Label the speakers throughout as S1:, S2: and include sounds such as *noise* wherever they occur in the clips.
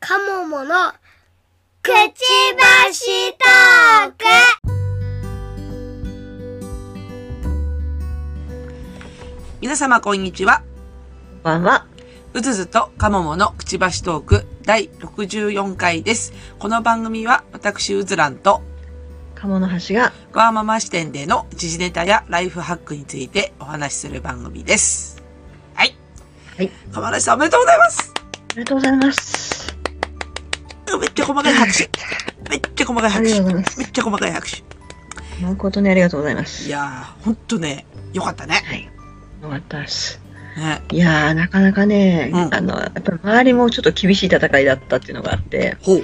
S1: カモモのくちばしトーク
S2: 皆様こんにちは。
S3: こんばんは。
S2: うずずとかもものくちばしトーク第64回です。この番組は私うずらんと
S3: 鴨の橋が
S2: わーママ視点での時事ネタやライフハックについてお話しする番組です。はい。
S3: はい。
S2: かまらさんおめでとうございます
S3: ありがとうございます。
S2: めっちゃ細かい拍手。めっちゃ細かい
S3: あ
S2: 拍
S3: りがと
S2: 手
S3: うご。ざいます
S2: め。っちゃ細かい拍
S3: 誠にありがとうございま
S2: 手。
S3: す。
S2: いやー、ほんとね、よかったね。
S3: はい。よかったです。
S2: ね。
S3: いやー、なかなかね、
S2: うん
S3: あの、やっぱり周りもちょっと厳しい戦いだったっていうのがあって、
S2: ほう。ね。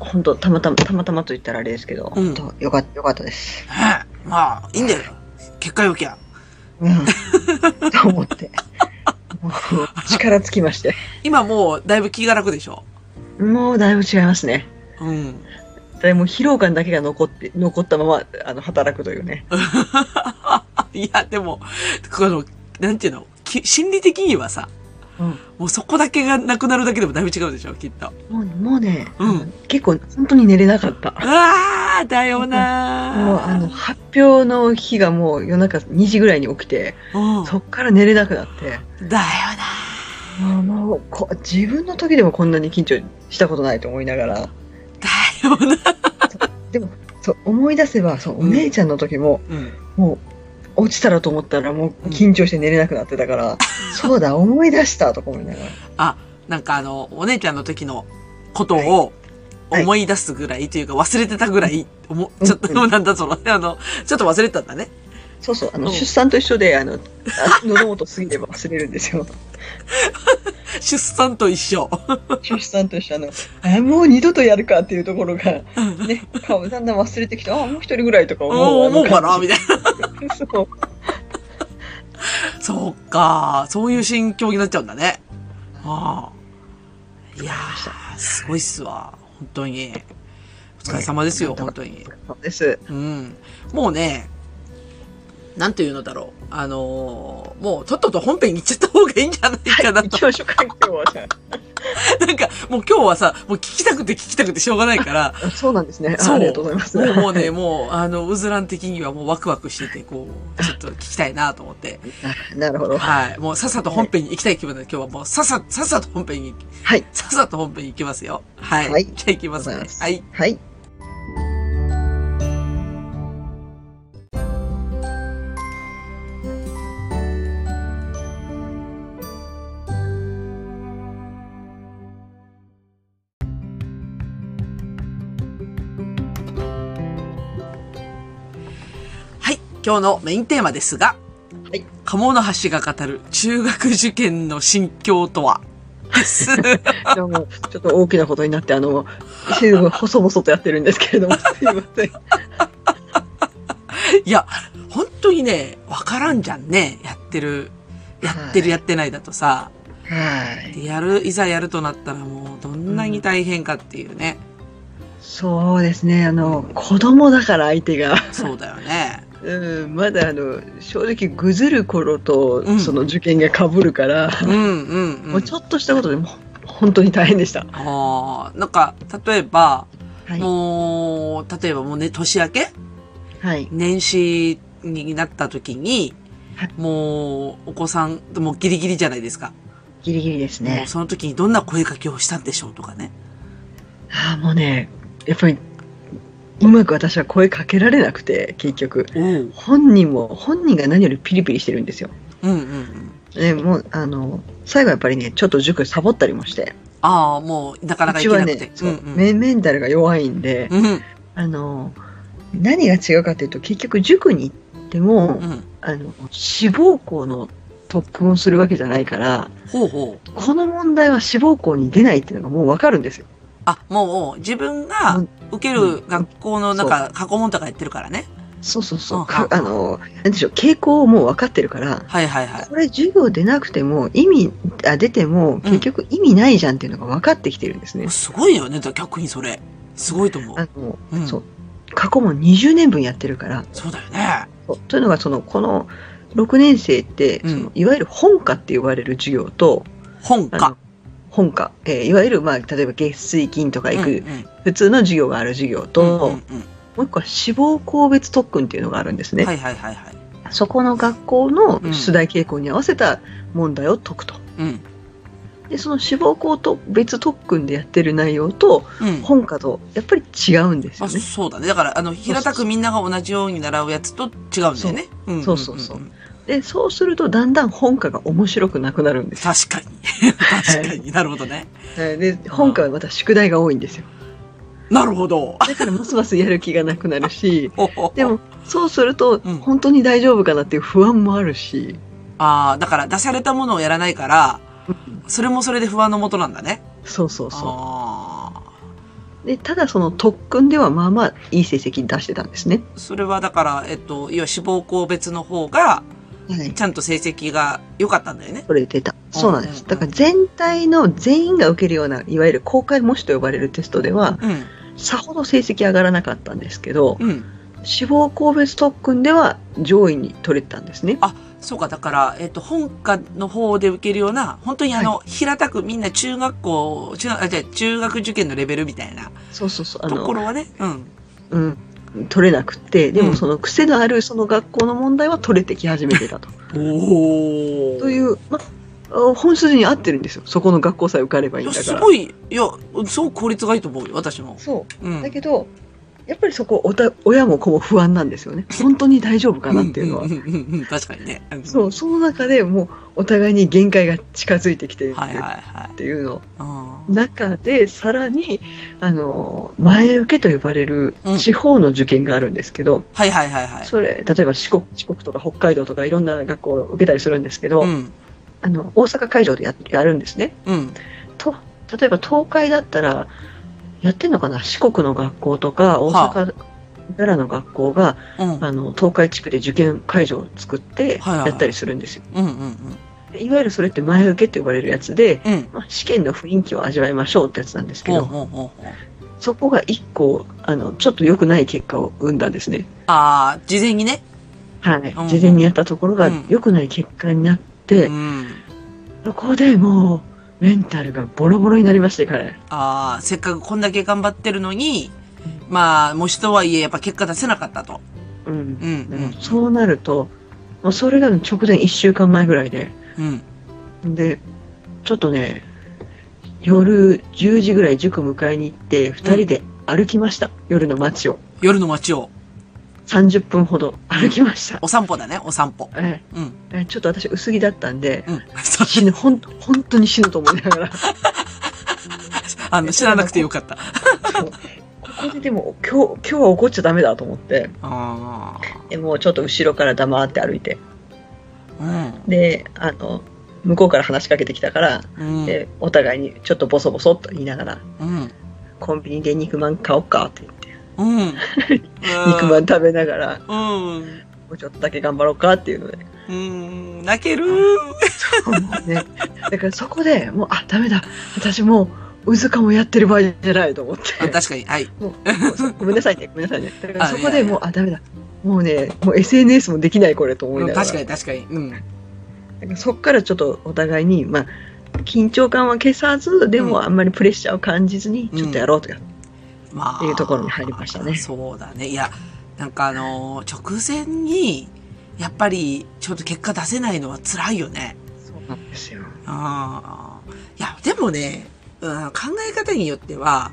S3: 本当たまたま、たまたまと言ったらあれですけど、
S2: うん
S3: 本当よかった、よかったです。
S2: まあ、いいんだよ。結果よきゃ。
S3: うん。と思って。もう、力尽きまして。
S2: 今もう、だいぶ気が楽でしょ。
S3: もうだいぶ違いますね。
S2: うん。
S3: でもう疲労感だけが残って、残ったまま、あの、働くというね。
S2: いや、でも、この、なんていうの、き心理的にはさ、
S3: うん。
S2: もうそこだけがなくなるだけでもだいぶ違うでしょ、きっと。
S3: もう、もうね、
S2: うん
S3: 結構、本当に寝れなかった。
S2: うわー、だよ
S3: もうあの
S2: な
S3: 発表の日がもう夜中2時ぐらいに起きて
S2: ー。うん
S3: そっから寝れなくなって
S2: だよ
S3: もうもうこ自分の時でもこんなに緊張したことないと思いながら
S2: なー。だよなー。
S3: そう思い出せばそうお
S2: うん
S3: 姉ちゃんの時も、
S2: うん。
S3: もう落ちたらと思ったらもう
S2: うん
S3: 緊張して寝れなくなってたから、そうだ思い出したとか思いながら
S2: なんかあの、お姉ちゃんの時のことを
S3: はい
S2: 思い出すぐらいというか忘れてたぐらい、おもちょっと、
S3: うんう
S2: なんだその、あの、ちょっと忘れてたんだね。
S3: そうそうあの、
S2: うん
S3: 出産と一緒であ
S2: *laughs*
S3: のあ喉元過ぎれば忘れるんですよ
S2: 出産と一緒。
S3: 出産と一緒あのあもう二度とやるかっていうところがね顔だんだん忘れてきてあもう一人ぐらいとか
S2: お
S3: 思う
S2: 思うかなみ
S3: た
S2: たい
S3: いなそう
S2: な。そうか。そういう心境になっちゃうんだね。ああ。いやー、すごいっすわ。本当に。お疲れ様ですよ、
S3: ね
S2: 本当に。
S3: そうです。
S2: うん。もうね、なんていうのだろう。あのーもう、とっとと本編行っちゃった方がいいんじゃないかな
S3: 行
S2: と
S3: きましょうか、今日はじゃ
S2: なんか、もう今日はさ、もう聞きたくて聞きたくてしょうがないから、
S3: あ。そうなんですね。
S2: そう
S3: *laughs* あありがとうございます。
S2: もうもうね、もう、あの、うずらん的にはもうワクワクしてて、こう、ちょっと聞きたいなと思って。
S3: あなるほど。
S2: はい。もうさっさと本編に行きたい気分で、今日はもうさっさ、さっさと本編に、
S3: はい。
S2: さっさと本編に行きますよ。はい。
S3: はい
S2: じゃあ行きますね。はい。。
S3: はい。
S2: はい。今日のメインテーマですが、
S3: はい。
S2: 鴨の橋が語る中学受験の心境とは、 *laughs* です。
S3: でもちょっと大きなことになって、あの、すごい細々とやってるんですけ
S2: *laughs*
S3: れども、すいません。
S2: いや、本当にね、わからんじゃんね。やってる、やってるやってないだとさ、
S3: はい。
S2: でやる、いざやるとなったらもうどんなに大変かっていうね。
S3: そうですね。あの、子供だから相手が。
S2: そうだよね。 *laughs*
S3: うん、まだあの、正直ぐずる頃と、
S2: うん
S3: その受験が被るから、
S2: うんうんうん。
S3: もうちょっとしたことでも、本当に大変でした。
S2: あーなんか、例えば、
S3: はい。
S2: もう、例えばもうね、年明け
S3: はい。
S2: 年始になった時に
S3: はい、
S2: もう、お子さん、もうギリギリじゃないですか。
S3: ギリギリです
S2: もうその時にどんな声かけをしたんでしょうとかね。
S3: ああもうねやっぱりうまく私は声かけられなくて結局
S2: おう。うん
S3: 本人も本人が何よりピリピリしてるんですよ。
S2: うんうん。
S3: でもうあの最後やっぱりねちょっと塾サボったりもして
S2: ああ、もう、なかなか
S3: う
S2: い
S3: ち
S2: け
S3: は
S2: なくて
S3: ね。
S2: う
S3: そ
S2: ん
S3: う
S2: うん。
S3: メメンタルが弱いんで、
S2: うんうん。
S3: あの何が違うかというと結局塾に行っても、
S2: うん。
S3: あの志望校の特訓をするわけじゃないから
S2: ほうほう。
S3: この問題は志望校に出ないっていうのがもうわかるんですよ。
S2: あ、もう、自分が受ける学校のなんか、過去問とかやってるからね。。
S3: そうそうそううんかあのなんでしょう傾向をもう分かってるから。
S2: はいはいはい。
S3: これ授業出なくても意味あ出ても結局意味ないじゃんっていうのが分かってきてるんですね。
S2: すごいよね、だ逆にそれ。すごいと思う
S3: あ。の
S2: うん、
S3: そう過去問20年分やってるから
S2: そうだよね。
S3: そうというのがそのこの6年生って
S2: うん
S3: そのいわゆる本科って言われる授業と、
S2: 本
S3: あ
S2: か
S3: の。本科、えーいわゆる、まあ、例えば月水金とか行く
S2: うんうん
S3: 普通の授業がある授業と、
S2: うんうん
S3: もう一個は志望校別特訓っていうのがあるんです
S2: う
S3: ね、
S2: んはいはいはいはい。
S3: そこの学校の出題傾向に合わせた問題を解くと。
S2: うん。
S3: でその志望校と別特訓でやってる内容と
S2: うん。
S3: 本科とやっぱり違うんです
S2: まあ、
S3: よね。
S2: そうだね。だから、あの、平たくみんなが同じように習うやつと違うんだよね。うんんんん
S3: そうそうそうでそうするとだんだん本科が面白くなくなるんです。
S2: 確か
S3: *laughs*
S2: に。確かになるほどね。
S3: はいで本科はまた宿題が多いんですよ。
S2: なるほど。
S3: だからますますやる気がなくな
S2: *laughs*
S3: るし
S2: ほほほ
S3: でもそうすると
S2: うん
S3: 本当に大丈夫かなっていう不安もあるし
S2: ああ、だから出されたものをやらないから、それもそれで不安のもとなんだね。
S3: そうそうそ
S2: ああ。
S3: う。でただその特訓ではまあまあいい成績出してたんですね。
S2: それはだから、えっと、いわゆる志望校別の方が、
S3: はい
S2: ちゃんと成績が良かったんだよね。
S3: 取れてた。そうなんで
S2: うんうんう
S3: す。
S2: ん
S3: だから全体の全員が受けるような、いわゆる公開模試と呼ばれるテストでは、
S2: うん。
S3: さほど成績上がらなかったんですけど、
S2: うん。
S3: 志望校別特訓では上位に取れてたんですね。
S2: そうか、だから、えっと、本科の方で受けるような、本当にあの、平たくみんな中学校、中学、あ、じゃあ中学受験のレベルみたいな
S3: そうそうそう。あ
S2: とこ
S3: の、
S2: ろはね、うん。
S3: うん。取れなくて、で
S2: う
S3: も
S2: ん
S3: その癖のあるその学校の問題は取れてき始めてたと。
S2: お
S3: という、ま、あ本筋に合ってるんですよ。そこの学校さえ受かればいいんだ
S2: す
S3: から。
S2: ごい、いや、すごく効率がいいと思うよ、私も。
S3: そうう。
S2: ん。
S3: だけど、やっぱりそこおた、親も子も不安なんですよね。本当に大丈夫かなっていうのは
S2: ん。んうんうん確かにね。うん
S3: そう、その中でもうお互いに限界が近づいてきてる
S2: はいはい
S3: っ
S2: はい。
S3: ていうの
S2: うん
S3: 中で、さらに、あの、前受けと呼ばれる
S2: うん
S3: 地方の受験があるんですけど、
S2: はいはいはいはい。
S3: それ、例えば四国四国とか北海道とかいろんな学校を受けたりするんですけど、
S2: うん。
S3: あの、大阪会場でややるんですね。
S2: うん。
S3: と、例えば東海だったら、やってんのかな四国の学校とか、大
S2: はあ
S3: 阪、奈良の学校が、
S2: うん。
S3: あの、東海地区で受験会場を作って、
S2: はいはい
S3: やったりするんですよ。
S2: うんうんうん。
S3: でいわゆるそれって前受けって呼ばれるやつで、
S2: うん。
S3: まあ、試験の雰囲気を味わいましょうってやつなんですけ
S2: ほう
S3: ど、
S2: ほうほうほう。
S3: そこが一個、あの、ちょっと良くない結果を生んだんですね。
S2: ああ、事前にね。
S3: はい
S2: うん。
S3: 事前にやったところが
S2: うん
S3: 良くない結果になって、
S2: うん。
S3: そこでもう、メンタルがボロボロになりまして、彼。
S2: ああ、せっかくこんだけ頑張ってるのに、まあ、模試とはいえ、やっぱ結果出せなかったと。
S3: う。
S2: うん
S3: でも
S2: ん、
S3: そうなると、もうそれが直前1週間前ぐらいで、
S2: うん。うん。
S3: で、ちょっとね、夜10時ぐらい塾迎えに行って、2人で歩きました。夜の街を。
S2: 夜の街を。
S3: 30分ほど歩きました。
S2: お散歩だね、お散歩。
S3: え
S2: うん。
S3: ええちょっと私薄着だったんで、
S2: うん。 *laughs* そう
S3: 死ぬ、ほん、本当に死ぬと思いながら。
S2: あの、知らなくてよかった。
S3: そうここででも、今日、今日は怒っちゃダメだと思って、
S2: あ
S3: でもうちょっと後ろから黙って歩いて、
S2: あ。
S3: で、あの、向こうから話しかけてきたから、
S2: うん。うん。
S3: でお互いにちょっとボソボソっと言いながら、
S2: うん。
S3: コンビニで肉まん買おうかって言って、
S2: うん。
S3: *laughs* 肉まん食べながら、も
S2: うん。
S3: うちょっとだけ頑張ろうかっていうので。
S2: うん。泣ける。
S3: そうもうね、だからそこでもう、あ、ダメだ。私もう、うずかもやってる場合じゃないと思って。
S2: あ確かに。はい。
S3: もうもうそうごめんなさいね、ごめんなさいね。だから
S2: あ
S3: そこ
S2: いや
S3: で
S2: いや
S3: もう、あ、ダメだ。もうね、もう SNS もできないこれと思い
S2: うん
S3: ながら。
S2: 確かに確かに。うん。
S3: だからそっからちょっとお互いに、まあ、緊張感は消さず、で
S2: うん
S3: もあんまりプレッシャーを感じずに、ちょっとやろうとか。
S2: まあ。
S3: っていうところに入りましたね
S2: そうだね。いや、なんかあのー、直前に、やっぱり、ちょっと結果出せないのは辛いよね。
S3: そうなんですよ。
S2: ああ。いや、でもね、うん、考え方によっては、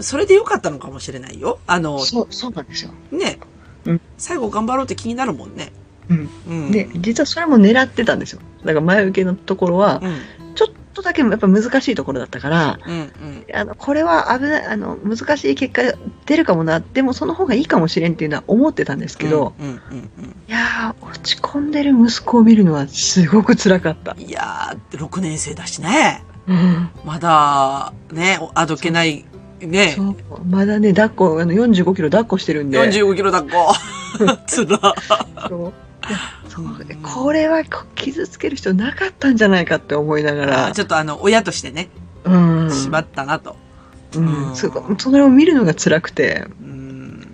S2: それでよかったのかもしれないよ。あの、
S3: そう、そうなんですよ。
S2: ね、
S3: うん
S2: 最後頑張ろうって気になるもんね。
S3: うん。
S2: うん。
S3: で、実はそれも狙ってたんですよ。だから前受けのところは
S2: う、ん、
S3: ちょっとだけやっぱ難しいところだったから、
S2: うん、うん。
S3: あの、これは危ない、あの、難しい結果出るかもな、でもその方がいいかもしれんっていうのは思ってたんですけど、
S2: うん、うん、うん
S3: いやー、落ち込んでる息子を見るのはすごく辛かった
S2: うん。。いやー、6年生だしね。
S3: うん
S2: まだ、ね、おあどけない、ね
S3: そ、うまだね、抱っこ、あの45キロ抱っこしてるんで。
S2: 45キロ抱っこ。 *laughs* つら。
S3: そういやそうこれはこ傷つける人なかったんじゃないかって思いながら。
S2: ちょっとあの、親としてね、
S3: うん。
S2: しまったなと。
S3: うん。すごいそれを見るのが辛くて、
S2: うん。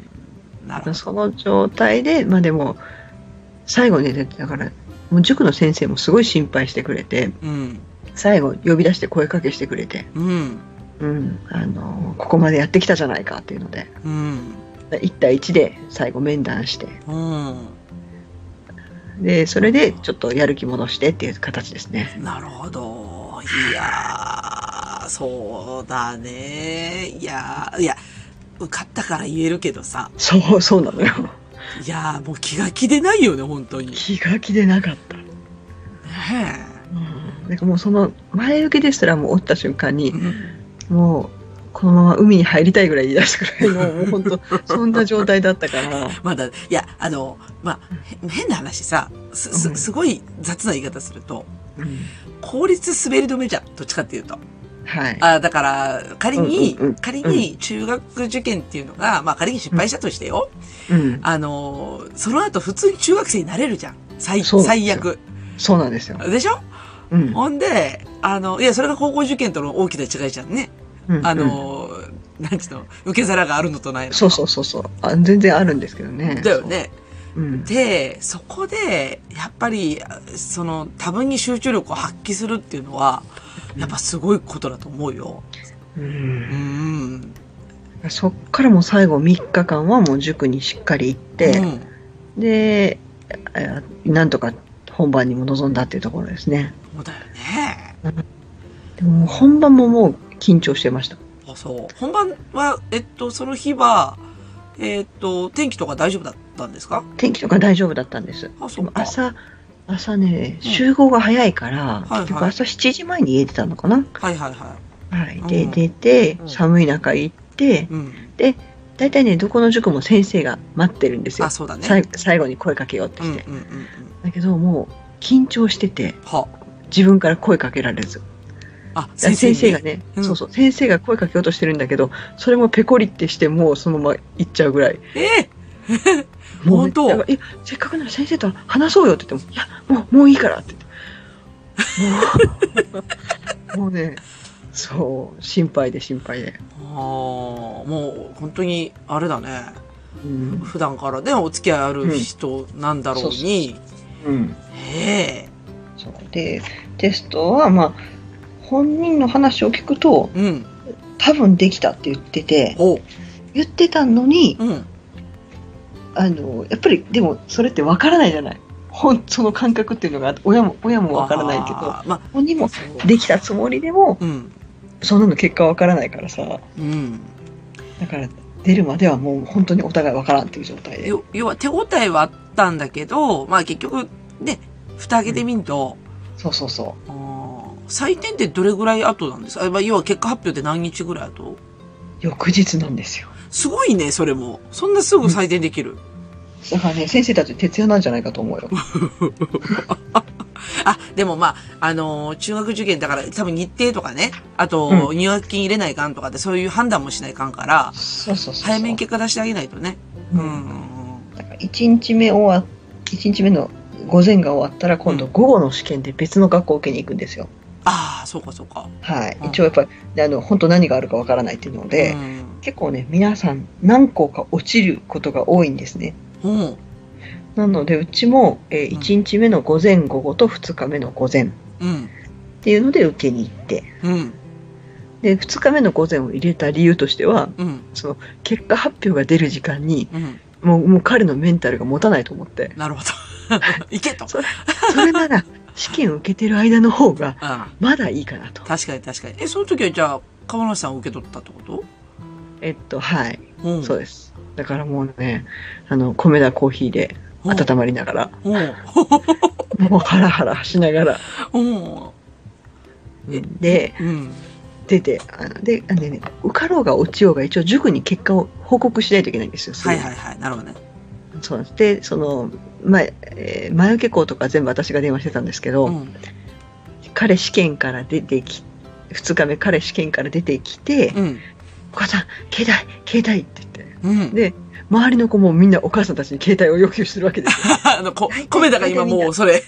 S2: なるほど。
S3: その状態で、まあでも、最後に出て、だから、もう塾の先生もすごい心配してくれて、
S2: うん。
S3: 最後呼び出して声かけしてくれて、
S2: うん。
S3: うん、あのここまでやってきたじゃないかっていうので
S2: うん。
S3: 1対1で最後面談して
S2: うん。
S3: でそれでちょっとやる気戻してっていう形ですね
S2: なるほど。いやー、そうだね。いやー、いや、受かったから言えるけどさ。
S3: そうそうなのよ
S2: いやー、もう気が気でないよね、本当に。ね
S3: 気が気でなかった、うん、なんかもうその前受けですらもう折った瞬間
S2: え。
S3: に
S2: うん
S3: もうこのまま海に入りたいぐらい言い出したくらいのもう本当そんな状態だったから
S2: まだ、いや、あの、まあ、へ変な話さ、す、す、すごい雑な言い方すると、効率滑り止めじゃん。どっちかっていうと。
S3: はい
S2: あだから、仮に、
S3: うんうんうん
S2: 仮に中学受験っていうのが、まあ仮に失敗したとしてよ。
S3: うん
S2: あのー、その後普通に中学生になれるじゃん。最、
S3: そうですよ
S2: 最悪。
S3: そうなんですよ
S2: でしょ
S3: うん
S2: ほんで、あの、いや、それが高校受験との大きな違いじゃんね。
S3: うん
S2: あのー、なんちゅうの、受け皿があるのとないの。
S3: そうそうそうそうあ全然あるんですけどね
S2: だよね。
S3: そううん
S2: で、そこで、やっぱり、その、多分に集中力を発揮するっていうのは、やっぱすごいことだと思うよ。
S3: うん
S2: うん。
S3: そっからもう最後3日間はもう塾にしっかり行って、
S2: うん
S3: で、えーなんとか本番にも臨んだっていうところですね。
S2: そうだよね。
S3: でも本番ももう緊張してました。
S2: あ、そう。本番は、えっと、その日は、えっと、天気とか大丈夫だったんですか
S3: 天気とか大丈夫だったんです。
S2: あ、そ
S3: で
S2: う
S3: も
S2: か。
S3: 朝、朝
S2: う
S3: ね、
S2: ん
S3: 集合が早いから、
S2: はい
S3: 結局朝7時前に家出たのかな。
S2: はいはいは
S3: はい。
S2: う
S3: で、
S2: ん
S3: 出て
S2: う、ん
S3: 寒い中行って
S2: い。、うん。
S3: 大体ね、どこの塾も先生が待ってるんですよ
S2: あ、。そうだね。
S3: 最最後に声かけようって
S2: うんう
S3: し
S2: んう
S3: て。
S2: んうん。
S3: だけどもう緊張してて、
S2: は。
S3: 自分から声かけられず。
S2: あ、
S3: 先生
S2: に
S3: が。ね、
S2: うん
S3: そうそう先生が声かけようとしてるんだけどそれもペコリってしてもうそのまま行っちゃうぐらい
S2: ええ
S3: もう
S2: 本当
S3: だからいやせっかくなら先生と話そうよって言っても「いやもうもういいから」って言
S2: *laughs*
S3: ってもうもうねそう心配で心配で、
S2: ああ、もう本当に、あれだね。
S3: うん
S2: 普段からね、お付き合いある人なんだろうに。
S3: うん、
S2: え
S3: そうでテストはまあ本人の話を聞くと
S2: えうん。
S3: 多分できたって言ってて
S2: おう。
S3: 言ってたのに
S2: うん。
S3: あのやっぱりでもそれってわからないじゃない本当の感覚っていうのが親も親もわからないけど
S2: あー。ま
S3: 本人
S2: あ、
S3: も
S2: そう
S3: できたつもりでも
S2: うん。
S3: そんなの結果わからないからさ
S2: うん。
S3: だから出るまではもう本当にお互いわからんっていう状態で、
S2: よ要は手応えはあったんだけど、まあ結局、ね、蓋開けてみると、
S3: そうそうそ
S2: あー採点ってどれぐらい後なんですかあまあ要は結果発表って何日ぐらい後
S3: う翌日なんですよ
S2: すごいね、それも。そんなすぐ採点できる。
S3: だからね先生たち徹夜なんじゃないかと思うよ
S2: あ、でもまあ、あのー中学受験だから多分日程とかね、あと、入学金入れないかんとかってそういう判断もしないかんから、
S3: そうそうそうそう
S2: 早めに結果出してあげないとね。う
S3: うん
S2: うんん
S3: だから1日目終わ一日目の午前が終わったら今度午後の試験で別の学校を受けに行くんですよ、
S2: ああ、そうかそうか。
S3: はい
S2: うん
S3: 一応やっぱりであの本当何があるかわからないっていうので、
S2: うん
S3: 結構ね皆さん何校か落ちることが多いんですね
S2: うん。
S3: なのでうちも、え
S2: うん
S3: 1日目の午前午後と2日目の午前っ
S2: うん。
S3: ていうので受けに行って
S2: うん。
S3: で2日目の午前を入れた理由としては
S2: うん。
S3: その結果発表が出る時間に
S2: うん。
S3: もうもう彼のメンタルが持たないと思って
S2: なるほど。 *laughs* いけと。
S3: それ
S2: *laughs*
S3: なら試験を受けてる間の方が
S2: うん。
S3: まだいいかなと。
S2: 確かに確かに。え、その時はじゃあ、川野さんを受け取ったってこと
S3: えっとはい、
S2: うん。
S3: そう
S2: う
S3: ですだからもうねあの米田コーヒーで温まりながら、
S2: うん。
S3: もうハラハラしながら
S2: うん。え
S3: で
S2: うん。
S3: 出てあのであの、ね、受かろうが落ちようが一応塾に結果を報告しないといけないんですよ。
S2: はいはいはい。なるほどね。
S3: そうなんですでその前,、えー前受け校とか全部私が電話してたんですけど、
S2: うん。
S3: 彼試験から出てき2日目彼試験から出てきて
S2: うん。
S3: 「お母さん携帯携帯」って言って
S2: うん。
S3: で周りの子もみんなお母さんたちに携帯を要求するわ
S2: *laughs*
S3: けですよ。
S2: あの、こ
S3: 大体、
S2: 米田が今もうそれ。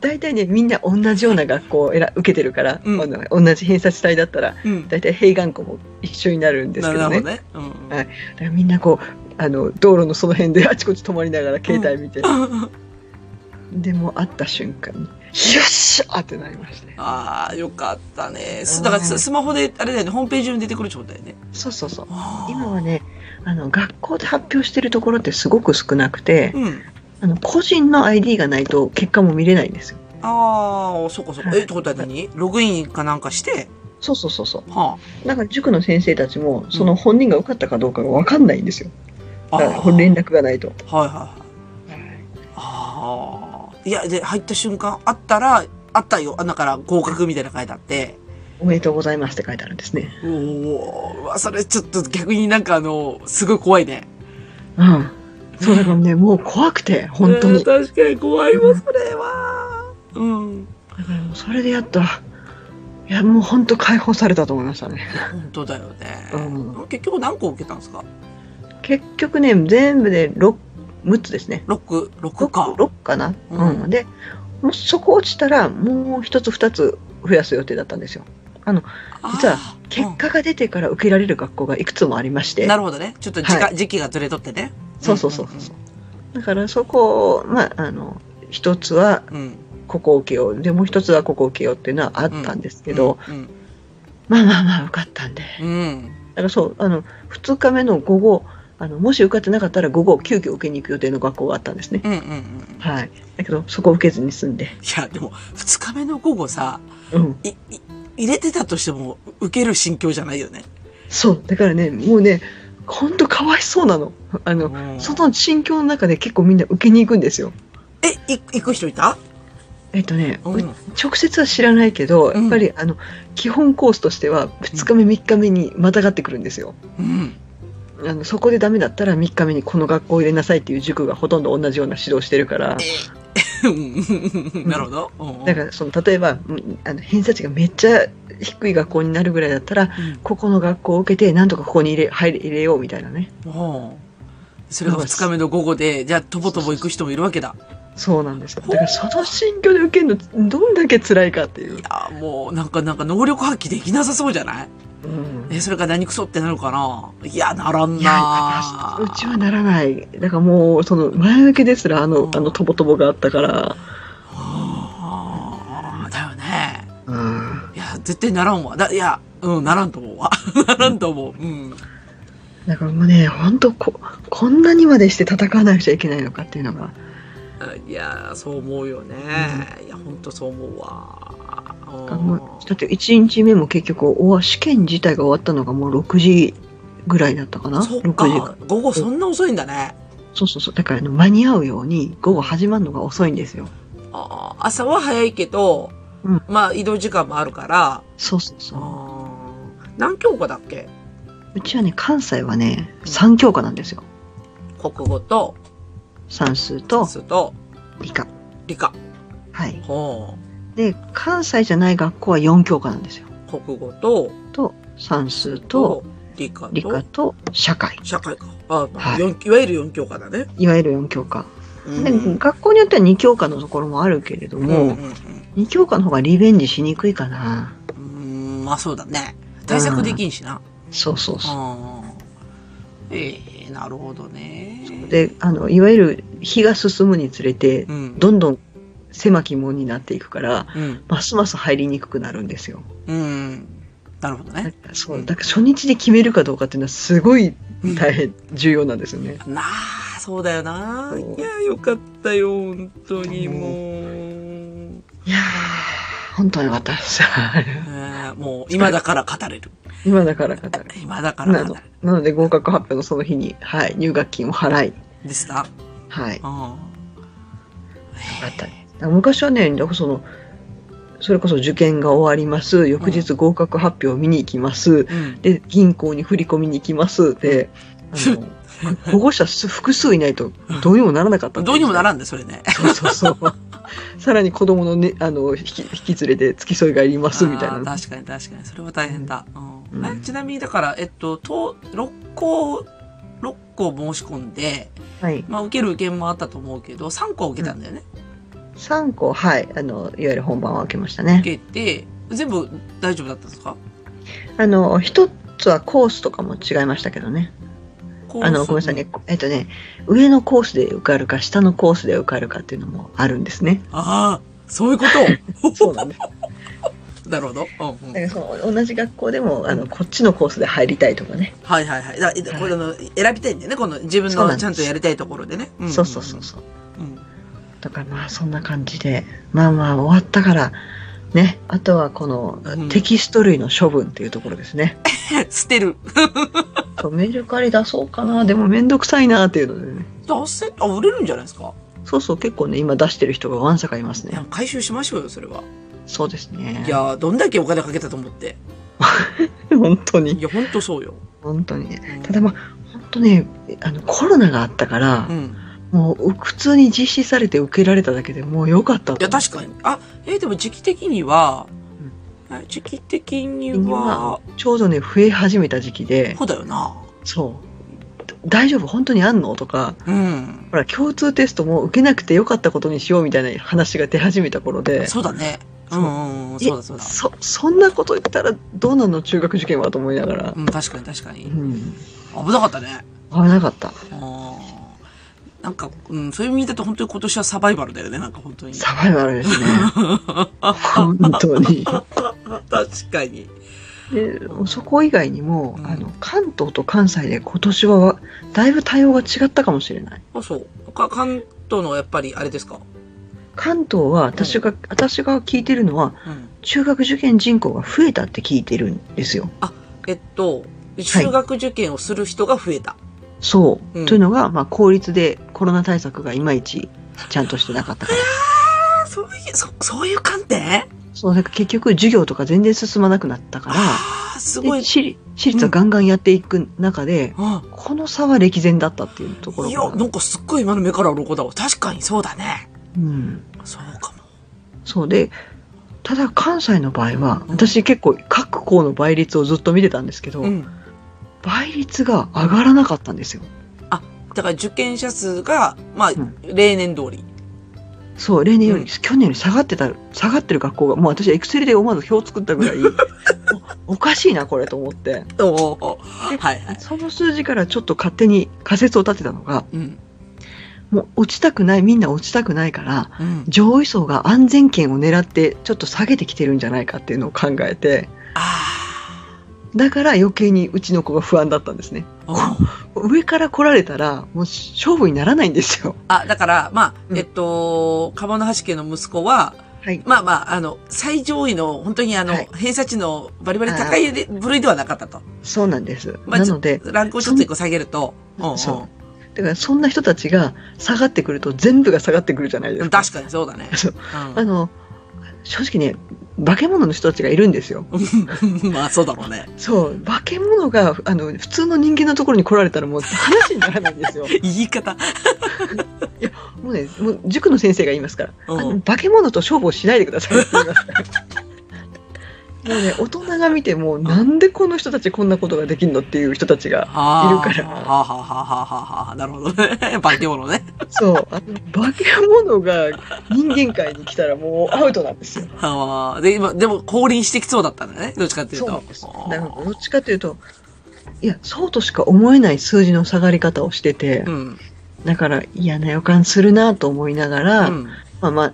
S3: 大体ねみんな同じような学校を選受けてるから、
S2: うん
S3: あの同じ偏差値帯だったら
S2: うん。
S3: 大体併願校も一緒になるんです
S2: な
S3: け
S2: るほ
S3: ど
S2: ど
S3: ね。
S2: ね。うん。
S3: はいだからみんなこうあの道路のその辺であちこち止まりながら携帯見て、
S2: うん
S3: でもう会った瞬間に、よっしゃーってなりましたね。
S2: ああ、よかったね。すだからススマホで、あれだよね、ホームページに出てくる状態ね。
S3: そうそうそう。
S2: あー
S3: 今はね、あの、学校で発表してるところってすごく少なくて、
S2: うん。
S3: あの、個人の ID がないと結果も見れないんですよ。
S2: ああ、そこそこ。
S3: はい
S2: え、ってことは何ログインかなんかして、
S3: そうそうそうそう。
S2: は
S3: だから塾の先生たちも、その本人が受かったかどうかがわかんないんですよ。
S2: あ。あ
S3: だから連絡がないと。
S2: ーはいはいはい。ああ。いや、で、入った瞬間、あったら、あったよ。あ、だから合格みたいなの書いてあって。
S3: おめでとうございますって書いてあるんですね。
S2: おお、うわそれちょっと逆になんかあの、すごい怖いね。
S3: うん。そうだからね、もう怖くて、本当
S2: うん
S3: に。だ
S2: 確かに怖いわ、それは。うん。
S3: からもうそれでやっと、いや、もう本当解放されたと思いましたね。
S2: 本当だよね。
S3: う
S2: 結局何個受けたんですか
S3: 結局ね、全部で6、6つですね。
S2: 六六か。
S3: 6かな。
S2: うん
S3: うん。で、もうそこ落ちたら、もう一つ二つ増やす予定だったんですよ。実は
S2: あー
S3: 結果が出てから受けられる学校がいくつもありまし
S2: う
S3: て
S2: ん。な。るほどね。ちょっと時間、
S3: は
S2: 時期がずれとってね。
S3: そうそうそうそう。だからそこを、まあ、あの、一つは
S2: うん。うん。
S3: ここを受けよう。で、もう一つはここを受けようっていうのはあったんですけど、
S2: うん。
S3: まあまあまあ受かったんで。
S2: うん。
S3: だからそう、あの、2日目の午後、あの、もし受かってなかったら午後急遽受けに行く予定の学校があったんですね。
S2: うん。うん。うん。
S3: はい。だけど、そこを受けずに済んで。
S2: いや、でも、二日目の午後さ、
S3: うん。
S2: い、い、入れてたとしても、受ける心境じゃないよね。
S3: そう。だからね、もうね、ほんとかわいそうなの。あの、
S2: うん
S3: その心境の中で結構みんな受けに行くんですよ。
S2: え、い、行く人いた
S3: えっとね、
S2: うん。
S3: 直接は知らないけど、やっぱり、あの、基本コースとしては、2日目、3日目にまたがってくるんですよ。
S2: うん。
S3: あのそこでダメだったら3日目にこの学校を入れなさいっていう塾がほとんど同じような指導してるから、
S2: うんなるほど。うん
S3: だからその例えばうんあの偏差値がめっちゃ低い学校になるぐらいだったら
S2: うん
S3: ここの学校を受けてなんとかここに入れ入れ入れようみたいなね
S2: おうそれが二日目の午後で、じゃあ、とぼとぼ行く人もいるわけだ。
S3: そうなんですよだからその心境で受けるのどんだけ辛いかっていう
S2: い、や、もう、なんか、なんか、能力発揮できなさそうじゃない
S3: うん、
S2: え、それが何クソってなるかないや、ならん
S3: いや
S2: な
S3: 私うちはならないだからもうその前向けですらあのあのとぼとぼがあったから、
S2: あーだよね。
S3: うん、
S2: いや、絶対ならんわ。だ、いや、うん、ならんと思うわ。ならんと思う。うん。
S3: だからもうね本当ここんなにまでして戦わなくちゃいけないのかっていうのが。
S2: いや、そう思うよね。いや、ほんとそう思うわ。
S3: あもうだって1日目も結局おわ試験自体が終わったのがもう6時ぐらいだったかな
S2: そっ
S3: 6時
S2: か。午後そんな遅いんだね。
S3: そうそうそうだからあの間に合うように午後始まるのが遅いんですよ
S2: あー朝は早いけど、
S3: うん
S2: まあ移動時間もあるから、
S3: そうそうそう
S2: あー何教科だっけ
S3: うちはね関西はね3教科なんですよ
S2: 国語と、
S3: 算数と
S2: 数と、
S3: 理科
S2: 理科。
S3: はい
S2: ほ
S3: で関西じゃない学校は4教科なんですよ
S2: う国語と、
S3: と算数と、
S2: 理科と、
S3: 理科と社会
S2: 社会か。あ、
S3: はい
S2: 四いわゆる4教科だね。
S3: いわゆる4教科、
S2: うん
S3: で学校によっては2教科のところもあるけれど
S2: うんうん
S3: も、二2教科の方がリベンジしにくいかな
S2: うん、うんまあそうだね。対策できんしな。
S3: そうそうそう
S2: うん。ええなるほどね。
S3: であのいわゆる日が進むにつれて
S2: うん。
S3: どんどん狭き門になっていくから
S2: うん。
S3: ますます入りにくくなるんですよ。
S2: うん。なるほど
S3: だ
S2: ね。
S3: からそうだから初日で決めるかどうかっていうのはすごい大変重要なんですよね。
S2: なあ、そうだよな。
S3: そう
S2: いや、よかったよ、本当に
S3: あの
S2: もう。
S3: いやー本当によかったです。
S2: えーもう今だから語れる。
S3: *laughs* 今だから語る。
S2: 今だから
S3: な
S2: 語
S3: の
S2: れる。
S3: なので合格発表のその日に、はい、入学金を払い、
S2: ですな。
S3: はい、よ
S2: うん。
S3: かったですだから昔はねだからそのそれこそ受験が終わります翌日合格発表を見に行きます、
S2: うん。
S3: で銀行に振り込みに行きますであの保護者数複数いないとどうにもならなかった
S2: どうにもな
S3: ら
S2: らんで、それね。
S3: そうそうそうさらに子供のねあの引き引き連れて付き添いがいりますみたい
S2: あー
S3: な
S2: 確かに確かに。それは大変だ。うん。
S3: うん
S2: あちなみに、だから、えっと、と、6校、6校申し込んで、
S3: はい
S2: まあ、受ける受験もあったと思うけど、3校受けたんだよね。
S3: 3個はいあのいわゆる本番を開けましたね
S2: 受けて、全部大丈夫だったんですか
S3: あの一つはコースとかも違いましたけどね
S2: コース
S3: あの、ごめんなさいね。。えっとね、上のコースで受かるか、下のコースで受かるかっていうのもあるんですね。
S2: ああ、そういうこと。*laughs*
S3: *laughs* そうなんです。
S2: なるほど。うんうん
S3: だからその同じ学校でも、あの、こっちのコースで入りたいとかね。
S2: はいはいはい。だこれあの選びたいんだよね。この自分
S3: そう
S2: の
S3: なんです
S2: ちゃんとやりたいところでね。んんん
S3: そうそうそうそう。
S2: うん
S3: だからまあ、そんな感じで、まあまあ、終わったから、ね、あとはこの
S2: うん
S3: テキスト類の処分っていうところですね。
S2: 捨てる。
S3: そうメルカリ出そうかな、でもめんどくさいなっていうのでね。
S2: 出せ、あ、売れるんじゃないですか。
S3: そうそう、結構ね、今出してる人がわんさかいます
S2: い
S3: ね
S2: や。回収しましょうよ、それは。
S3: そうですね。
S2: い、やー、どんだけお金かけたと思って。
S3: 本当
S2: い
S3: に、
S2: や、ほんとそうよ。
S3: 本当にね。
S2: うん
S3: ただまあ、本当ね、あの、コロナがあったから
S2: う、ん。
S3: もう、普通に実施されて受けられただけでもう良かった
S2: いや、確かに。あ、えーでも時期的には、え時期的には、
S3: ちょうどね、増え始めた時期で、
S2: そうだよな。
S3: そう。大丈夫本当にあんのとか、
S2: うん。
S3: ほら、共通テストも受けなくてよかったことにしようみたいな話が出始めた頃で、
S2: そうだね。う、
S3: そうん
S2: うん、そうだそうだ
S3: え。そ、そんなこと言ったらどうなの中学受験はと思いながら
S2: う。ん、確かに確か
S3: う
S2: に。
S3: ん。
S2: 危なかったね。
S3: 危なかった。
S2: あーなんか、うん、そういう意味だと本当に今年はサバイバルだよね、なんか本 *laughs* 当に。
S3: サバイバルですね。本当に。
S2: 確かに。
S3: で、そこ以外にも、
S2: うん
S3: あの、関東と関西で今年は、だいぶ対応が違ったかもしれない。
S2: あ、そう。か関東のやっぱり、あれですか。
S3: 関東は、私が、私が聞いてるのは、
S2: うん。
S3: 中学受験人口が増えたって聞いてるんですよ。
S2: えっと、中学受験をする人が増えた。
S3: そう。
S2: うん
S3: というのが、まあ、公立でコロナ対策がいまいち、ちゃんとしてなかったから。
S2: あ、そういう、そ、そういう観点
S3: そう、だから結局、授業とか全然進まなくなったから、
S2: ああ、すご
S3: で
S2: い。
S3: 私立私立はガンガンやっていく中で、
S2: うん。
S3: この差は歴然だったっていうところ
S2: い
S3: が
S2: や、なんかすっごい今の目から鱗だわ。確かにそうだね。
S3: うん、
S2: そうかも。
S3: そうでただ関西の場合は
S2: うん
S3: 私結構各校の倍率をずっと見てたんですけど、
S2: うん。
S3: 倍率が上がらなかったんですよ
S2: だから受験者数が、まあ、
S3: ん
S2: 例年通り。
S3: そう例年より、
S2: うん
S3: 去年より下がってた下がってる学校がもう私はエクセルで思わず表作っ
S2: *laughs*
S3: たぐらいおおかしいなこれと思って
S2: おーおーはいはい。
S3: その数字からちょっと勝手に仮説を立てたのが
S2: うん。
S3: もう落ちたくないみんな落ちたくないから
S2: うん。
S3: 上位層が安全圏を狙ってちょっと下げてきてるんじゃないかっていうのを考えて
S2: あ
S3: だから余計にうちの子が不安だったんですね
S2: あ。おー
S3: 上から来られたらもう勝負にならないんですよ。
S2: あ、だから、まあ、
S3: うん
S2: えっと、鴨の橋家の息子は、
S3: はい。
S2: まあまあ、あの、最上位の、本当にあの、
S3: はい
S2: 偏差値のバリバリ高いで部類ではなかったと。
S3: そうなんです。
S2: まあ
S3: なので、
S2: ランクをちょっと一個下げると。うんうん
S3: そうだからそんな人たちが下がってくると全部が下がってくるじゃないですか。
S2: 確かにそうだね。
S3: そう
S2: う
S3: あの、正直ね、化け物の人たちがいるんですよ。
S2: ん。 *laughs* まあ、そうだろうね。
S3: そう。化け物が、あの、普通の人間のところに来られたらもう話にならないんで
S2: *laughs*
S3: すよ。
S2: 言い方。
S3: もうね、もう塾の先生が言いますから、
S2: うん
S3: あの化け物と勝負をしないでくださいって言いますから。
S2: *laughs*
S3: もうね、大人が見ても、なんでこの人たちこんなことができるのっていう人たちが
S2: い
S3: いるから
S2: はあはあはあはあはあはあ。なるほどね。 *laughs* 化け物ね。
S3: そう。あの、化け物が人間界に来たらもうアウトなんですよ。
S2: ああ。で、今、でも降臨してきそうだったんだね。どっちかっていう
S3: そう
S2: と。
S3: なんです。
S2: ああ
S3: だからどっちかというと、いや、そうとしか思えない数字の下がり方をしてて、
S2: うん。
S3: だから嫌な予感するなと思いながら、
S2: うん。
S3: まあまあ、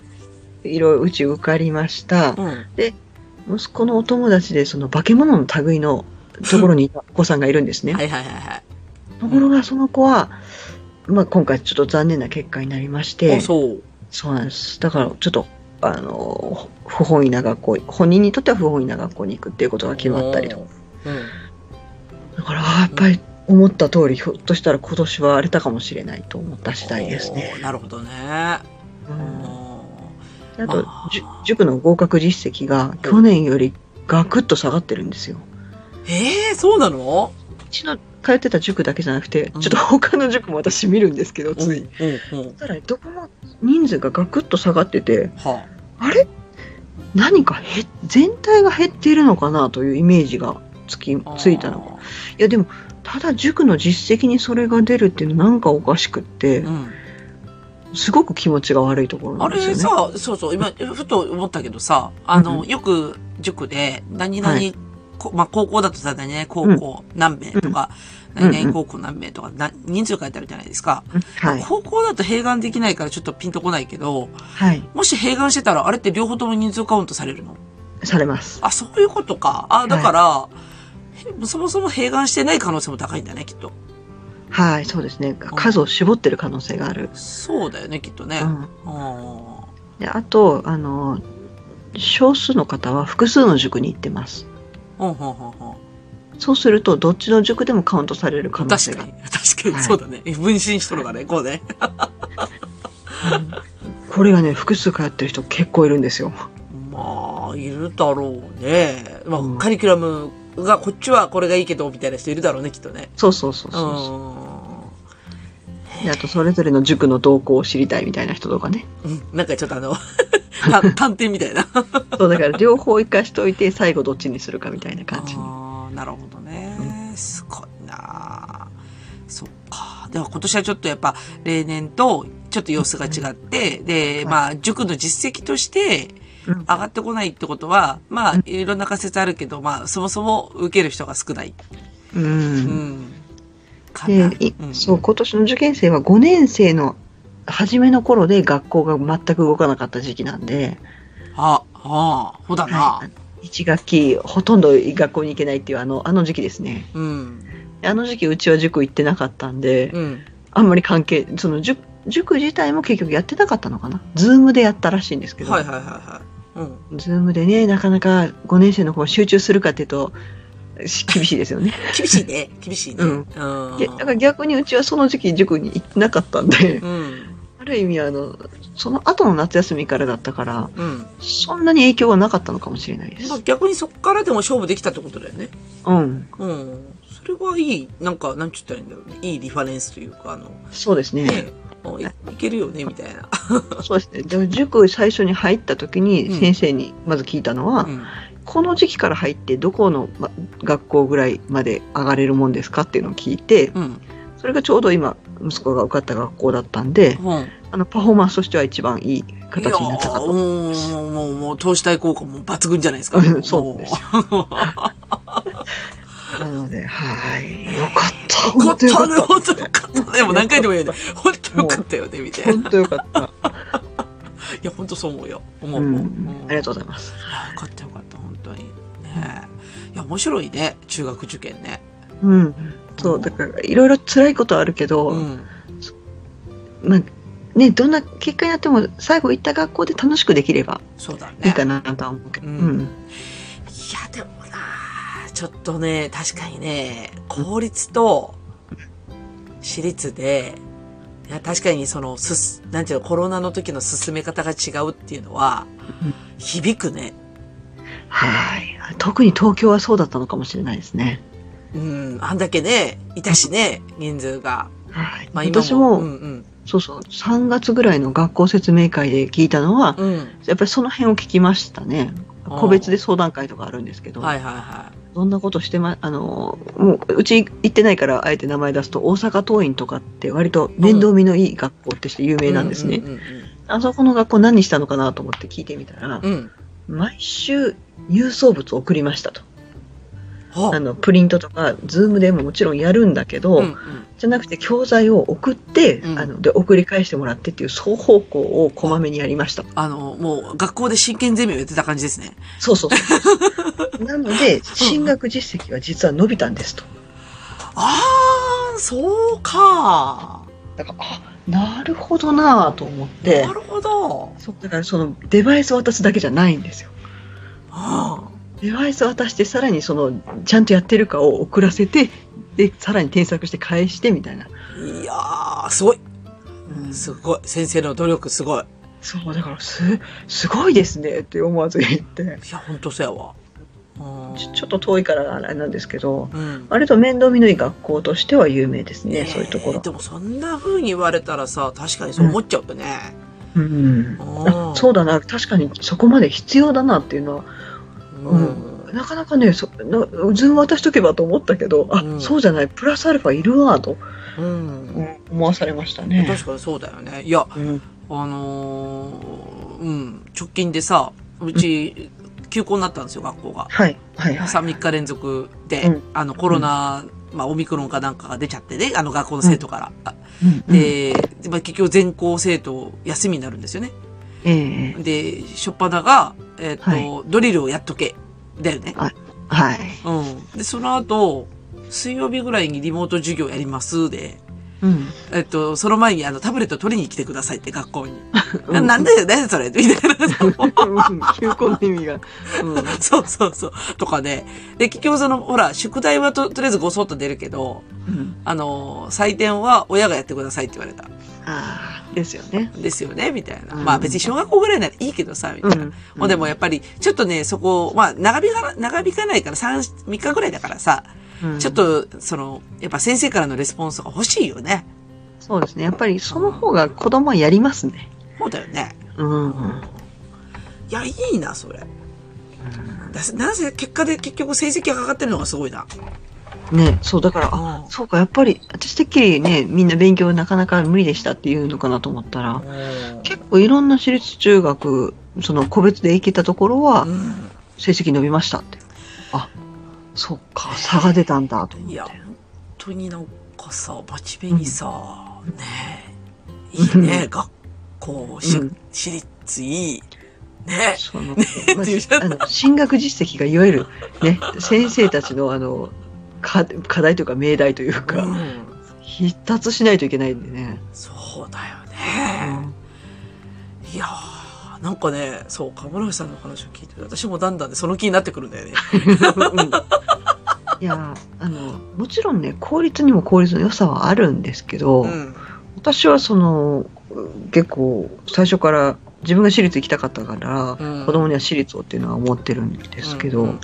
S3: いろいろうち受かりました。
S2: うん。
S3: 息子のお友達でその化け物の類のところにいたお子さんがいるんですね
S2: は。いはいはいはい。
S3: ところがその子は、まあ今回ちょっと残念な結果になりまして、
S2: あそう。
S3: そうなんです。だから、ちょっと、あの、不本意な学校、本人にとっては不本意な学校に行くっていうことが決まったりと。
S2: うん。
S3: だから、あーやっぱり思った通り、ひょっとしたら今年は荒れたかもしれないと思った次第ですね。
S2: おーなるほどね。
S3: う
S2: うん
S3: んあと
S2: あー、
S3: じゅ塾の合格実績が去年よりガクッと下がってるんですよ。
S2: ええそうなの
S3: うちの通ってた塾だけじゃなくて、
S2: う
S3: ち
S2: ん
S3: ょっと他の塾も私見るんですけど、
S2: うん。う
S3: つい。
S2: ん。うん。
S3: ただ、どこも人数がガクッと下がってて、
S2: は
S3: あれ何かへ全体が減っているのかなというイメージがつき
S2: あ。
S3: ついたのかいやでもただ塾の実績にそれが出るっていうのはなんかおかしくって
S2: うん。
S3: すごく気持ちが悪いところな
S2: あ
S3: んです
S2: れ
S3: よね。
S2: さ、そうそう、今、ふと思ったけどさ、あの、
S3: う
S2: よく塾で、何々
S3: はい
S2: こまあ、高校だと大体ね、高校何名とか、
S3: うん
S2: 何々高校何名とか、な人数書いてあるじゃないですか。
S3: はい。
S2: 高校だと併願できないからちょっとピンとこないけど、
S3: はい。
S2: もし併願してたら、あれって両方とも人数カウントされるの
S3: されます。
S2: あ、そういうことか。あ、だから、へそもそも併願してない可能性も高いんだね、きっと。
S3: はい、そうですね。数を絞ってる可能性がある。
S2: そうだよね、きっとね
S3: う。
S2: う
S3: ん。
S2: ん
S3: であと、あの、少数の方は複数の塾に行ってます。
S2: ほんほんほんほん。
S3: そうすると、どっちの塾でもカウントされる可能性
S2: 確
S3: が
S2: か
S3: あ
S2: に
S3: る。。
S2: 確かに、そうだね。分身しとるがね、こうね。
S3: うんこれがね、複数通ってる人結構いるんですよ。
S2: まあ、いるだろうね。まあ、
S3: うん
S2: カリキュラムが、こっちはこれがいいけど、みたいな人いるだろうね、きっとね。
S3: そうそうそう
S2: う
S3: そうそ
S2: ん。
S3: う。であと、それぞれの塾の動向を知りたいみたいな人とかね。
S2: うんなんかちょっとあの、 *laughs* た探偵みたいな。
S3: そう、だから両方生かしといて、最後どっちにするかみたいな感じに。
S2: あーなるほどね。すごいなそっか。では今年はちょっとやっぱ例年とちょっと様子が違って、で、まあ塾の実績として
S3: うん
S2: 上がってこないってことは、まあいろんな仮説あるけど、まあそもそも受ける人が少ない。
S3: う。
S2: うんん。かな
S3: で、い
S2: ん
S3: そう、今年の受験生は5年生の初めの頃で学校が全く動かなかった時期なんで、
S2: あ、ああ、ほだな。
S3: はい1学期ほとんど学校に行けないっていうあのあの時期ですね
S2: うん。
S3: あの時期うちは塾行ってなかったんで、
S2: うん。
S3: あんまり関係その塾塾自体も結局やってなかったのかなズームでやったらしいんですけど、
S2: はいはいはいはい。うん。
S3: ズームでねなかなか5年生の子集中するかっていうとし厳しいですよね
S2: 厳しいね。厳しいね。
S3: うん
S2: うん。
S3: でだから逆にうちはその時期塾に行ってなかった
S2: *laughs*
S3: んで、
S2: うん。
S3: ある意味あのその後の夏休みからだったから
S2: うん。
S3: そんなに影響はなかったのかもしれないで
S2: まあ
S3: す、
S2: 逆にそっからでも勝負できたってことだよね。
S3: うん
S2: うん。それはいい、なんか、なんちゅったらいいんだろうね。いいリファレンスというか、あの、
S3: そうですね
S2: ね、あいいけるよね、みたいな。
S3: そうですね。で塾最初に入った時に
S2: うん
S3: 先生にまず聞いたのは、
S2: うん。
S3: この時期から入ってどこの、ま、学校ぐらいまで上がれるもんですかっていうのを聞いて、
S2: うん。
S3: それがちょうど今息子が受かった学校だったんで、
S2: うん。
S3: あのパフォーマンスとしては一番いい形になったか
S2: いやー
S3: と。
S2: もう、もう、もう、投資対効果も抜群じゃないですか。
S3: うんそうなんですよ
S2: もう
S3: なので、はい。よかった。
S2: よかったね、
S3: よか
S2: 本
S3: った
S2: 当よかったね。もう何回でも言うよね。本当よかったよね、みたいな。い
S3: 本当よかった。
S2: や、本当そう思うよ。思う。
S3: う。
S2: 思うん
S3: ありがとうございます。
S2: いやよかったよかった、本当に。ねえいや、面白いね。中学受験ね。
S3: うん。そう、だからいろいろ辛いことはあるけど、
S2: うん。
S3: まあ、ね、どんな結果になっても最後行った学校で楽しくできれば
S2: そうだね。
S3: いいかなとは思うけど。
S2: うん
S3: うん
S2: いや、でもなあ、ちょっとね、確かにね、公立と私立で、いや確かにその、すす、なんていうの、コロナの時の進め方が違うっていうのは
S3: うん、
S2: 響くね。
S3: はい。特に東京はそうだったのかもしれないですね。
S2: うん、あんだけね、いたしね、人数が。
S3: はい。
S2: まあ今も。
S3: 私も、
S2: うんうん。
S3: そうそう、3月ぐらいの学校説明会で聞いたのは、
S2: うん。
S3: やっぱりその辺を聞きましたね。
S2: あー
S3: 個別で相談会とかあるんですけど、
S2: はいはいは
S3: どんなことしてま、あの、もう、うち行ってないから、あえて名前出すと、大阪桐蔭とかって割と面倒見のいい学校ってして有
S2: い。
S3: 名なんですね。
S2: うんうん
S3: あそこの学校何したのかなと思って聞いてみたら
S2: う、んうん。
S3: 毎週郵送物を送りましたと。
S2: ほ
S3: あの、プリントとか、ズームでももちろんやるんだけど、
S2: うんうん。
S3: じゃなくて教材を送って、
S2: うん
S3: あので送り返してもらってっていう双方向をこまめにやりました。
S2: あの、もう学校で真剣ゼミをやってた感じですね。
S3: そうそうそ
S2: *laughs*
S3: う。なので進学実績は実は伸びたんですと。
S2: ああ、そうか。
S3: だからあなるほどなぁと思って
S2: な。るほど。
S3: そうだからそのデバイス渡すだけじゃないんですよ。
S2: あ
S3: デバイス渡してさらにそのちゃんとやってるかを送らせてでさらに添削して返してみたいな。
S2: あいやー、すごい。す
S3: そ
S2: ごい。先生の努力すごい。
S3: うだからすすごいですねって思わず言って
S2: いや、ほんとそうやわ。うん
S3: ちょちょっと遠いからあれなんですけど。
S2: うん。
S3: 割と面倒見のいい学校としては有名ですね、
S2: ねえ
S3: そういうところ
S2: で。もそんな風に言われたらさ、確かにそう思っちゃうよね。
S3: うん
S2: あ
S3: あ
S2: ー
S3: そうだな、確かにそこまで必要だなっていうのは、
S2: うん。
S3: なかなかね、そなズーム渡しとけばと思ったけど、あ、
S2: うん
S3: そうじゃない、プラスアルファいるわと
S2: うん
S3: 思わされましたね。
S2: 確かにそうだよね。いや、
S3: うん
S2: あのーうん、直近でさ、うち、休校になったんですよ、学校が。
S3: はい。はい。はい。
S2: 3、3日連続で、
S3: うん
S2: あの、コロナ、まあ、オミクロンかなんかが出ちゃってね、あの、学校の生徒から。あ
S3: うんうん
S2: で、まあ、結局全校生徒休みになるんですよね。
S3: ええ
S2: で、しょっぱなが、えっ、と、
S3: は
S2: ドリルをやっとけ。だよね。
S3: はい。
S2: うん。で、その後、水曜日ぐらいにリモート授業やりますで、
S3: うん。
S2: えっと、その前にあのタブレット取りに来てくださいって学校に。
S3: う
S2: ななんだよ、ねそれみたいな。
S3: うん休校の意味が。うん。
S2: *laughs* そうそうそう。とかね。で、結局その、ほら、宿題はと、とりあえずごそっと出るけど、
S3: うん。
S2: あの、採点は親がやってくださいって言われた。
S3: ああ、ですよね。
S2: ですよねみたいな。
S3: うん
S2: まあ別に小学校ぐらいならいいけどさ、みたいな。もうでもやっぱり、ちょっとね、そこ、まあ長引か、長引かないから3、3日ぐらいだからさ、
S3: うん
S2: ちょっ、と、その、やっぱ先生からのレスポンスが欲しいよね。
S3: そうですね。やっぱりその方が子供はやりますね。
S2: そうだよね。
S3: うん。
S2: いや、いいな、それ。だせなぜ、結果で結局成績がかかってるのがすごいな。
S3: ね、そう、だから、あ、
S2: あ
S3: そうか、やっぱり、私てっきりね、みんな勉強なかなか無理でしたっていうのかなと思ったら、結構いろんな私立中学、その個別で行けたところは
S2: う、ん。
S3: 成績伸びましたって。あ、そうか、差が出たんだと思っ
S2: い
S3: て
S2: や、。本当になんかさ、真面目にさ、ねえいいね、学校、し
S3: うん
S2: 私立いい。ね *laughs*
S3: その、
S2: えって言っちゃっ
S3: *laughs*
S2: た。
S3: あの進学実績がいわゆる、ね、先生たちのあの課課題というか命題という
S2: う
S3: か
S2: ん
S3: 必達しないといけないんでね、
S2: そうだよね。いやー、なんかね、そう、かむさんの話を聞いて、私もだんだんね、その気になってくるんだよね。 *laughs*
S3: うんいやあのもちろんね効率にも効率の良さはあるんですけど、
S2: うん。
S3: 私はそのうん結構最初から自分が私立行きたかったから、
S2: うん
S3: 子供には私立をっていうのは思ってるんですけど、
S2: うん。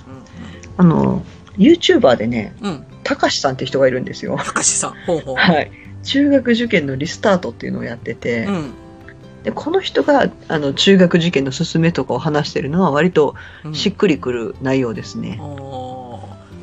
S3: あの YouTuber でね
S2: うんうん。
S3: たかしさんって人がいるんですよ。
S2: たかしさん、ほうほう。
S3: はい、中学受験のリスタートっていうのをやってて、
S2: うん
S3: でこの人があの中学受験の勧めとかを話してるのは割と
S2: うん。
S3: しっくりくる内容ですね。
S2: おー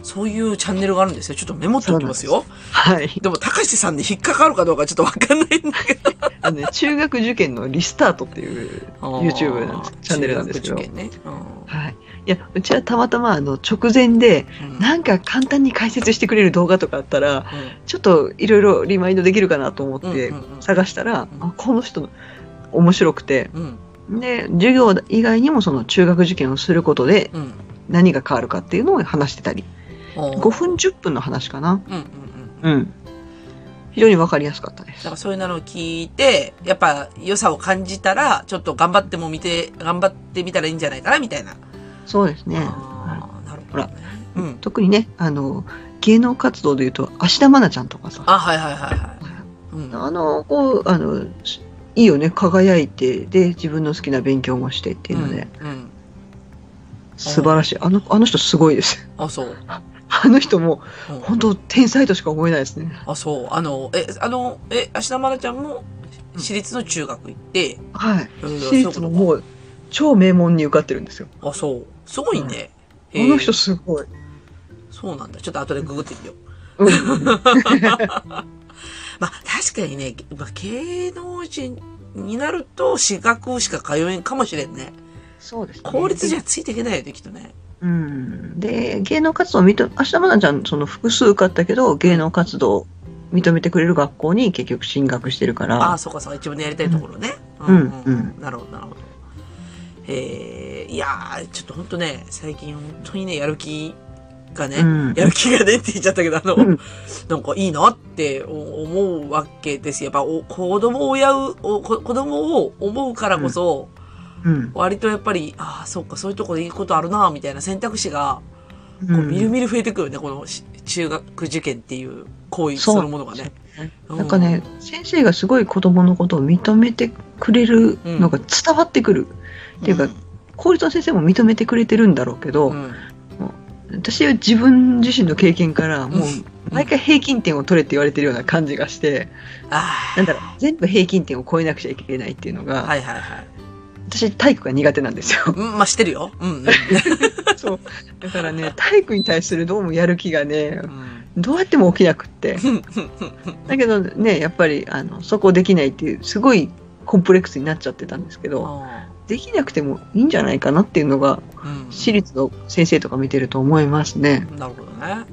S2: そういうチャンネルがあるんですよ。ちょっとメモっておきますよ。
S3: はい。
S2: でも、たかしさんに引っかかるかどうかちょっとわかんないんだけど。*laughs*
S3: あのね、中学受験のリスタートっていう。YouTube なんですチャンネルなんですけど
S2: 中学受験ね。うん
S3: はい。いや、うちはたまたまあの直前で、
S2: うん
S3: なんか簡単に解説してくれる動画とかあったら、
S2: うん
S3: ちょっといろいろリマインドできるかなと思って
S2: うんうんうん
S3: 探したら、
S2: うん
S3: あこの人の面白くて、
S2: うん。
S3: で、授業以外にもその中学受験をすることで
S2: うん。
S3: 何が変わるかっていうのを話してたり、5
S2: 5
S3: 分10分の話かな。
S2: うんうんうん。
S3: うん。非常にわかりやすかったで
S2: だ
S3: す
S2: か。らそういうのを聞いて、やっぱ良さを感じたら、ちょっと頑張っても見て、頑張ってみたらいいんじゃないかな、みたいな。
S3: そうですね。は
S2: ああ、なるほど、ね。う
S3: い
S2: ん。
S3: 特にね、あの、芸能活動で言うと、芦田愛菜ちゃんとかさ、
S2: あ、はいはいはいはい。うん。
S3: あの、こう、あの、しいいよね、輝いて、で、自分の好きな勉強もしてっていうので、
S2: うん。うん。
S3: 素晴らしい。あの、あの人すごいです。 *laughs*
S2: あ、そう。
S3: あの人も、
S2: うん
S3: 本当天才としか思えないですね。
S2: あ、そう。あの、え、あの、え、芦田愛菜ちゃんも、私立の中学行って、
S3: はい。
S2: うん
S3: 私立も
S2: そういうこ
S3: もう、超名門に受かってるんですよ。
S2: とかあ、そう。すごいね。
S3: あの人
S2: えー
S3: すごい。
S2: そうなんだ。ちょっと後でググってみよう。
S3: うん。
S2: まあ、確かにね、まあ芸能人になると、私学しか通えんかもしれんね。
S3: *laughs* そうです、ね。
S2: 効率じゃついていけないよね、きっとね。
S3: うんで芸能活動を認め明日愛菜ちゃんその複数受かったけど芸能活動を認めてくれる学校に結局進学してるか
S2: ああ、
S3: ら
S2: そうかそうか、自分でやりたいところね。
S3: うんうん
S2: なるほど、なるほど。えー、いやー、ちょっとほんとね、最近ほんとにね、やる気がね、
S3: うん
S2: やる気がねって言っちゃったけど、あの、
S3: うん
S2: なんかいいなって思うわけですよ。やっぱお子供をやうお、こ子供を思うからこそ、
S3: うん
S2: 割とやっぱり、ああ、そっか、そういうとこでいいことあるな、みたいな選択肢が、
S3: う
S2: こう、みる
S3: ん
S2: みる増えてくるよね、このし中学受験っていう行為
S3: そう
S2: そのものがね。う
S3: なんかね、先生がすごい子供のことを認めてくれるのが伝わってくる、っていうか公立の先生も認めてくれてるんだろうけど、
S2: うん
S3: 私は自分自身の経験からも
S2: うん
S3: う毎回平均点を取れって言われてるような感じがして、
S2: あ
S3: なんだろう全部平均点を超えなくちゃいけないっていうの
S2: あ、
S3: が、
S2: はいはいはい。
S3: 私体育が苦手なんで
S2: *laughs*
S3: すよ
S2: うん、まあ、してるよ。うん、
S3: *laughs*
S2: うん。
S3: そう。だからね、体育に対するどうもやる気がね
S2: う、ん
S3: どうやっても起きなくって。だけどね、やっぱり、あの、そこできないっていう、すごいコンプレックスになっちゃってたんですけど、
S2: あ
S3: できなくてもいいんじゃないかなっていうのが、
S2: うん
S3: 私立の先生とか見てると思いますね。
S2: なるほどね。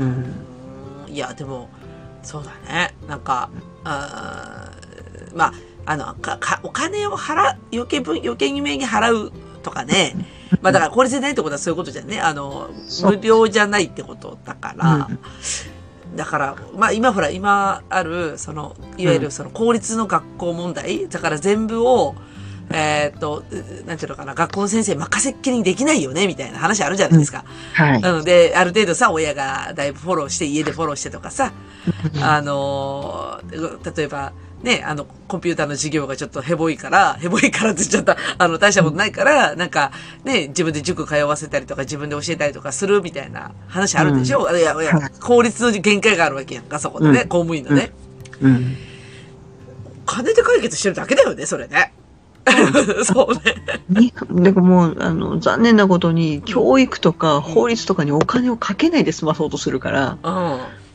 S3: うん
S2: うんいや、でも、そうだね。なんか、あーまあ、あの、か、か、お金を払、余計分、余計に名に払うとかね。まあだから、効率でないってことはそういうことじゃね。あの、
S3: そう
S2: 無料じゃないってことだから。だから、まあ今ほら、今ある、その、いわゆるその公立の学校問題。だから全部を、えーっと、うなんていうのかな、学校の先生任せっきりにできないよね、みたいな話あるじゃないですか。
S3: はい。
S2: なので、ある程度さ、親がだいぶフォローして、家でフォローしてとかさ、あのー例えば、ね、あの、コンピューターの授業がちょっとヘボいから、ヘボいからって言っちゃった、あの、大したことないから、なんか、ね、自分で塾通わせたりとか、自分で教えたりとかするみたいな話あるでしょ、あいやいや
S3: はい
S2: 効率の限界があるわけやんか、そこでね、
S3: うん
S2: 公務員のね。
S3: うん。
S2: 金で解決してるだけだよね、それね。 *laughs* そうね。
S3: にだからもう、あの、残念なことに、教育とか法律とかにお金をかけないで済まそうとするから、
S2: う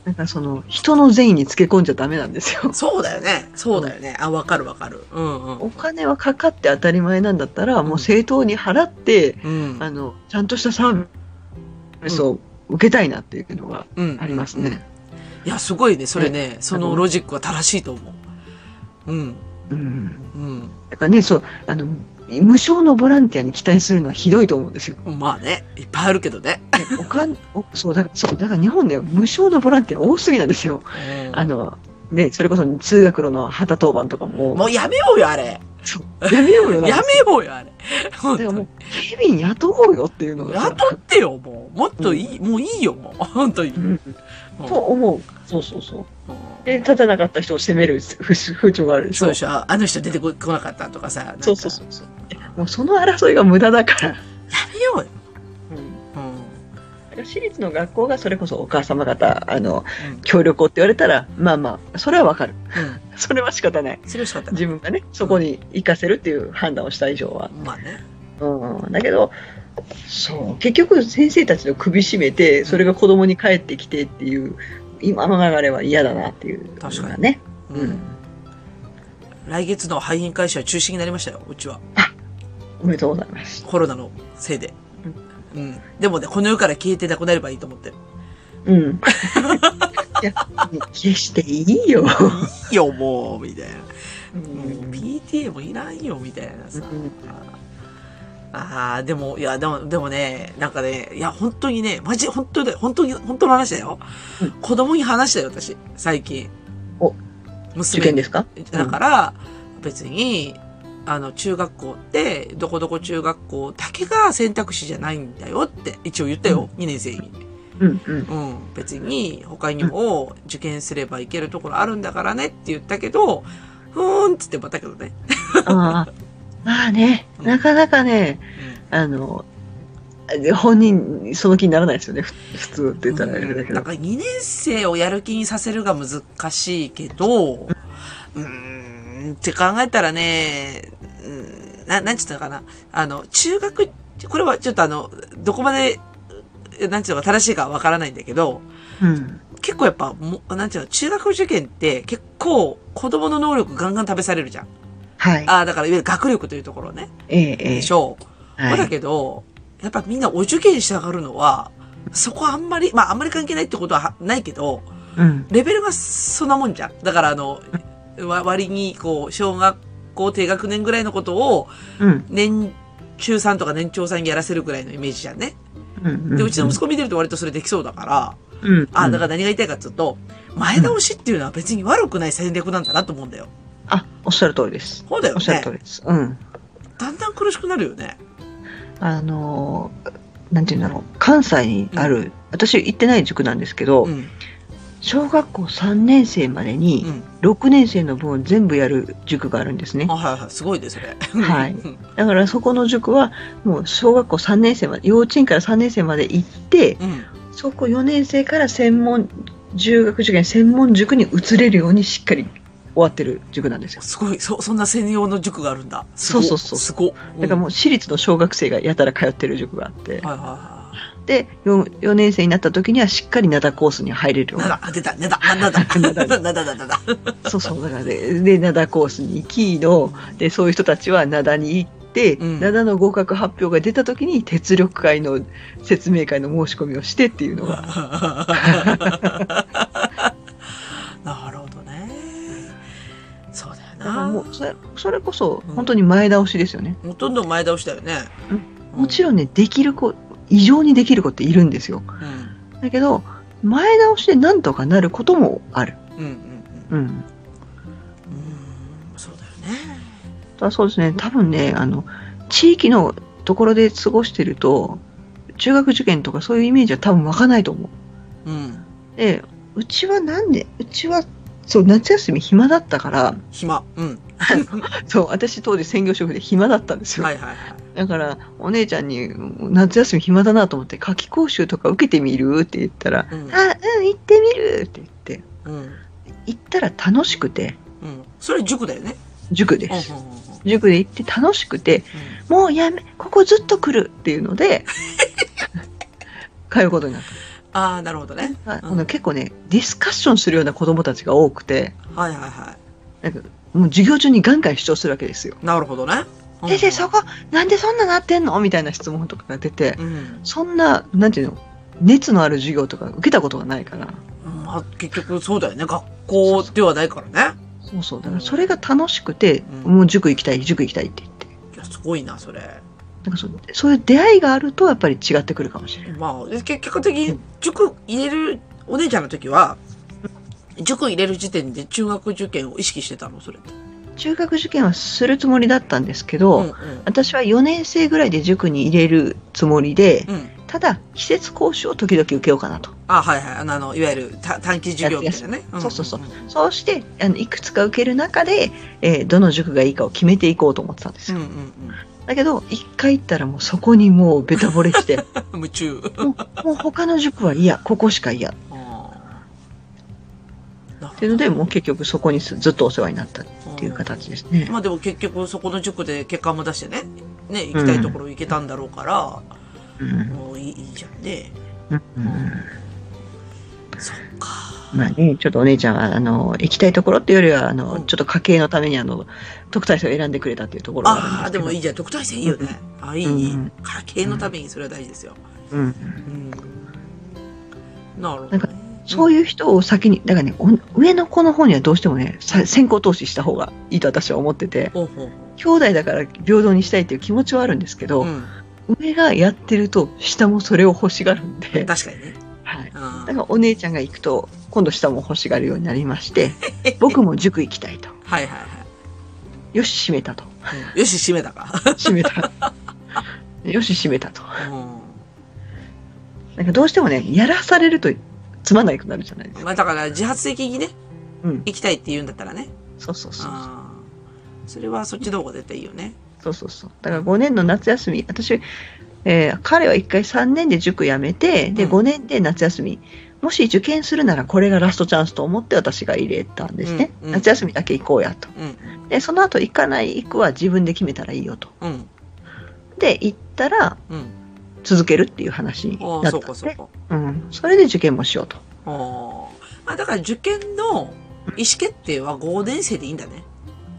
S3: なんかその、人の善意につけ込んじゃダメなんですよ *laughs*
S2: ん。。そうだよね。そうだよね。あ、わかるわかる。うんうん。
S3: お金はかかって当たり前なんだったら、もう正当に払って、
S2: うん。
S3: あの、ちゃんとしたサービスを受けたいなっていうのが
S2: うん
S3: ありますね。
S2: いや、すごいね、それね、そのロジックは正しいと思う。うん、
S3: うん。
S2: うん。
S3: だからね、そう、あの、無償のボランティアに期待するのはひどいと思うんですよ。
S2: まあね、いっぱいあるけどね。
S3: おかん、おそうだ、そう、だから日本では無償のボランティア多すぎなんですよ。あの、ね、それこそ通学路の旗当番とかも、
S2: もうやめようよ、あれ。
S3: そうやめようよな。
S2: やめようよ、あれ。本
S3: だから
S2: 当
S3: も
S2: に
S3: う、警備員雇おうよっていうのがさ。
S2: 雇ってよ、もう。もっといい、もういいよ、もう。本当に。
S3: うん
S2: うん
S3: と思う。そうそうそう。
S2: うん
S3: で、立たなかった人を責める風風潮があるでし
S2: そう
S3: ょ
S2: で。しょ、ああの人出てこ来なかったとかさ。なんか
S3: そうそうそうそう。もうその争いが無駄だから。
S2: やめようよ。
S3: うん
S2: うん。
S3: だから私立の学校がそれこそお母様方、あの、
S2: うん
S3: 協力をって言われたら、まあまあ、それはわかる。
S2: う
S3: それは仕方な
S2: ん。
S3: い。
S2: それは仕方ない。
S3: 自分がね、そこに行かせるっていう判断をした以上は。
S2: まあね。
S3: うん、だけど、そう、結局先生たちの首絞めて、それが子供に帰ってきてっていう、今の流れは嫌だなっていう、ね。
S2: 確かに
S3: ね。
S2: う
S3: うん
S2: ん。。来月の廃品回収は中止になりましたよ、うちは。
S3: おめでとうございます。
S2: コロナのせいで。うん。でもね、この世から消えてなくなればいいと思ってる。
S3: うん。
S2: *laughs*
S3: いや、決していいよ。
S2: いいよ、もう、みたいな。
S3: う
S2: もう PTA もいらんよ、みたいなさ。ああ、でも、いや、でも、でもね、なんかね、いや、本当にね、マジ、本当で、本当に、本当の話だよ。
S3: うん
S2: 子供に話したよ、私、最近。
S3: お受
S2: 娘
S3: 験
S2: に
S3: ですか
S2: だから、別に、あの、中学校って、どこどこ中学校だけが選択肢じゃないんだよって、一応言ったよ、2年生に。
S3: うんうん。
S2: うん、別に他にも受験すればいけるところあるんだからねって言ったけど、ふーんっつってまたけどね。
S3: あーまあね、
S2: うん
S3: なかなかね、
S2: う
S3: あの、本人、その気にならないですよね、ふ普通って言ったらあれだけ
S2: ん、な
S3: ど
S2: ん。か2年生をやる気にさせるが難しいけど、うーん、って考えたらね、うん、な、なんちゅったのかな。あの、中学、これはちょっとあの、どこまで、なんちゅうのか正しいかわからないんだけど、
S3: うん。
S2: 結構やっぱ、もなんちゅうの、中学受験って結構子供の能力ガンガン試されるじゃん。
S3: はい。
S2: ああ、だからいわゆる学力というところね。
S3: ええ、ええ
S2: でしょう。まあ
S3: は
S2: だ
S3: い。
S2: けど、やっぱみんなお受験したがるのは、そこはあんまり、まああんまり関係ないってことははないけど、
S3: うん。
S2: レベルがそんなもんじゃん。だからあの、わ割にこう、小学校低学年ぐらいのことを、
S3: うん。
S2: 年中さんとか年長さんにやらせるぐらいのイメージじゃんね。
S3: うん。
S2: で、うちの息子見てると割とそれできそうだから、
S3: うん。
S2: あ、だから何が言いたいかっていうと、前倒しっていうのは別に悪くない戦略なんだなと思うんだよ。
S3: あ、おっしゃる通りです。
S2: そうだよ
S3: おっしゃる
S2: ね
S3: 通。りです。うん。
S2: だんだん苦しくなるよね。
S3: あのー、なんて言うんだろう。関西にある、私行ってない塾なんですけど
S2: う、ん。
S3: 小学校3年生まで
S2: う
S3: に
S2: ん。
S3: 6年生の分を全部やる塾があるんですね
S2: あ、。はいはい。すごいですね。
S3: はい
S2: うん。
S3: だからそこの塾はもう小学校3年生まで、幼稚園から3年生まで行って、
S2: うん。
S3: そこ4年生から専門、中学受験専門塾に移れるようにしっかり終わってる塾なんですよ。
S2: すごい、そ、そんな専用の塾があるんだ。すご
S3: そうそうそう
S2: すご。
S3: だから
S2: う
S3: もう私立の小学生がやたら通ってる塾があって
S2: ん、、はいは
S3: で4、4年生になった時にはしっかり灘コースに入れる
S2: い
S3: よう
S2: はい。*laughs* なだ、
S3: に。
S2: 出た、出た、あな
S3: *laughs*
S2: だ、なだ、 *laughs* なだ、なだ。
S3: そうそう、だからね、で、灘コースに行きの、で、そういう人たちは灘に行って、
S2: うん
S3: 7の合格発表が出た時に鉄力会の説明会の申し込みをしてっていうのが、
S2: なるほどね。そうだよ
S3: だから
S2: な。
S3: もうそれそれこそ
S2: うん
S3: 本当に前倒しですよね。
S2: ほとんど前倒しだよね。
S3: もち
S2: ん。
S3: ろんね、できる子、異常にできる子っているんですよ。
S2: うん。
S3: だけど、前倒しでなんとかなることもある。
S2: うん。うん。
S3: うん。
S2: うん。そうだよね。
S3: ただそうですね、多分ね、あの、地域のところで過ごしてると、中学受験とかそういうイメージは多分湧かないと思う。
S2: うん。
S3: で、うちはなんで、うちは、そう、夏休み暇だったから、
S2: 暇。
S3: *laughs*
S2: うん。
S3: そう、私当時専業主婦で暇だったんですよ。
S2: はいはいはい。
S3: だから、お姉ちゃんに、夏休み暇だなと思って、夏期講習とか受けてみるって言ったら、
S2: うん。
S3: あ、うん、行ってみるって言って、
S2: うん。
S3: 行ったら楽しくて、
S2: うん。それ塾だよね。
S3: 塾で
S2: うん
S3: す。
S2: うんうんうん
S3: 塾で行って楽しくて、もうやめ、ここずっと来るっていうので、通うことになっ
S2: ああ、なるほどね。
S3: た。あ
S2: うん
S3: あの結構ね、ディスカッションするような子供たちが多くて、
S2: はいはいは
S3: もう授業中にガンガン主張するわけですよ。
S2: い。なるほどね。うん
S3: 先生、そこ、なんでそんななってんのみたいな質問とかが出て、
S2: うん。
S3: そんな、なんていうの、熱のある授業とか受けたことがないから、
S2: まあ、結局そうだよね。学校ではないからね。
S3: そうそう、だからそれが楽しくて、
S2: うん
S3: もう塾行きたい、塾行きたいって言って。
S2: いや、すごいな、それ。
S3: なんかそうそういう出会いがあるとやっぱり違ってくるかもしれない。
S2: まあ、で結結果的に塾入れる、お姉ちゃんの時は、塾入れる時点で中学受験を意識してたの、それって。
S3: 中学受験はするつもりだったんですけど、
S2: うんうん。
S3: 私は4年生ぐらいで塾に入れるつもりで、
S2: うん。
S3: ただ季節講習を時々受けようかなと。
S2: あ、はいはい。あの、あのいわゆるた短期授業みたいなね。んんん
S3: そうそうそう。そうしてあのいくつか受ける中で、えーどの塾がいいかを決めていこうと思ってたんです
S2: うん
S3: よ。
S2: うん *laughs*
S3: だけど一回行ったらもうそこにもうベタ惚れして
S2: *laughs* うん。夢中。
S3: もうもう他の塾は嫌ここしか嫌っ
S2: あーなるほど
S3: ていうのでもう結局そこにずずっとお世話になったっていう形ですね。
S2: まあでも結局そこの塾で結果も出してね、ね、行きたいところ行けたんだろうから、
S3: うん
S2: もういいいいじゃんね。
S3: うん
S2: そっか。
S3: まあね、ちょっとお姉ちゃんは、あの、行きたいところっていうよりは、あの、
S2: うん
S3: ちょっと家計のために、あの、特待生を選んでくれたっていうところが
S2: ああ、で
S3: あるんですけど。
S2: もいいじゃん。特待生いいよね。あいい、いい
S3: うん。
S2: 家計のためにそれは大事ですよ。
S3: うん。
S2: うん。なるほど、
S3: なん
S2: ね
S3: か。そう
S2: い
S3: いう人を先に、だからね、お上の子の方にはどうしてもね、さ先行投資した方がいいと私は思ってて、
S2: うん。ほうほう
S3: 兄弟だから平等にしたいっていう気持ちはあるんですけど、
S2: ほう。うん。
S3: 上がやってると、下もそれを欲しがるんで、
S2: 確かにね。
S3: はい。
S2: あー
S3: だからお姉ちゃんが行くと、今度下も欲しがるようになりま
S2: *laughs*
S3: して、僕も塾行きたいと。
S2: はいはい
S3: よし、閉めたと。
S2: はい。うんよし、閉めたか。
S3: 閉めた。 *laughs* よし、閉めたと。
S2: う
S3: なんかどうしてもね、やらされるとつまんなくなるじゃないです
S2: ん。
S3: か。
S2: まあだから自発的にね、
S3: うん。
S2: 行きたいって言うんだったらね。
S3: そうそうそう。
S2: あーそれはそっちの方が絶対いいよね。
S3: そうそうそう。だから5年の夏休み、私、えー彼は1回3年で塾辞めて、で、
S2: うん
S3: 5年で夏休み。もし受験するならこれがラストチャンスと思って私が入れたんですね。
S2: うんうん
S3: 夏休みだけ行こうやと。
S2: うん。
S3: で、その後行かない、行くは自分で決めたらいいよと。
S2: うん。
S3: で、行ったら
S2: うん。
S3: 続けるっていう話に
S2: あ
S3: な
S2: あ、
S3: った
S2: そ
S3: ん
S2: うか
S3: です
S2: そう
S3: ね。
S2: か。
S3: うん。それで受験もしようと。
S2: あーまあだから受験の意思決定は5年生でいいんだね。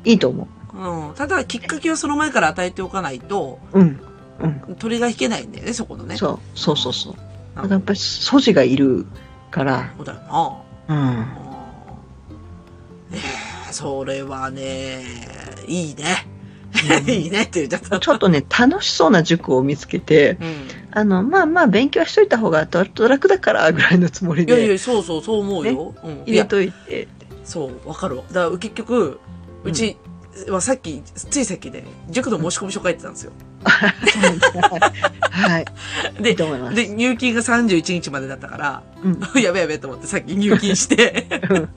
S3: いいと思
S2: うん。ただきっかけをその前から与えておかないと、
S3: う。うん。うん。
S2: 鳥が引けないんだよね、そこのね。
S3: そうそうそうそう。
S2: なん
S3: だから
S2: か
S3: やっぱり素地がいるから、
S2: そうだよな。 *laughs*
S3: うん、
S2: うんええそれはね、いいね。 *laughs* いいねって言っちゃった。
S3: ちょっとね、楽しそうな塾を見つけて、
S2: うん。
S3: あの、まあまあ勉強はしといた方がとと楽だからぐらいのつもり
S2: いやい
S3: で
S2: や、そうそう、そう思うよ。うん。
S3: 入れといて、
S2: そう、わかるわ。だから結局、うちはさっき、ついさっきね、塾の申し込み書書いてたんですよ。
S3: はい、い
S2: で
S3: いと、思います。
S2: で、入金が31日までだったから、
S3: う
S2: *laughs*
S3: ん、
S2: やべやべと思ってさっき入金して。 *laughs*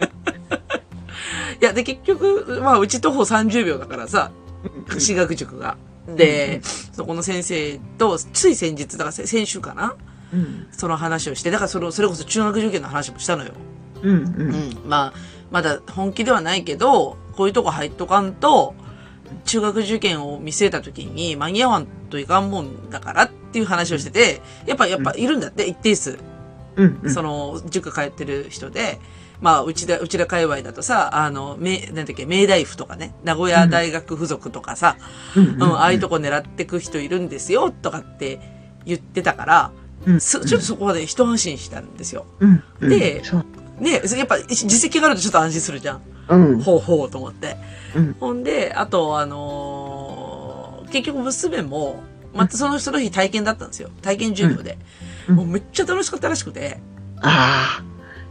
S2: いや、で、結局、まあ、うち徒歩30秒だからさ、進学塾が。で、そこの先生と、つい先日、だからせ先週かな
S3: うん、
S2: その話をして、だからその、それこそ中学受験の話もしたのよ。
S3: うん、うん、う
S2: う
S3: ん、
S2: ん、まあ、まだ本気ではないけど、こういうとこ入っとかんと、中学受験を見据えた時に間に合わんといかんもんだからっていう話をしてて、やっぱ、やっぱいるんだって、一定数。
S3: うん、うん、
S2: その、塾通ってる人で、まあ、うちだ、うちら界隈だとさ、あの、め、なんだっけ、明大府とかね、名古屋大学附属とかさ、
S3: うん
S2: うん、ああいうとこ狙ってく人いるんですよ、とかって言ってたから、
S3: うん
S2: すちょっとそこまで一安心したんですよ。
S3: うんうん
S2: で
S3: そう
S2: ねやっぱ実績があるとちょっと安心するじゃん。
S3: うん
S2: ほうほうと思って。
S3: うん
S2: ほんで、あと、あのー結局娘も、またその人の日体験だったんですよ。体験授業で。
S3: うん
S2: もうめっちゃ楽しかったらしくて。
S3: ああ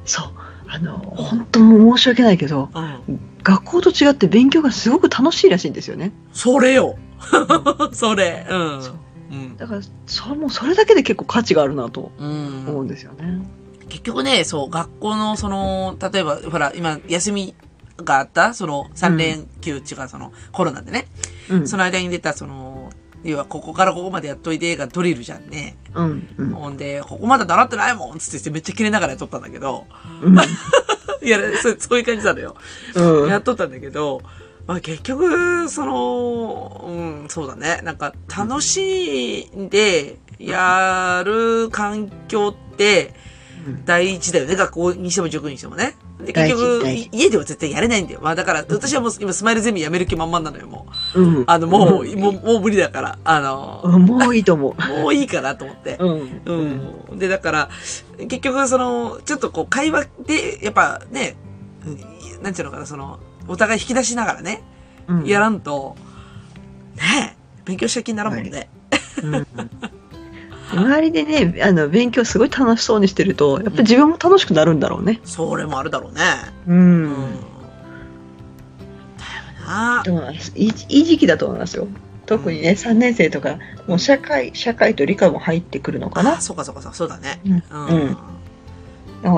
S3: そうあの本当も申し訳ないけど
S2: うん。
S3: 学校と違って勉強がすごく楽しいらしいんですよね、
S2: それよ。 *laughs* それ。うん。
S3: そう
S2: うん。
S3: だからそれもそれだけで結構価値があるなと
S2: うん。
S3: 思うんですよね、
S2: 結局ね、そう、学校の、その、例えば、ほら、今、休みがあった、その、3連休っていうか、その、コロナでね、
S3: うん
S2: その間に出た、その、要は、ここからここまでやっといてがドリルじゃんね。
S3: うんうん
S2: ほんで、ここまで習ってないもんつって言って、めっちゃ切れながらやっとったんだけど、 *laughs*
S3: うん
S2: いや、そそういう感じなのよ。
S3: *laughs* うん
S2: やっとったんだけど、まあ結局、その、うん、そうだね。なんか、楽しんで、やる環境って、第一だよね。学校にしても塾にしてもね。で、結局、
S3: 大事大
S2: い家では絶対やれないんだよ。まあだから、私はもう今スマイルゼミやめる気満々なのよ、もう。
S3: うん
S2: あの、もう、
S3: ん
S2: もう、もう無理だから。あの、
S3: うんもういいと思
S2: もういいかなと思って
S3: う。うん
S2: うん。で、だから、結局、その、ちょっとこう、会話で、やっぱね、うんなんていうのかな、その、お互い引き出しながらね、
S3: うん
S2: やらんと、ねえ、勉強した気にならんもんね。
S3: うん周りでねあの勉強すごい楽しそうにしてるとやっぱ自分も楽しくなるんだろうね
S2: それもあるだろうね。
S3: う、
S2: うんん。だよな
S3: で。もいいいい時期だと思いますよ特にね3年生とかもう社会社会と理科も入ってくるのかな
S2: あそうかそうかそうそうだね。
S3: う
S2: うん
S3: うん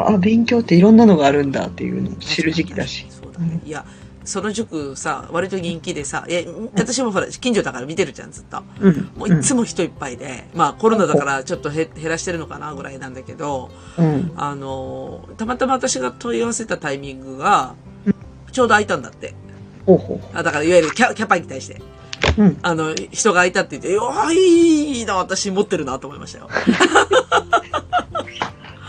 S3: ああ勉強っていろんなのがあるんだっていうのを知る時期だし。
S2: そうだね。いや、その塾さ、割と人気でさ、え、私もほら、近所だから見てるじゃん、ずっと。
S3: うん
S2: もういつも人いっぱいで、まあコロナだからちょっとへ減らしてるのかなぐらいなんだけど、
S3: うん
S2: あのー、たまたま私が問い合わせたタイミングが、ちょうど空いたんだって。
S3: ほうほ
S2: あだからいわゆるキャキャパに対して。
S3: ううん
S2: あの、人が空いたって言って、おーいいな、私持ってるなと思いましたよ。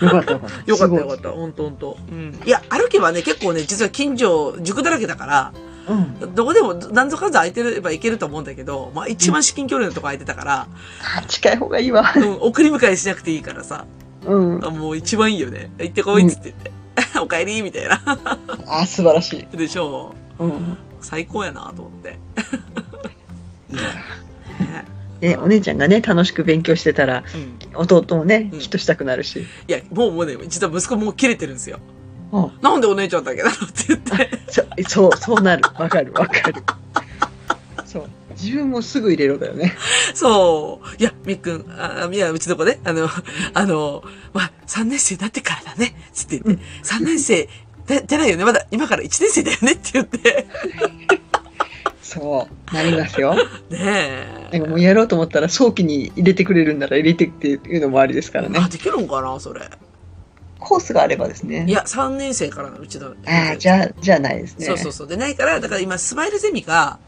S3: よかったよかった
S2: よかったよ
S3: すご
S2: か
S3: い
S2: った。ほんとほんと。うん。いや、歩けばね、結構ね、実は近所、塾だらけだから、
S3: うん
S2: どこでも何ぞかず空いてれば行けると思うんだけど、まあ一番至近距離のとこ空いてたから、
S3: あ近い方がいいわ
S2: うん、送り迎えしなくていいからさ、
S3: うん
S2: あもう一番いいよね。行ってこいっつって言って。 *laughs* お帰りみたいな。
S3: あ素晴らしい
S2: でしょ
S3: うん
S2: う。最高やなと思って。
S3: いいな
S2: ね
S3: ねお姉ちゃんがね楽しく勉強してたら
S2: うん、い
S3: 弟もね
S2: うん
S3: きっとしたくなるし
S2: や、もうもうね、実は息子もう切れてるんですよ。
S3: うん
S2: なんでお姉ちゃんだけなのって言って。
S3: そそうそうなるわかるわかるそう自分もすぐ入れろだよね
S2: そう。いや、みっくん、あ、いや、うちの子ね、あの、あの、まあ、3年生になってからだね、つって言って、3年生だじゃないよね、まだ今から1年生だよねって言って、
S3: そうなりますよ
S2: ね
S3: なんかもうやろうと思ったら早期に入れてくれるんなら入れてっていうのもありですから
S2: え。
S3: ね
S2: あ、できるんかな、それ。
S3: コースがあればですね
S2: いや、3年生からのうちの。
S3: ああじゃあじゃあないですね
S2: そうそうそう。で、ないから、だから今、スマイルゼミが、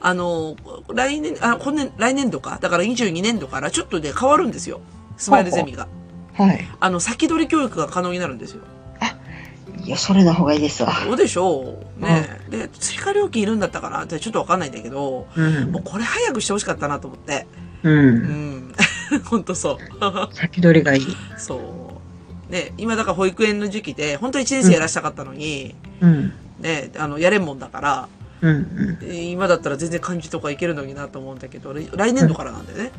S2: あの、来年、あ、今年、来年度か。だから22年度から、ちょっとね、変わるんですよ。スマイルゼミが。
S3: はい
S2: あの、先取り教育が可能になるんですよ。
S3: いやそれの方がいいですわ
S2: どうでしょうね、で、追加料金いるんだったかなってちょっとわかんないんだけど、
S3: うん
S2: もうこれ早くしてほしかったなと思って。
S3: う
S2: うんん。ほん *laughs* とそう。
S3: 先取りがいい
S2: そう。ね、今だから保育園の時期で、本当は1年生やらしたかったのに、
S3: うん
S2: ね、あの、やれんもんだから、
S3: うんうん
S2: えー今だったら全然漢字とかいけるのになと思うんだけど、来来年度からなんでね。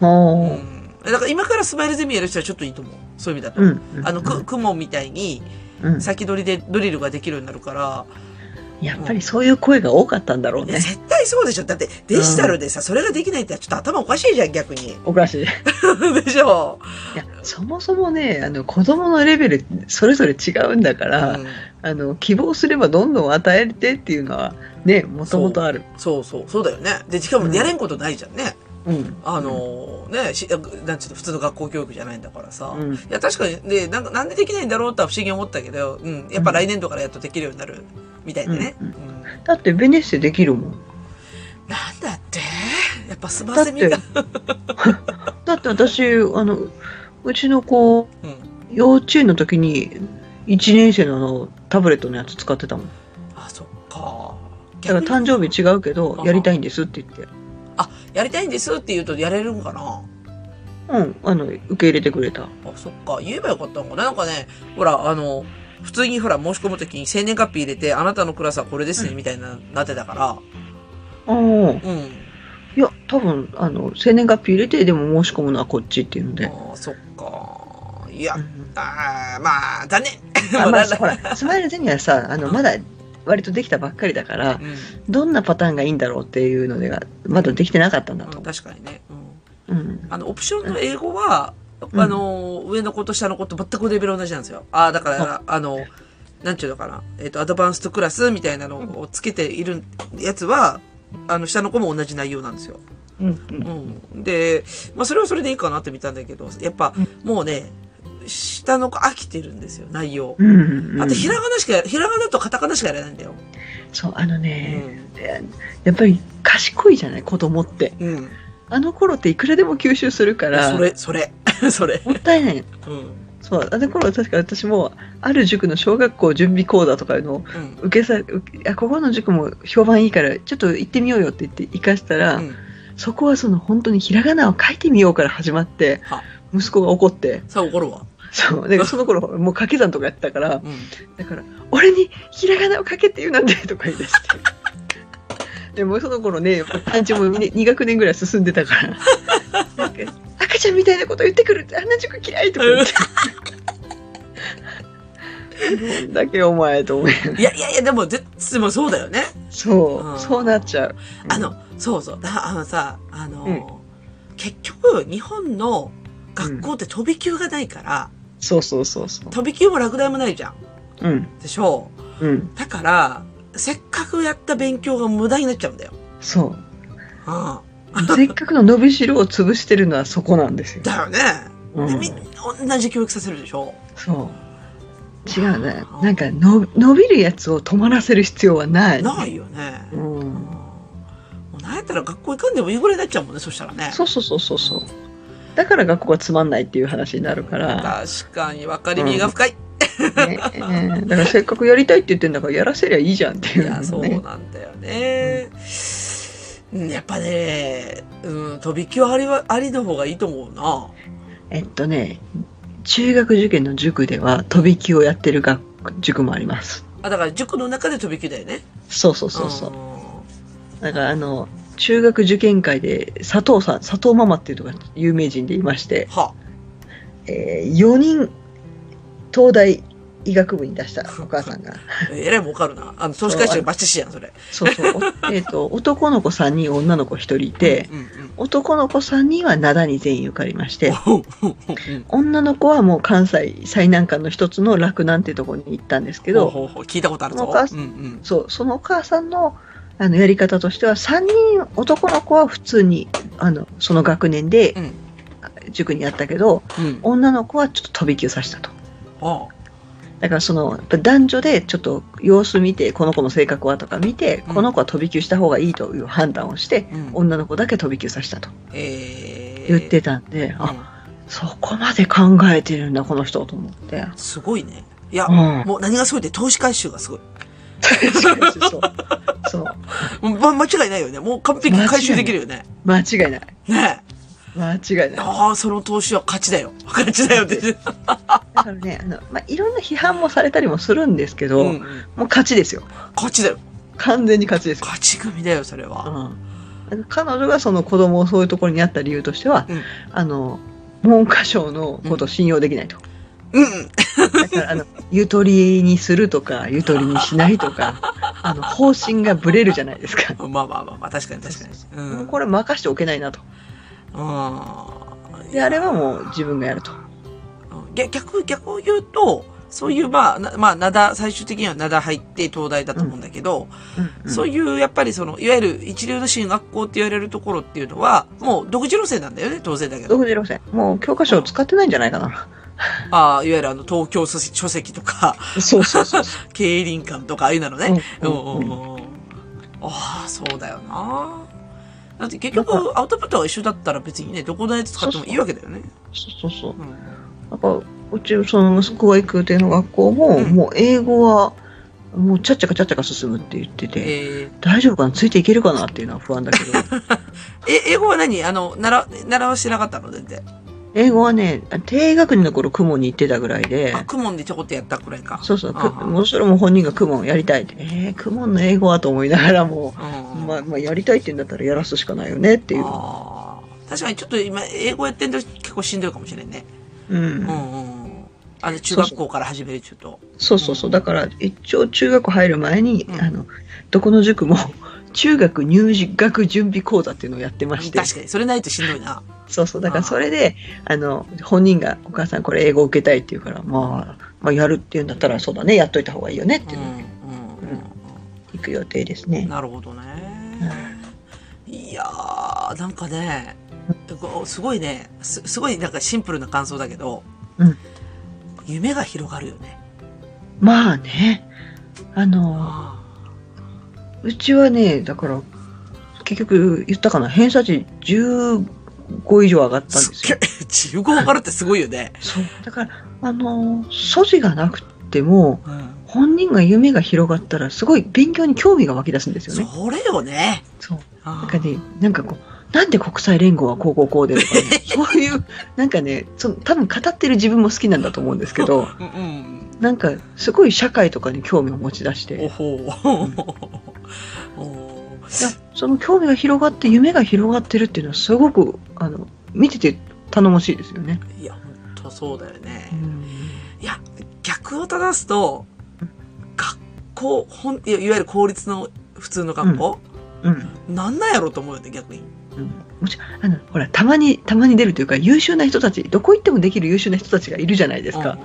S2: う
S3: も
S2: ん。だから今からスマイルゼミやる人はちょっといいと思う。そういう意味だ
S3: う、う
S2: と。
S3: んうん
S2: あの、く、雲みたいに
S3: うん
S2: 先取りでドリルができるようになるから、
S3: やっぱりそういう声が多かったんだろう
S2: い
S3: ね
S2: や、絶対そうでしょ。だって、デジタルでさ、それができないってちょっと頭おかしいじゃん、逆に。 *laughs*
S3: おかしい
S2: でしょ
S3: いやそもそもねあの子供のレベルそれぞれ違うんだから、
S2: うん
S3: あの希望すればどんどん与えてっていうのはねもともとある
S2: そうそう、そうだよね。で、しか
S3: う
S2: も
S3: ん
S2: やれんことないじゃんね。
S3: うん
S2: あのー、ね、し、なんちゅうの、普通の学校教育じゃないんだからさ。
S3: うん
S2: いや、確かに、で、なんか、なんでできないんだろうとは不思議に思ったけど、うん、やっぱ来年度からやっとできるようになる、みたいでね。
S3: うん
S2: うん
S3: だってベネッセできるもん
S2: なんだってやっぱスマ
S3: だっ
S2: ゼミ
S3: て
S2: が。
S3: だって私あのうちの子
S2: うん。
S3: 幼稚園の時に1年生のあのタブレットのやつ使ってたもんだ
S2: あ、そっか。
S3: から誕生日違うけど
S2: あ
S3: やりたいんですって言って
S2: あ、やりたいんですって言うとやれるんかな
S3: うんあの受け入れてくれた
S2: あ、そっか。言えばよかったのかななんかね、ほら、あの、普通にほら、申し込むときに生年月日入れて、あなたのクラスはこれですね、みたいな、なってたか
S3: ああ
S2: ら。うん。
S3: いや多分あの生年月日入れてでも申し込むのはこっちっていうので、
S2: ああ、そっか。いや
S3: う、ん
S2: あーまあ、残念。
S3: *laughs* あま
S2: *laughs* ま
S3: あ、
S2: だ
S3: ほらスマイルジェニアはさあのまだ割とできたばっかりだから
S2: う
S3: どんなパターンがいいんだろうっていうのでがまだできてなかったんだ
S2: ん、
S3: と
S2: 確かにね。うん
S3: うん、
S2: あの、オプションの英語は、
S3: うん
S2: あの、上の子と下の子と全くレベル同じなんですよ。ああ、だから、あの、なんていうのかな。えっ、と、アドバンストクラスみたいなのをつけているやつは、あの、下の子も同じ内容なんですよ。
S3: うん
S2: うん。で、まあ、それはそれでいいかなって見たんだけど、やっぱ
S3: うん、
S2: もうね、下の子飽きてるんですよ、内容。
S3: うんうん、
S2: あと、ひらがなしかや、ひらがなとカタカナしかやれないんだよ。
S3: そうあの
S2: う
S3: ね、
S2: ん。
S3: やっぱり賢いじゃない子供って
S2: うん。
S3: あの頃っていくらでも吸収するから
S2: それ、それ、 *laughs* それ。
S3: もったいない
S2: うん。
S3: そうあの頃は確か私もある塾の小学校準備講座とかいうのを
S2: うん。
S3: 受けさ受けあここの塾も評判いいからちょっと行ってみようよって言って行かしたら、
S2: うん
S3: そこはその本当にひらがなを書いてみようから始まって
S2: は
S3: 息子が怒って
S2: さあ怒るわ。
S3: そうでその頃もう掛け算とかやってた
S2: *laughs*
S3: から
S2: うん。
S3: だから「俺にひらがなを書けって言うなんて」とか言い
S2: *laughs*
S3: 出してでもその頃ねパンチも 2, 学年ぐらい進んでた
S2: *laughs*
S3: からなんか赤ちゃんみたいなこと言ってくるってあんな塾嫌いとか言
S2: *laughs*
S3: ってなんだけお前と思い
S2: いやいやいや、でも、ぜでもそうだよね。
S3: そう、
S2: うん
S3: そうなっちゃう
S2: あの、そうそう。だあのさ、あの、
S3: うん
S2: 結局、日本の学校って飛び級がないから、
S3: そうそうそうそう
S2: 飛び級も落第もないじゃん。
S3: うん
S2: でしょ
S3: うん
S2: だから、せっかくやった勉強が無駄になっちゃうんだよ。
S3: そう
S2: あ
S3: せっかくの伸びしろを潰してるのはそこなんです
S2: ん、
S3: よ
S2: だよね。
S3: う
S2: で
S3: ん
S2: みんな同じ教育させるでしょ。
S3: そう違うねなんかの伸びるやつを止まらせる必要はない
S2: ないよね。
S3: う
S2: うん
S3: ん
S2: もうなんやったら学校行かんでもいいぐらいになっちゃうもんね、そしたらね。
S3: そうそうそうそうそうだから学校がつまんないっていう話になるから、
S2: 確かに分かりみが深い。
S3: ねえーだからせっかくやりたいって言ってんだからやらせりゃいいじゃんってい
S2: いう
S3: のね、
S2: や、そうなんだよね。うんやっぱね、うん、飛び級ありは、ありの方がいいと思うな。
S3: えっとね中学受験の塾では飛び級をやってる学塾もあります
S2: あ、だから塾の中で飛び級だよね。
S3: そうそうそうそう
S2: う
S3: だからあの中学受験会で佐藤さん佐藤ママっていうのが有名人でいまして
S2: ん。、は
S3: え4人東大医学部に出したお母さんが
S2: あ、えらい儲かるな。あの、投資会社バッチシやん、それ。
S3: そうそう、
S2: *laughs*
S3: おえっ、と、男の子3人、女の子1人いて、
S2: うんうん。
S3: 男の子3人は灘に全員受かりまして、
S2: おうおうおううん
S3: 女の子はもう関西最難関の一つの洛南ってところに行ったんですけ
S2: ほう
S3: ど、
S2: ほうほう聞いたことあるぞ
S3: お。母
S2: う
S3: さ
S2: んうん。
S3: そう、そのお母さんの、あの、やり方としては、3人、男の子は普通に、あの、その学年で
S2: うん、
S3: 塾にあったけど、
S2: うん。
S3: 女の子はちょっと飛び級させたと。
S2: あ
S3: だからその、やっぱ男女でちょっと様子見て、この子の性格はとか見て、
S2: うん
S3: この子は飛び級した方がいいという判断をして、
S2: あうん。
S3: 女の子だけ飛び級させたと
S2: えー
S3: 言ってたんで、
S2: う
S3: あ
S2: ん
S3: そこまで考えてるんだこの人と思って、
S2: すごいね。いや *laughs*
S3: う、ん、
S2: もう何がすごいって投資回収がすごい。
S3: そうそう
S2: うんま、間違いないよね。もう完璧に回収できるよね。
S3: 間違いない
S2: ねえ。
S3: 間違いない
S2: ああ、その投資は勝ちだよ。勝ちだよって。
S3: だからねあの、まあ、いろんな批判もされたりもするんですけど、
S2: うん
S3: もう勝ちですよ
S2: 勝ちだよ。
S3: 完全に勝ちです、
S2: 勝ち組だよ、それ
S3: う
S2: は。
S3: ん、彼女がその子供をそういうところにあった理由としては、
S2: うん
S3: あの文科省のことを信用できないと、
S2: うんうん。
S3: だからあのゆとりにするとかゆとりにしないとかあの方針がぶれるじゃないですか
S2: まあまあまあまあ、確かに確かに。う。
S3: もうんこれ任しておけないなと。
S2: うん。
S3: で、あれはもう自分がやると。
S2: うん逆、逆、逆を言うと、そういう、まあ、なまあ、灘、最終的には灘入って東大だと思うんだけど、そう
S3: い
S2: いう、やっぱりその、いわゆる一流の進学校って言われるところっていうのは、もう独自路線なんだよね、当然だけど。
S3: 独自路線。もう教科書を使ってないんじゃないかな。
S2: ああ、いわゆるあの、東京書書籍とか、 *laughs*
S3: そうそうそうそ
S2: 経輪館とか、ああいうなのね。
S3: う。
S2: う
S3: うん
S2: うん
S3: んうんうん
S2: うんうんああ、そうだよな。だって結局、アウトプットが一緒だったら別にね、どこのやつ使ってもいいわけだよね。
S3: そうそうそう。
S2: うん
S3: なんかうちその息子が行く予定の学校も、
S2: うん
S3: もう英語はもうちゃっちゃかちゃっちゃか進むって言ってて、
S2: え
S3: 大丈夫かなついていけるかなっていうのは不安だけ
S2: *laughs*
S3: ど
S2: ーえ、英語は何あの、習、習わしてなかったの全然。
S3: 英語はね低学年の頃公文に行ってたぐらいで
S2: あ、クモンでちょこっとやったくらいか。
S3: そうそうく
S2: あは
S3: もうそれも本人が公文をやりたいってえー、公文の英語はと思いながらも
S2: うん。
S3: まあ、まあやりたいって言うんだったらやらすしかないよねっていう、
S2: あー確かにちょっと今、英語やってんと結構しんどいかもしれんね。
S3: う、
S2: うんんうん。あの、中学校から始めるちょっと。
S3: そうそうそうだから一応中学校入る前に、
S2: うん
S3: あのどこの塾も中学入学準備講座っていうのをやってまして
S2: 確かに、それないとしんどいな。
S3: そうそう。だからそれで、あの、本人が、お母さんこれ英語受けたいって言うから、まあ、まあやるっていうんだったら、そうだね、やっといた方がいいよねっ
S2: う
S3: て
S2: ん
S3: いううの
S2: ん
S3: で、
S2: うんうん。
S3: 行く予定ですね。
S2: なるほどね。いやー、なんかね、こうすごいねす、すごいなんかシンプルな感想だけど、
S3: うん
S2: 夢が広がるよね。
S3: まあね、あの、
S2: あ
S3: うちはね、だから、結局言ったかな、偏差値15以上上がったん
S2: す
S3: で
S2: っ
S3: す
S2: げえ
S3: よ。、
S2: 15上がるってすごいよね。
S3: そう。だから、あの、素地がなくても、
S2: うん。
S3: 本人が夢が広がったら、すごい勉強に興味が湧き出すんですよね。
S2: それよね。
S3: そう。
S2: な
S3: なんかね、なんかこう、なんで国際連合はこうこうこうでと
S2: *laughs*
S3: かね、そういう、なんかね、その多分語ってる自分も好きなんだと思うんですけ
S2: *laughs*
S3: ど、
S2: うんうん。
S3: なんかすごい社会とかに興味を持ち出し
S2: お
S3: て、
S2: ほう。 *laughs* お
S3: いやその興味が広がって夢が広がってるっていうのはすごく、あの、見てて頼もしいですよね。
S2: ーいや、ほんとそうだよね。いや、逆を正すと、学校、ほんいやいわゆる公立の普通の学校、
S3: うん。
S2: なんなんやろと思うよね、逆に。
S3: うんもちろん、あの、ほら、たまに、たまに出るというか、優秀な人たち、どこ行ってもできる優秀な人たちがいるじゃないですか。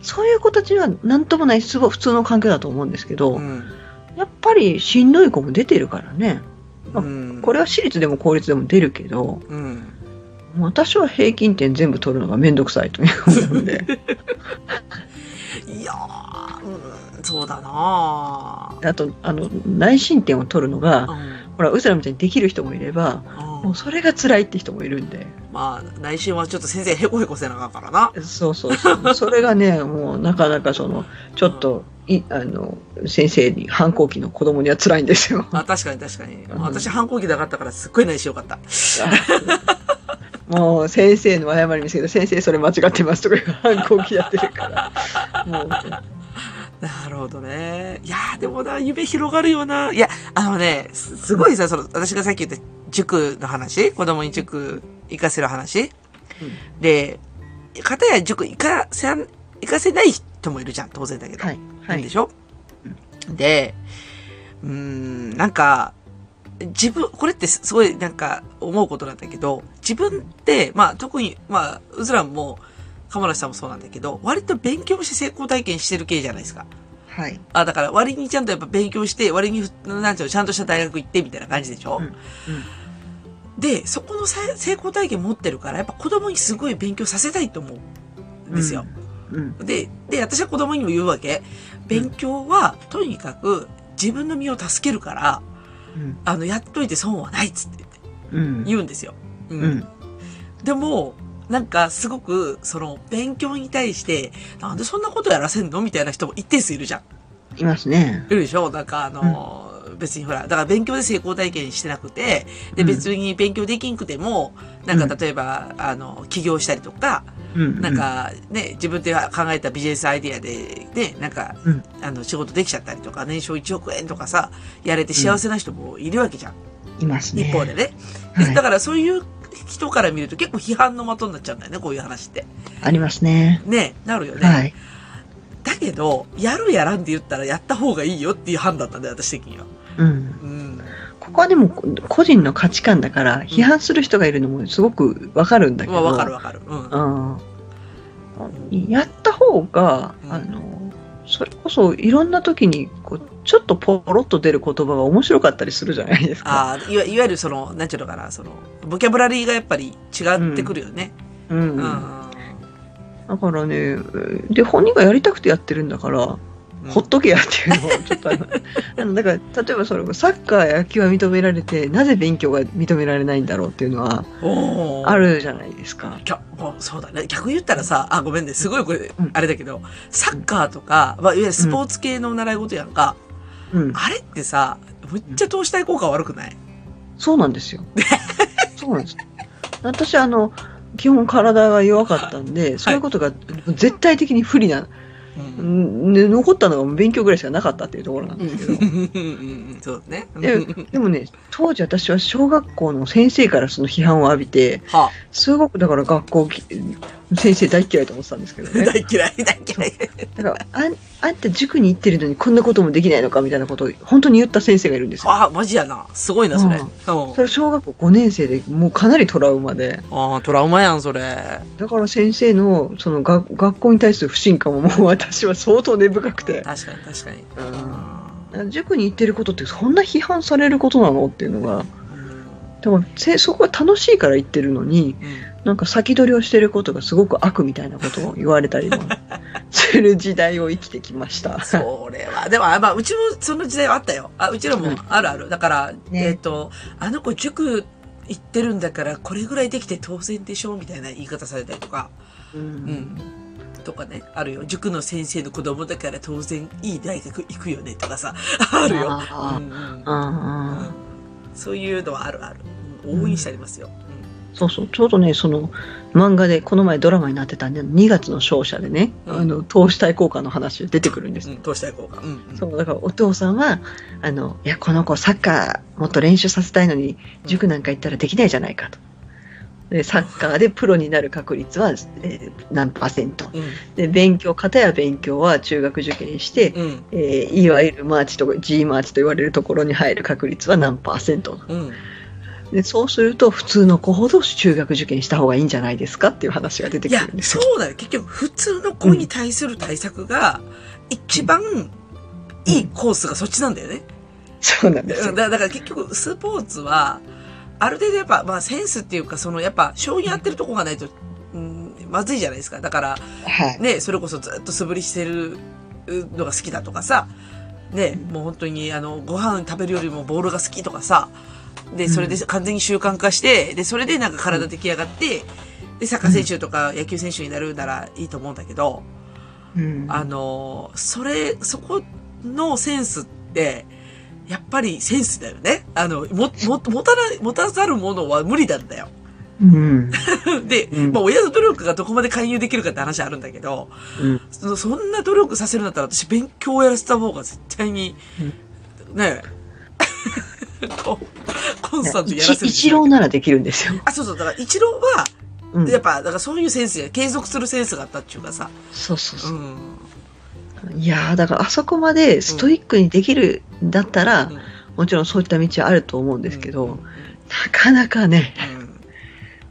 S3: そういう子たちは、なんともない、すごい普通の環境だと思うんですけど、
S2: うんうん
S3: やっぱりしんどい子も出てるからね。
S2: う
S3: まあ
S2: ん。うん
S3: これは私立でも公立でも出るけど、
S2: うん。
S3: 私は平均点全部取るのがめんどくさいというので、
S2: *laughs* いやー、うん、そうだな
S3: あと、あの、内申点を取るの
S2: ー
S3: が、
S2: うん
S3: ほら、うずらみたいにできる人もいれば、
S2: う
S3: も
S2: ん
S3: うそれが辛いって人もいるんで、
S2: まあ、来週はちょっと先生ヘコヘコせなあかんからな。
S3: そうそ
S2: *laughs*
S3: うそう。それがね、もうなかなかその、ちょっと、い、あの、先生に、反抗期の子供には辛いんです
S2: *laughs*
S3: よ。
S2: あ、確かに確かに。
S3: うん
S2: 私反抗期で上がったからすっごい内緒よかった。
S3: もう先生の謝り見せけど、先生それ間違ってますとかいう *laughs* 反抗期やってる
S2: *laughs*
S3: から、もう、
S2: なるほどね。いやー、でもな、夢広がるよな。いや、あのね、すすごいさ、その、私がさっき言った塾の話、子供に塾行かせる話。で、かたや塾行かせん、行かせない人もいるじゃん、当然だけど。
S3: はい、は
S2: で
S3: い
S2: し。ょ、で、うーん、なんか、自分、これってすすごいなんか思うことなんだけど、自分って、まあ特に、まあ、うずらんも、鎌田さんもそうなんだけど、割と勉強して成功体験してる系じゃないですか。
S3: はい。
S2: あ、だから割にちゃんとやっぱ勉強して、割に、なんていうの、ちゃんとした大学行ってみたいな感じでしょ、
S3: うんうん
S2: で、そこのさ成功体験持ってるから、やっぱ子供にすごい勉強させたいと思うんですよ。
S3: うん。
S2: で、で、私は子供にも言うわけ。勉強は、とにかく、自分の身を助けるから、
S3: うん。
S2: あの、やっといて損はないっつって
S3: うん。
S2: 言うんですよ。う
S3: うん。
S2: でも、なんか、すごく、その、勉強に対して、なんでそんなことやらせんのみたいな人も一定数いるじゃん。
S3: いますね。
S2: いるでしょなんか、あのー、別にほら、だから勉強で成功体験してなくて、で、
S3: うん
S2: 別に勉強できんくても、なん
S3: う
S2: か、
S3: ん
S2: 例えば、あの、起業したりとか、
S3: うん
S2: なん、かね、自分で考えたビジネスアイディアで、ね、なんか、
S3: うん
S2: あの、仕事できちゃったりとか、年商1億円とかさ、やれて幸せな人もいるわけじゃん。
S3: いますね。
S2: 一方でね。
S3: は
S2: *laughs*
S3: い、
S2: でだからそういう人から見ると結構批判の的になっちゃうんだよね、こういう話って。
S3: ありますね。
S2: ね、なるよね。
S3: はい。
S2: だけど、やるやらんって言ったらやった方がいいよっていう判断なんだよ、私的には。
S3: うん。
S2: うん。
S3: ここはでも、こ個人の価値観だから、批判する人がいるのもすごくわかるんだけ
S2: まあ
S3: ど。
S2: わかるわかる。うん。
S3: うん。やった方が、
S2: うん
S3: あの、それこそいろんな時にこうちょっとポロッと出る言葉が面白かったりするじゃないです
S2: あ
S3: か。
S2: あ、いわいわゆるその、なんちゅうのかな、その、ボキャブラリーがやっぱり違ってくるよね。
S3: うん
S2: うん。
S3: だからね、で、本人がやりたくてやってるんだから、
S2: うん
S3: ほっとけやっていうのをちょっとあのあのだから例えばそのサッカー野球は認められてなぜ勉強が認められないんだろうっていうのは
S2: おー
S3: あるじゃないですか。
S2: きゃもうそうだね。逆に言ったらさ、あ、ごめんね。すごいこれ
S3: うん、
S2: あれだけど、サッカーとか、まあ、いわゆるスポーツ系の習い事やんか。
S3: うん、
S2: あれってさ、むっちゃ投資対効果悪くない
S3: そうなんです *laughs* よ。そうなんです。私あの基本体が弱かったんで、そういうことが絶対的に不利な、
S2: う。
S3: うんんね残ったのが勉強ぐらいしかなかったっていうところなんですけど。
S2: うんそうね。
S3: ででもね、当時私は小学校の先生からその批判を浴びて、
S2: は
S3: すごくだから学校き、先生大嫌いと思ってたんですけどね。
S2: 大嫌い、大嫌い。
S3: だからあん、あんた塾に行ってるのにこんなこともできないのかみたいなことを本当に言った先生がいるんですよ。
S2: あ、マジやな。すごいな、それ。
S3: うん
S2: うん
S3: それ小学校5年生でもうかなりトラウマで、
S2: ああ、トラウマやん、それ。
S3: だから先生のそのが学校に対する不信感ももう私は相当根深くて、
S2: 確かに、確かに。う
S3: うん塾に行ってることってそんな批判されることなのっていうのが、
S2: ん
S3: でもせそこは楽しいから行ってるのに、 *laughs* なんか先取りをしてることがすごく悪みたいなことを言われたり
S2: *laughs*
S3: もする時代を生きてきました。
S2: それは、でも、あまあ、うちもその時代はあったよ。あ、うちらも
S3: うん
S2: あるある。だから、
S3: ね
S2: えっ、と、あの子塾行ってるんだから、これぐらいできて当然でしょみたいな言い方されたりとか、
S3: う
S2: うんん。とかね、あるよ。塾の先生の子供だから当然いい大学行くよねとかさ、あるよ。
S3: あ
S2: うんうん
S3: あああ
S2: そういうのはあるある。うん応援してありますよ。
S3: そうそうちょうどねその漫画でこの前ドラマになってたんで2月の勝者でね、
S2: うん
S3: あの投資対効果の話出てくるんです、
S2: うん。投資対効果。うんうん。
S3: そうだからお父さんはあのいやこの子サッカーもっと練習させたいのに塾なんか行ったらできないじゃないかと。でサッカーでプロになる確率は、えー何パーセント
S2: うん。
S3: で勉強方や勉強は中学受験して、
S2: うん。
S3: えーいわゆるマーチとか G マーチと言われるところに入る確率は何パーセント
S2: うん。
S3: でそうすると普通の子ほど中学受験した方がいいんじゃないですかっていう話が出て
S2: い
S3: く
S2: や
S3: るん、で
S2: そ
S3: すよ。
S2: うだよ。結局、普通の子に対する対策が、一番いいコースがそっちなんだよね。
S3: そうなんです
S2: だ
S3: よ。
S2: だから結局、スポーツは、ある程度やっぱ、まあセンスっていうか、そのやっぱ、将棋やってるとこがないと、うん、まずいじゃないですか。だから、
S3: はい。
S2: ね、それこそずっと素振りしてるのが好きだとかさ、ね、もう本当にあの、ご飯食べるよりもボールが好きとかさ、で、それで完全に習慣化して、で、それでなんか体出来上がって、で、サッカー選手とか野球選手になるならいいと思うんだけど、
S3: うん、
S2: あの、それ、そこのセンスって、やっぱりセンスだよね。あの、も、も、持たない、持たざるものは無理なんだよ。 *laughs*
S3: うん。
S2: で、
S3: うん
S2: まあ親の努力がどこまで勧誘できるかって話あるんだけど、 *laughs*
S3: うん
S2: そのそんな努力させるんだったら私勉強をやらせた方が絶対に、ねえ *laughs* こうコンスタントにやらせる
S3: 一一郎ならできるんですよ。
S2: あそうそうだから一郎は
S3: うん、
S2: やっぱだからそういうセンスや継続するセンスがあったっていうかさ、
S3: そうそう
S2: う
S3: そう。
S2: ん
S3: いやーだからあそこまでストイックにできるんだったら、もちろんそういった道はあると思うんですけど、
S2: うん
S3: なかなかね、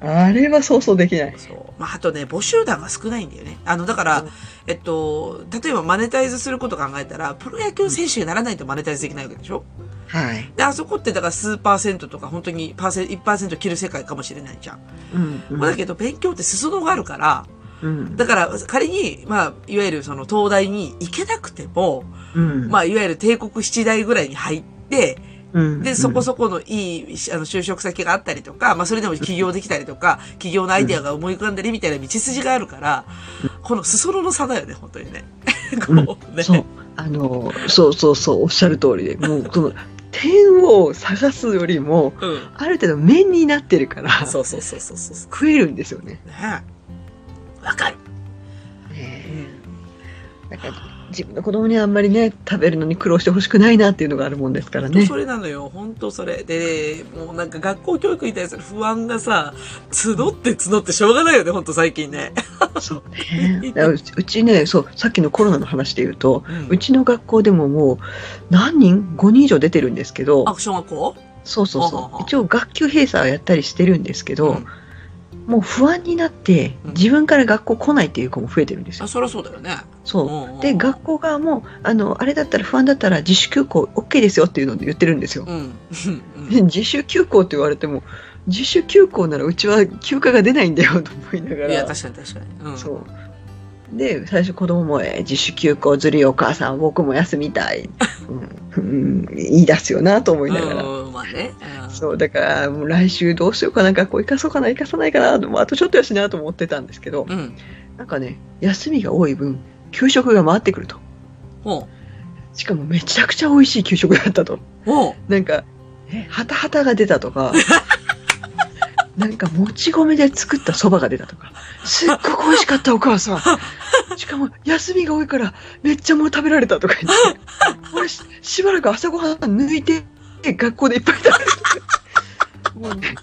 S2: うん
S3: あれはそうそうできない。
S2: そうまああとね募集団が少ないんだよねあのだから、
S3: うん
S2: えっと例えばマネタイズすること考えたらプロ野球選手にならないとマネタイズできないわけでしょ
S3: はい。
S2: で、あそこってだから数パーセントとか本当にパーセン1%切る世界かもしれないじゃん。
S3: うん、う
S2: まあだ
S3: ん。
S2: けど勉強って裾野があるから、
S3: うん。
S2: だから仮に、まあ、いわゆるその東大に行けなくても、
S3: うん。
S2: まあ、いわゆる帝国七大ぐらいに入って、
S3: うん
S2: で、そこそこのいい、あの、就職先があったりとか、まあ、それでも起業できたりとか、起業のアイデアが思い浮かんだりみたいな道筋があるから、この裾野の差だよね、本当にね。 *laughs* こうね。
S3: そう。あの、そうそうそう、おっしゃる通りで、もう、その、点を探すよりも、
S2: うん。
S3: ある程度面になってるから、
S2: そうそうそうそうそうそ
S3: 食えるんですよね。
S2: う。ねわかる。
S3: だから、自分の子供にはあんまりね、食べるのに苦労してほしくないなっていうのがあるもんですから
S2: 本当
S3: ね
S2: そ。れなのよ。本当それ。で、もうなんか学校教育に対する不安がさ、募って募ってしょうがないよね、本当最近ね。
S3: そうね。だからうちうちね、そう、さっきのコロナの話で言うと、うちの学校でももう、何人 ?5 人以上出てるんですけど
S2: あ、、小学校
S3: そうそう
S2: はは
S3: そ
S2: は
S3: う。一応学級閉鎖はやったりしてるんですけど、
S2: うん
S3: もう不安になって、
S2: うん
S3: 自分から学校来ないっていう子も増えてるんですよ
S2: あ、。そりゃそうだよね。
S3: そう。
S2: う
S3: で、学校側も、あの、あれだったら不安だったら自主休校 OK ですよっていうのを言ってるんですよ
S2: う。ん。うん。
S3: で自主休校って言われても、自主休校ならうちは休暇が出ないんだよと思いなが
S2: うんいや、
S3: ら、
S2: 確かに確かに。うん。
S3: そう。で、最初子供も、えー自主休校ずるいお母さん、僕も休み
S2: *laughs*
S3: たい。うん、うん、言い出すよなと思いながら。
S2: うん、まあね。うん
S3: そう、だから、もう来週どうしようかな、学校行かそうかな、行かさないかな、もうあとちょっとやしなと思ってたんですけど、
S2: うん。
S3: なんかね、休みが多い分、給食が回ってくると。
S2: ほ
S3: しかもめちゃくちゃ美味しい給食だったと。
S2: う。ほう。
S3: なんか、え、ハタハタが出たと
S2: *laughs*
S3: か、なんか、もち米で作った蕎麦が出たとか、すっごく美味しかったお母さん。しかも、休みが多いから、めっちゃもう食べられたとか言って、俺し、しばらく朝ごはん抜いて、学校でいっぱい食べるとか。もうね、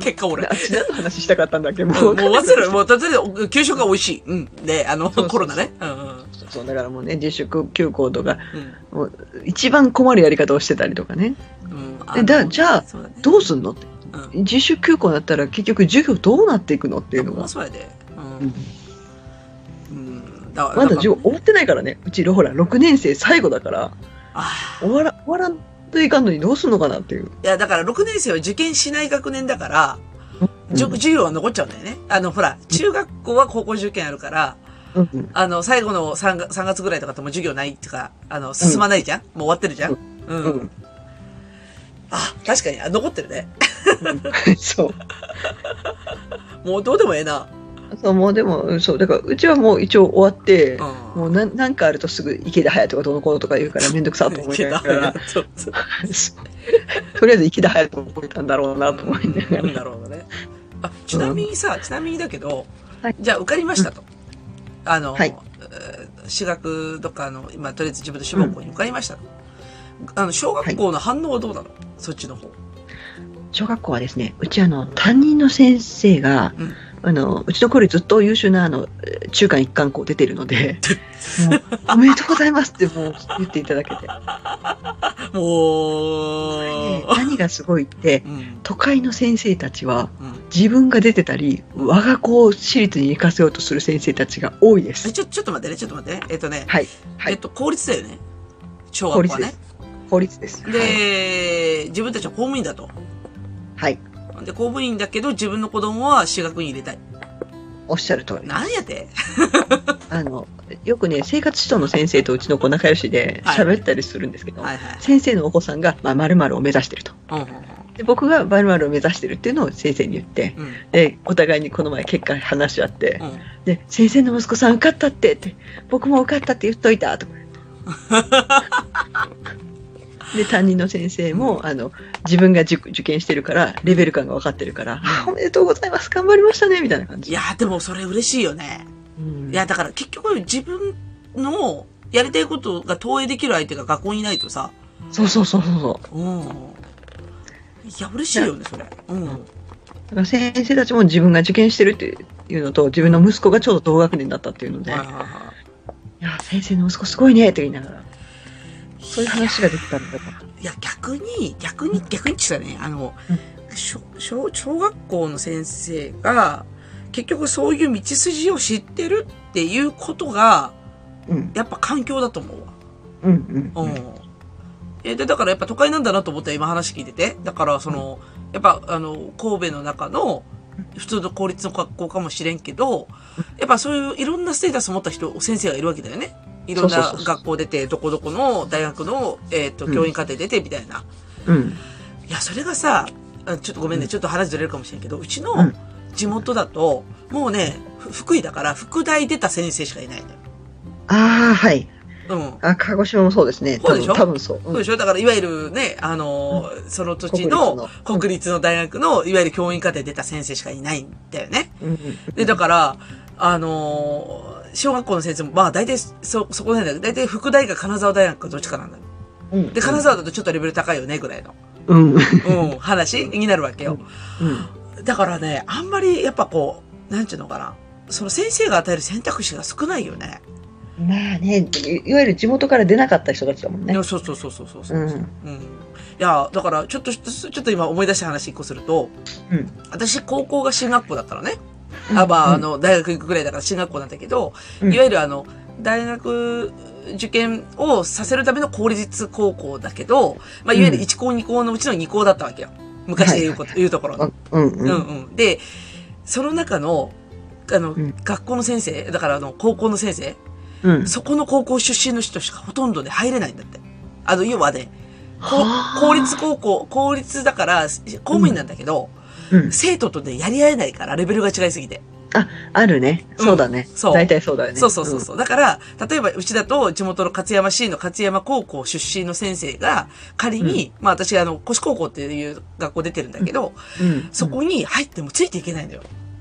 S2: 結果俺。
S3: あっちだと話したかったんだっけど、
S2: もう忘れる。
S3: もう。
S2: もう、とりあえず、給食が美味しい。うん。で、あの、
S3: そうそう
S2: コロナね。うんうん。
S3: そう、だからもうね、自粛休校とか、
S2: うん
S3: 一番困るやり方をしてたりとかね。
S2: うん。
S3: えだじゃあ
S2: そうだね、
S3: どうすんのって。
S2: うん
S3: 自主休校になったら結局授業どうなっていくのっていうの
S2: ほん
S3: が
S2: ま。そうやで。うん
S3: ん。
S2: うん。だ
S3: まだ
S2: から
S3: 授業終わってないからね。うち、ほら、6年生最後だから、
S2: あ
S3: 終わら、終わらんといかんのにどうすんのかなっていう。
S2: ーいや、だから6年生は受験しない学年だから、じゅ
S3: うん
S2: 授業は残っちゃうんだよね。あの、ほら、中学校は高校受験あるから、
S3: うん
S2: あの、最後の 3, が3月ぐらいとかってもう授業ないっていうか、あの、進まないじゃん、もう終わってるじゃんうん。
S3: うん。うん。
S2: あ、確かに、あ残ってるね。
S3: *laughs* そう。
S2: もうどうでもええな。
S3: そう、もうでも、うんそう。だから、うちはもう一応終わって、
S2: う *laughs*
S3: もうなんなんかあるとすぐ池田隼人がどうのこうのとか言うからめんどくさ
S2: ん。
S3: と思
S2: い
S3: いな
S2: け
S3: が
S2: た
S3: *laughs* ら、
S2: そうそう。
S3: そうとりあえず池田隼人覚えたんだろうなと思いなが
S2: うん
S3: ら。
S2: なるほどね。あ、ちなみにさ、ちなみにだけど、
S3: はい
S2: じゃあ受かりましたと。あの、
S3: はい
S2: えー私学とかの、今、とりあえず自分の志望校に受かりましたと。あの、小学校の反応はどうなの、そっちの方。
S3: 小学校はですね、うちあの、担任の先生が、
S2: うん
S3: あの、うちの子よりずっと優秀なあの、えー中間一貫校出てるので、
S2: *laughs*
S3: もうおめでとうございますってもう言っていただけて。
S2: も
S3: ね
S2: う、
S3: 何がすごいって、
S2: うん。
S3: 都会の先生たちは、
S2: うん。
S3: 自分が出てたり、我が子を私立に行かせようとする先生たちが多いで
S2: え、
S3: す。
S2: ちょ、ちょっと待ってね、ちょっと待ってね。えっとね、
S3: はい。はい
S2: えっと、公立だよね。小学校
S3: 公立
S2: は
S3: で
S2: ね
S3: す。。公立です。はい
S2: で、自分たちは公務員だと。
S3: はい。
S2: で、公務員だけど、自分の子供は私学に入れたい。
S3: おっしゃる通り。
S2: なんやて
S3: あの、よくね、生活指導の先生とうちの子仲良しで
S2: はい
S3: 喋ったりするんですけど、
S2: はいはい。
S3: 先生のお子さんが、まあ、〇〇を目指してると。
S2: うんうん
S3: で、僕が〇〇を目指してるっていうのを先生に言って、
S2: うん。うん。
S3: で、お互いにこの前結果話し合って、
S2: うん。
S3: で、先生の息子さん受かったってって、僕も受かったって言っといた
S2: *laughs*
S3: とか言って。で、担任の先生も、あの、自分が受受験してるから、レベル感が分かってるから、あおめでとうございます、頑張りましたね、みたいな感
S2: い
S3: じ。
S2: やー、でもそれ嬉しいよね。
S3: うん
S2: いや、だから結局自分のやりたいことが投影できる相手が学校にいないとさ、
S3: そうそうそうそうそう。
S2: うん。いや、嬉しいよね、それ。うん。
S3: だから先生たちも自分が受験してるっていうのと、自分の息子がちょうど同学年だったっていうので、い
S2: はいはいは
S3: や、先生の息子すごいね、って言いながら、そういう話ができたんだから。
S2: い。いや、逆に、逆に、逆にって言ったらね、あの
S3: うん、
S2: 小、小、小学校の先生が、結局そういう道筋を知ってるっていうことが、
S3: うん、
S2: やっぱ環境だと思うわ。
S3: うん、う。
S2: うんん。え、で、だからやっぱ都会なんだなと思った今話聞いてて。だからその、やっぱあの、神戸の中の、普通の公立の学校かもしれんけど、やっぱそういういろんなステータス持った人、先生がいるわけだよね。いろん
S3: そうそう
S2: な
S3: そうそう
S2: 学校出て、どこどこの大学の、えっ、と、
S3: うん
S2: 教員課程出て、みたいな。
S3: うん、
S2: いや、それがさ、あちょっとごめんね、ちょっと話ずれるかもしれんけど、うちの
S3: うん
S2: 地元だと、もうね、ふ福井だから、副大出た先生しかいないのよ。
S3: ああ、はい。
S2: うん。
S3: あ、鹿児島もそうですね。
S2: そう
S3: 多
S2: でし
S3: 分
S2: ょ
S3: 多分そう。
S2: そうでしょだから、いわゆるね、あのーその土地の
S3: 国立の
S2: 国立の大学の、いわゆる教員課程出た先生しかいないんだよね。
S3: うん。
S2: で、だから、あのー小学校の先生も、まあ、大体、そ、そこら辺だけど、大体、副大か金沢大学かどっちかなんだよ。
S3: うん
S2: で、金沢だとちょっとレベル高いよね、ぐらいの、
S3: うん。うん。
S2: うん、話になるわけよ。だからね、あんまり、やっぱこう、なんちゅうのかな。その先生が与える選択肢が少ないよね。
S3: まあね、いいわゆる地元から出なかった人たちだもん
S2: い
S3: ね
S2: や。そうそうそうそうそうそうう。
S3: ん。
S2: うん。いや、だから、ちょっと、ちょっと今思い出した話一個すると、
S3: うん
S2: 私、高校が進学校だったのね。あ、まあ、あの、大学行くぐらいだから進学校なんだけど、
S3: うん
S2: いわゆるあの、大学受験をさせるための公立高校だけど、まあ、いわゆる
S3: うん
S2: 1校2校のうちの2校だったわけよ。昔で言うこと、言うところの。
S3: うん。うん。
S2: うんうん。で、その中の、あの、
S3: うん
S2: 学校の先生、だからあの、高校の先生、
S3: うん。
S2: そこの高校出身の人しかほとんどね、入れないんだって。あの、要はね、こ
S3: はあ
S2: 公立高校、公立だから、公務員なんだけど、
S3: うん。
S2: 生徒とね、やり合えないから、レベルが違いすぎて。
S3: あるね。そうだね。
S2: そう
S3: 大体そうだよね。
S2: そうそうそうそう。だから、例えば、うちだと、地元の勝山市の勝山高校出身の先生が、仮に、まあ私、あの、越高校っていう学校出てるんだけど、
S3: うん。うん。
S2: そこに入ってもついていけないのよ。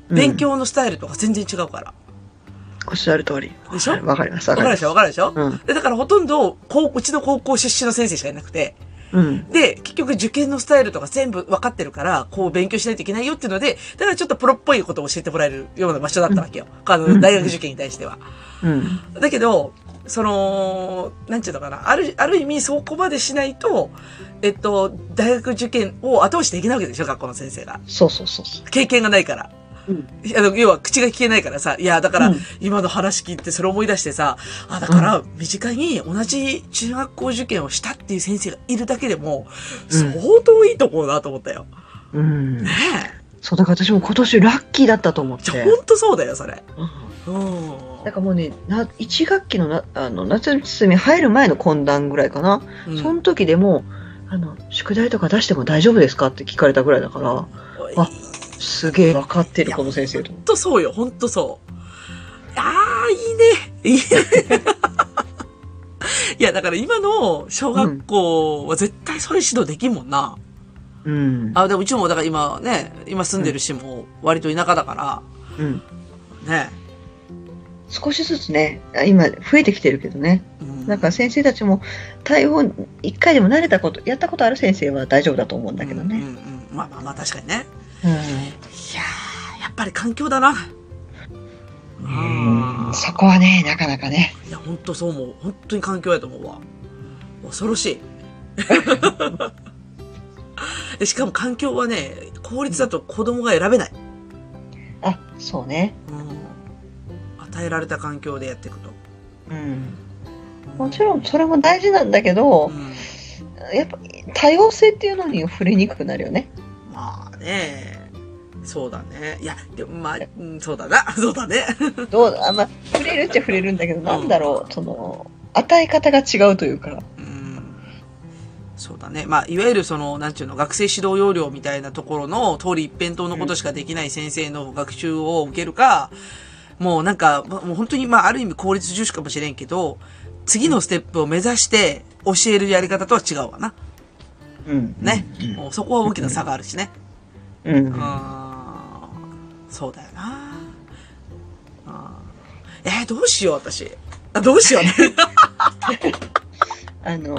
S3: うん
S2: 勉。強のスタイルとか全然違うから。
S3: おっしゃる通り。
S2: でしょ
S3: わかります。
S2: わかるでしょわかるでしょ、
S3: うん
S2: でだからほとんど、こう、うちの高校出身の先生しかいなくて、
S3: うん。
S2: で、結局受験のスタイルとか全部分かってるから、こう勉強しないといけないよっていうので、だからちょっとプロっぽいことを教えてもらえるような場所だったわけよ。あの、大学受験に対しては。
S3: うん。
S2: だけど、その、なんていうのかな。ある、ある意味そこまでしないと、えっと、大学受験を後押しできないわけでしょ、学校の先生が。
S3: そうそうそうそ
S2: 経験がないから。
S3: う。うん。
S2: あの、要は口が聞けないからさ、いや、だから
S3: うん、
S2: 今の話聞いてそれ思い出してさ、あ、だから、身近に同じ中学校受験をしたっていう先生がいるだけでも、
S3: う
S2: 相
S3: ん
S2: 当いいとこだと思ったよ。
S3: うん
S2: ね。
S3: そう、だから私も今年ラッキーだったと思っ
S2: え。じゃ、
S3: て。
S2: ほんとそうだよ、それ。
S3: うん
S2: うん。
S3: なんかもうね、な1学期のなあの夏休み入る前の懇談ぐらいかな、
S2: うん
S3: その時でもあの宿題とか出しても大丈夫ですかって聞かれたぐらいだからあすげえ分かって
S2: い
S3: る
S2: や
S3: この先生と
S2: ほんとそうよ、ほんとそう。ああ、いいね。いいね。 *laughs* いや、だから今の小学校は絶対それ指導できんもんな。
S3: うん、
S2: あ、でもうちもだから今ね、今住んでる市も割と田舎だから、
S3: うん、
S2: ね。
S3: 少しずつねあ今増えてきてるけどね
S2: うん
S3: なんか先生たちも対応1回でも慣れたことやったことある先生は大丈夫だと思うんだけど
S2: うん
S3: ね、
S2: うんうんまあまあまあ確かにね。
S3: うん
S2: いやー、やっぱり環境だな。あ
S3: そこはねなかなかね
S2: ーいや、本当そう思う。本当に環境やと思うわ。恐ろしい。 *laughs* でしかも環境はね、公立だと子供が選べない。
S3: あそうね
S2: うん、与えられた環境でやっていくと。
S3: うんもちろんそれも大事なんだけど
S2: う、ん、
S3: やっぱ多様性っていうのに触れにくくなるよ *laughs* ね。
S2: まあね。そうだね。いや、でもまあ、うん、そうだな。 *laughs* そうだね。
S3: どうあまあ、触れるっちゃ触れるんだけど、なんだろう、その、与え方が違うというか。
S2: うんそうだね。まあ、いわゆるその、なんていうの、学生指導要領みたいなところの通り一辺倒のことしかできない先生の学習を受けるか、もうなんか、もうもう本当にまあ、ある意味効率重視かもしれんけど、次のステップを目指して教えるやり方とは違うわな。
S3: うん
S2: ね。もうそこは大きな差があるしね。
S3: うん。
S2: うーんそうだよな。あーえーどうしよう、私。あ、どうしようね。
S3: *laughs* あの、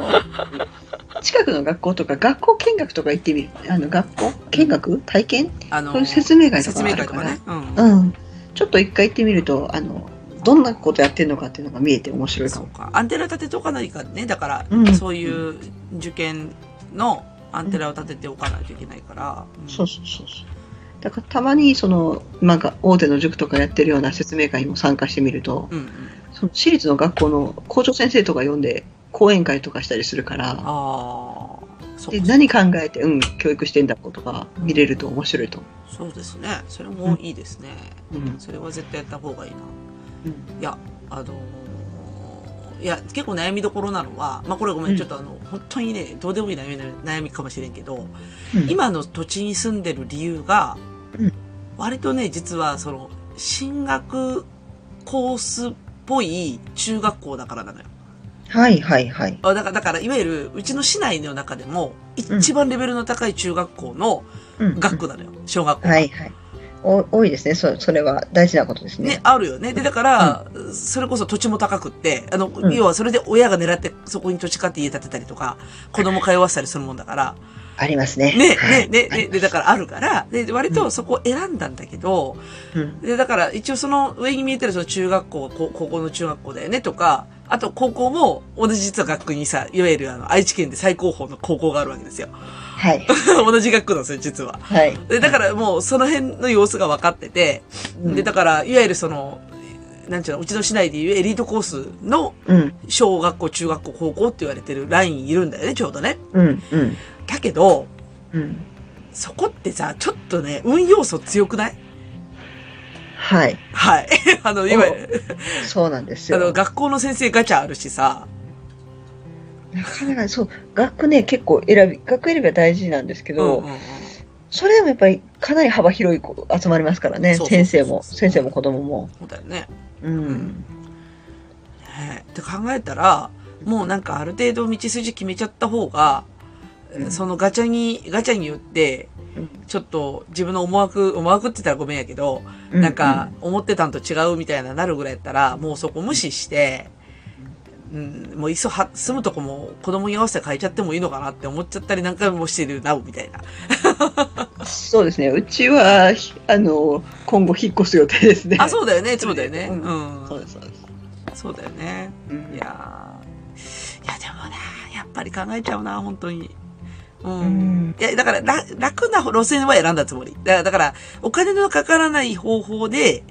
S3: 近くの学校とか、学校見学とか行ってみる。あの、学校見学体験
S2: あの
S3: そういう説明会とか
S2: 説
S3: あ
S2: 明
S3: る
S2: 会
S3: か
S2: と
S3: ら
S2: かね。うん
S3: うん。ちょっと一回行ってみると、あの、どんなことやってるのかっていうのが見えて面白いか
S2: そう
S3: も。
S2: か。アンテナ立てておかないかね。だから、
S3: うん
S2: そういう受験のアンテナを立てておかないといけないから。
S3: そうそうそうそう。だからたまにその、なんか大手の塾とかやってるような説明会にも参加してみると、
S2: うん。うんうん。
S3: その私立の学校の校長先生とか呼んで講演会とかしたりするか
S2: あ
S3: ら、
S2: あ、そう
S3: で
S2: か
S3: 何考えて、うん、教育してんだことが見れると面白いと思
S2: そうですね。それもいいですね。
S3: う。うん
S2: それは絶対やった方がいいな。
S3: うん
S2: いや、あのーいや、結構悩みどころなのは、まあ、これごめ
S3: うん
S2: ん、ちょっとあの、本当にね、どうでもいい悩みな、悩みかもしれんけど、
S3: うん、
S2: 今の土地に住んでる理由が
S3: うん、
S2: 割とね、実はその、進学コースっぽい中学校だからなのよ。
S3: はいはいはい。
S2: あだから、だから、いわゆる、うちの市内の中でも、一番レベルの高い中学校の
S3: うん
S2: 学区なのよ。小学校。
S3: はいはい。お多いですねそ。それは大事なことですね
S2: ね、。あるよね。で、だから、それこそ土地も高くって、あの、
S3: うん
S2: 要はそれで親が狙ってそこに土地買って家建てたりとか、子供通わせたりするもんだから、
S3: ありますね。
S2: ね、
S3: は
S2: ね、
S3: い
S2: ね、
S3: あり
S2: ね、
S3: ま
S2: で、
S3: す
S2: だからあるから、で、割
S3: う
S2: と
S3: ん
S2: そこを選んだんだけど、
S3: うん
S2: で、だから一応その上に見えてるその中学校、こ高校の中学校だよねとか、あと高校も同じ実は学区にさ、いわゆるあの愛知県で最高峰の高校があるわけですよ。 *laughs*
S3: はい。
S2: 同じ学区なんですよ、実は。
S3: はい。
S2: で、だからもうその辺の様子が分かってて、
S3: うん
S2: で、だから、いわゆるその、なんちゅうの、うちの市内でいうエリートコースの
S3: うん。
S2: 小学校、中学校、高校って言われてるラインいるんだよね、ちょうどね。
S3: うん。うん。
S2: だけど、
S3: うん。
S2: そこってさ、ちょっとね、運要素強くない
S3: はい。
S2: はい。 *laughs* あの、今、
S3: おそうなんです
S2: あ
S3: よ。
S2: の、学校の先生ガチャあるしさ。
S3: なかなかそう、学区ね、結構選び、学区選びは大事なんですけど、
S2: うんうんうん
S3: それでもやっぱりかなり幅広い子集まりますからね、
S2: そうそうそう
S3: 先生も、
S2: そう
S3: 先生も子供も。
S2: そうだよね。
S3: うん。
S2: ねって考えたら、もうなんかある程度道筋決めちゃった方が、
S3: うん
S2: そのガチャに、ガチャによって、
S3: うん
S2: ちょっと自分の思惑、思惑って言ったらごめんやけど、なんか、思ってたんと違うみたいななるぐらいやったら、もうそこ無視して、うん、もういっそは住むとこも子供に合わせて変えちゃってもいいのかなって思っちゃったり何回もしてるな、みたいな。
S3: うんそうですね、うちは、ひあの、今後引っ越す予定ですね。
S2: あ、そうだよね、 *laughs* そうだよね。う。
S3: うんそうです、そうです。
S2: そうだよね。
S3: うん
S2: いやーいやでもな、やっぱり考えちゃうな、本当に。うん。
S3: うん
S2: いや、だから、ら楽な路線は選んだつもり。だから、だからお金のかからない方法で、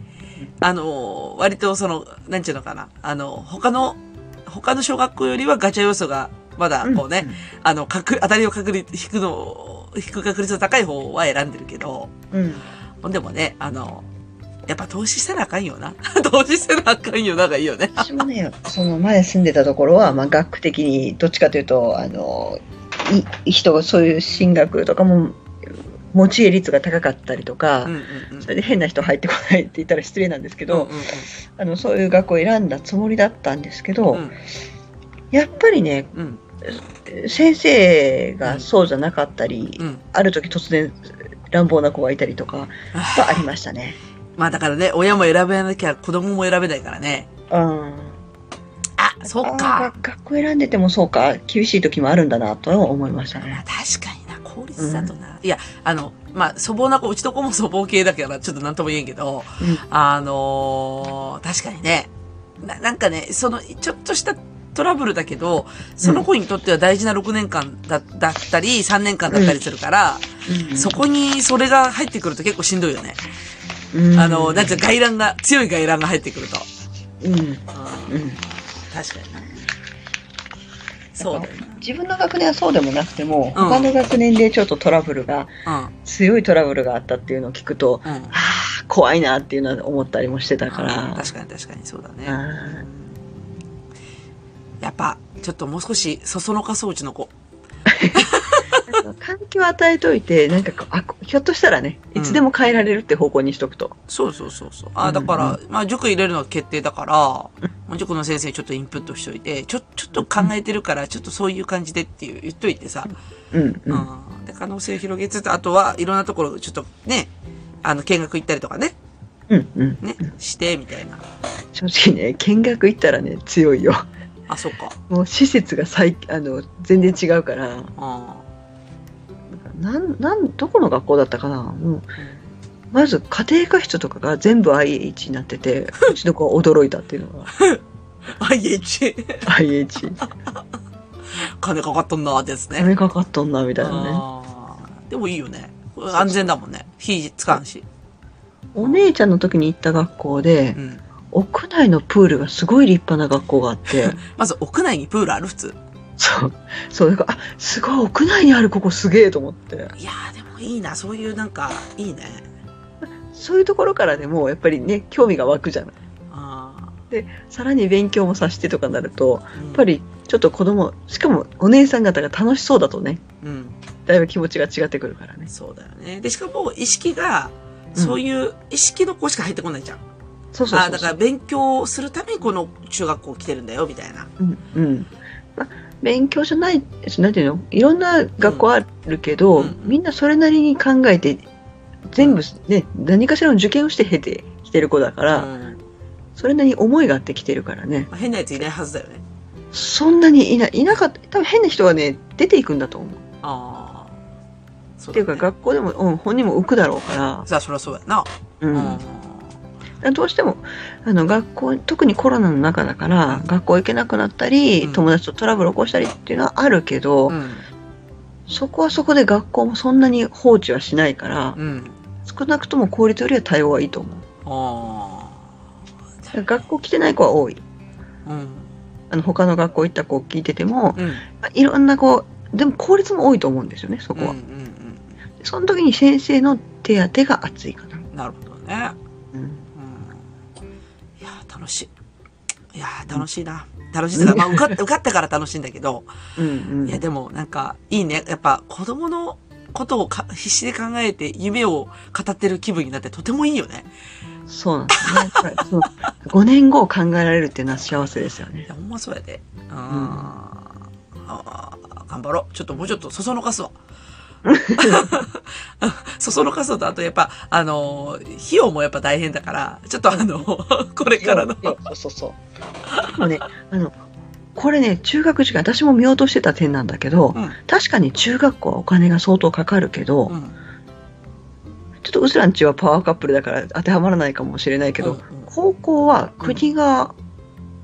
S2: あのー、割とその、なんちゅうのかな、あの、他の、他の小学校よりはガチャ要素が、まだ、こうね、あの、かく、当たりを確率、引くの、引く確率の高い方は選んでるけど、
S3: うん。うん。
S2: ほんでもね、あの、やっぱ投資したらあかんよな。 *laughs* 投資したらあかんよながいいよね。
S3: 私もね、その前住んでたところは、まあ、学区的にどっちかというと、あの、い人がそういう進学とかも、持ち家率が高かったりとか、
S2: うんうんうん
S3: それで変な人入ってこないって言ったら失礼なんですけど、
S2: うんうんうん
S3: あのそういう学校を選んだつもりだったんですけど、
S2: うん
S3: やっぱりね
S2: うん
S3: 先生がそうじゃなかったり、
S2: うん
S3: ある時突然乱暴な子がいたりとかはありましたね。
S2: まあだからね、親も選べなきゃ子供も選べないからね。
S3: うん、
S2: あ、そっ
S3: あ
S2: か。
S3: ー学校選んでてもそうか厳しい時もあるんだなとは思いました
S2: まあ
S3: ね。
S2: 確かにな、効率だとな。いや、あの、まあ、粗暴な子、うちの子も粗暴系だから、ちょっとなんとも言えんけど、
S3: うん
S2: あのー確かにね、な、なんかね、その、ちょっとしたトラブルだけど、その子にとっては大事な6年間だだったり、3年間だったりするから、
S3: うん
S2: そこにそれが入ってくると結構しんどいよね。
S3: うん
S2: あの、なんていうか外乱が、強い外乱が入ってくると。
S3: うんうん
S2: うん確かにな。そうだよ
S3: 自分の学年はそうでもなくても、
S2: うん
S3: 他の学年でちょっとトラブルが
S2: な。
S3: 強いトラブルがあったっていうのを聞くと
S2: うん。うん。
S3: あー怖いなっていうのは思ったりもしてたから。
S2: 確かに確かにそうだね。
S3: あ
S2: やっぱ、ちょっともう少し、そそのかそううちの子。
S3: ーなんか *laughs* 環境を与えといて、なんかこうあこひょっとしたらね、いつでも変えられるって方向にしとくと。
S2: そうそうそうそう。あ、
S3: うんう
S2: だ
S3: ん
S2: から、まあ、塾入れるのは決定だから、まあ、塾の先生にちょっとインプットしといて、ちょ、ちょっと考えてるから、ちょっとそういう感じでっていう言っといてさ、
S3: うん、
S2: う。
S3: うんん、
S2: で、可能性を広げつつ、あとはいろんなところ、ちょっとね、あの、見学行ったりとかね、
S3: うん、うん。
S2: ね、して、みたいな。
S3: 正直ね、見学行ったらね、
S2: *laughs*
S3: 強いよ。
S2: あ、そうか。
S3: もう施設が最、あの、全然違うから、
S2: あ
S3: なん、なん、どこの学校だったかなもう、まず家庭科室とかが全部 IH になって
S2: *laughs*
S3: て、うちの子は驚いたっていうのが
S2: あ。IH。
S3: IH。
S2: 金かかっとんな、ですね。
S3: ダメかかっとんな、みたいなね。
S2: あーでもいいよね。安全だもんね。火つかんし。
S3: お姉ちゃんの時に行った学校で
S2: う、ん。
S3: 屋内のプールがすごい立派な学校があって、
S2: *laughs* まず屋内にプールある普通。
S3: そう。そう、だから、あ、すごい、屋内にあるここすげえと思って。
S2: いやーでもいいな。そういうなんか、いいね。
S3: そういうところからでも、やっぱりね、興味が湧くじゃない。
S2: あ
S3: さらに勉強もさしてとかなると、
S2: や
S3: やっぱ
S2: り。
S3: り、ちょっと子供、しかもお姉さん方が楽しそうだとね、
S2: うん。
S3: だいぶ気持ちが違ってくるからね。
S2: そうだよね。で、しかも意識が、
S3: うん
S2: そういう意識の子しか入ってこないじゃん。
S3: そうそうそうそう。
S2: ああ、だから勉強するためにこの中学校来てるんだよ、みたいな。
S3: うん、うん。まあ勉強じゃない、なんていうのいろんな学校あるけ
S2: うん
S3: ど、
S2: うん
S3: みんなそれなりに考えて、全部ね、何かしらの受験をして経てきてる子だから、
S2: うん
S3: それなりに思いがあってきてるからね。
S2: まあ変なやついないはずだよね。
S3: そんなにいない、いなかった、多分変な人がね、出ていくんだと思う。っ
S2: ああ。そ
S3: ていうか、
S2: 学
S3: 学校でも、うん、本人も浮くだろうか
S2: さあ、そりゃそうやな。
S3: ら、う
S2: う
S3: ん。だからどうしても、あの、学校、特にコロナの中だから
S2: うん、
S3: 学校行けなくなったり、
S2: うん
S3: 友達とトラブル起こしたりっていうのはあるけど、
S2: うん。
S3: そこはそこで学校もそんなに放置はしないから、
S2: うん。
S3: 少なくとも効率よりは対応はいいと思う。
S2: あ
S3: だから学校来てない子は多い。
S2: あ。うん。
S3: あの、他の学校行った子を聞いてても、
S2: うん。
S3: いろんな子、でも効率も多いと思うんですよね、そこは。
S2: うんうん
S3: その時に先生の手当てが厚いかな。
S2: うん。なるほどね。
S3: うん
S2: うん。楽しい。いやー、楽しいな。楽しいってか、まあ、受かった、受かったから楽しいんだけど、
S3: うんうん
S2: いや、でも、なんか、いいね。やっぱ、子供のことをか必死で考えて、夢を語ってる気分になって、とてもいいよね。
S3: そうなんですね。やっぱりそう5年後を考えられるっていうのは幸せですよ
S2: い
S3: ね。
S2: や、ほんまそうやで。うん。あー頑張ろう。ちょっともうちょっとそそのかすわ。 *laughs* そそのかすのと、あとやっぱ、あのー、費用もやっぱ大変だから、ちょっとあの、 *laughs* これからの。
S3: そうそうそう。でもね、あの、これね、中学時間、私も見落としてた点なんだけど、
S2: うん
S3: 確かに中学校はお金が相当かかるけど、
S2: うん。
S3: ちょっとうすらんちはパワーカップルだから当てはまらないかもしれないけど、
S2: うんうんは
S3: 高校は国が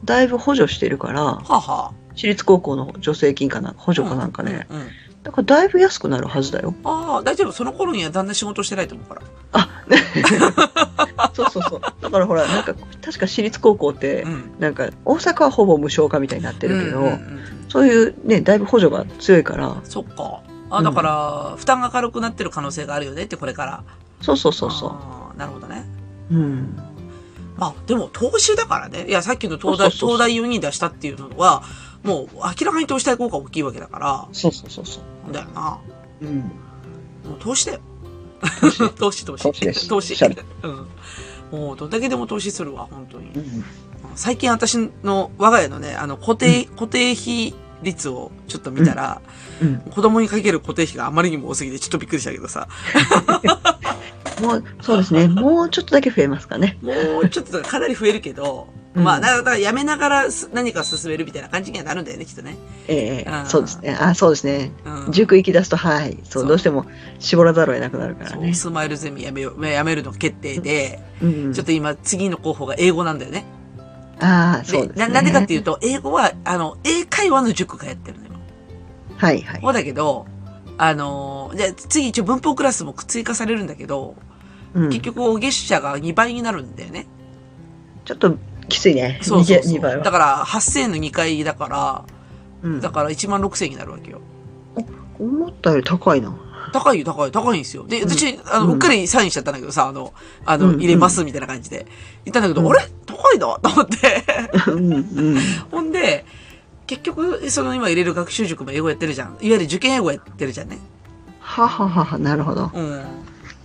S3: だいぶ補助してるから、
S2: あは
S3: 私立高校の助成金かな、補
S2: あ。
S3: 助かなんかね、
S2: うん。うん
S3: だからだいぶ安くなるはずだよ。
S2: ああ、大丈夫。その頃にはだんだん仕事してないと思うから。
S3: そうそうそう。だからほら、なんか、確か私立高校って、
S2: うん。
S3: なんか、大阪はほぼ無償化みたいになってるけど、
S2: うんうんうん
S3: そういうね、だいぶ補助が強いから、
S2: そっか。あ
S3: うん
S2: だから、負担が軽くなってる可能性があるよねって、これから。
S3: そうそうそうそ
S2: あーなるほどね。
S3: う。うん。
S2: まあ、でも投資だからね。いや、さっきの東大、
S3: そうそうそう
S2: 東大4人出したっていうのは、もう明らかに投資対効果大きいわけだか
S3: そうそうそうそう。
S2: ら、だよな。
S3: うん。
S2: もう投資だよ。
S3: *laughs*
S2: *laughs*
S3: 投資
S2: 投資、投資。
S3: 投資です
S2: 投資
S3: おっしゃる
S2: うん。もう、どんだけでも投資するわ、本当に
S3: う。ん
S2: 最近私の、我が家のね、あの、固定、固定費率をちょっと見たら、
S3: うん、
S2: 子供にかける固定費があまりにも多すぎてちょっとびっくりしたけどさ、
S3: もうそうですねもうちょっとだけ増えますかね
S2: もうちょっとかなり増えるけど、
S3: うん
S2: まあ、だからだからやめながらす何か進めるみたいな感じにはなるんだよね、きっとね。
S3: ええ
S2: あー
S3: そうですねあそうですね
S2: うん。
S3: 塾行き出すとはいそう
S2: そう
S3: どうしても絞らざるを得なくなるから
S2: そう
S3: ね
S2: スマイルゼミやめよう、やめるの決定で、
S3: うん
S2: ちょっと今次の候補が英語なんだよね。
S3: ああそうですね
S2: ななんでかって
S3: いう
S2: いうと、英語は、あの、英会話の塾がやってるのよ。
S3: はいはい
S2: ほうだけど、あのー、じゃあ次一応文法クラスも追加されるんだけど、
S3: うん
S2: 結局お月謝が2倍になるんだよ
S3: *laughs*
S2: ね。
S3: ちょっときついね
S2: そうそうそう。
S3: 2倍
S2: だ
S3: は、
S2: から8000の2回だから、
S3: うん
S2: だから1万6000になるわけよ。
S3: 思ったより高いな
S2: 高いよ、高い、高いんですよ。で、
S3: ん
S2: 私、あの、
S3: うん
S2: うっかりサインしちゃったんだけどさ、あの、あ
S3: うん
S2: の、
S3: うん
S2: 入れます、みたいな感じで。言ったんだけど、
S3: うん
S2: あれ高いなと思って。
S3: うんうん
S2: ほんで、結局、その今入れる学習塾も英語やってるじゃん。いわゆる受験英語やってるじゃんね。
S3: ははははなるほど
S2: うん。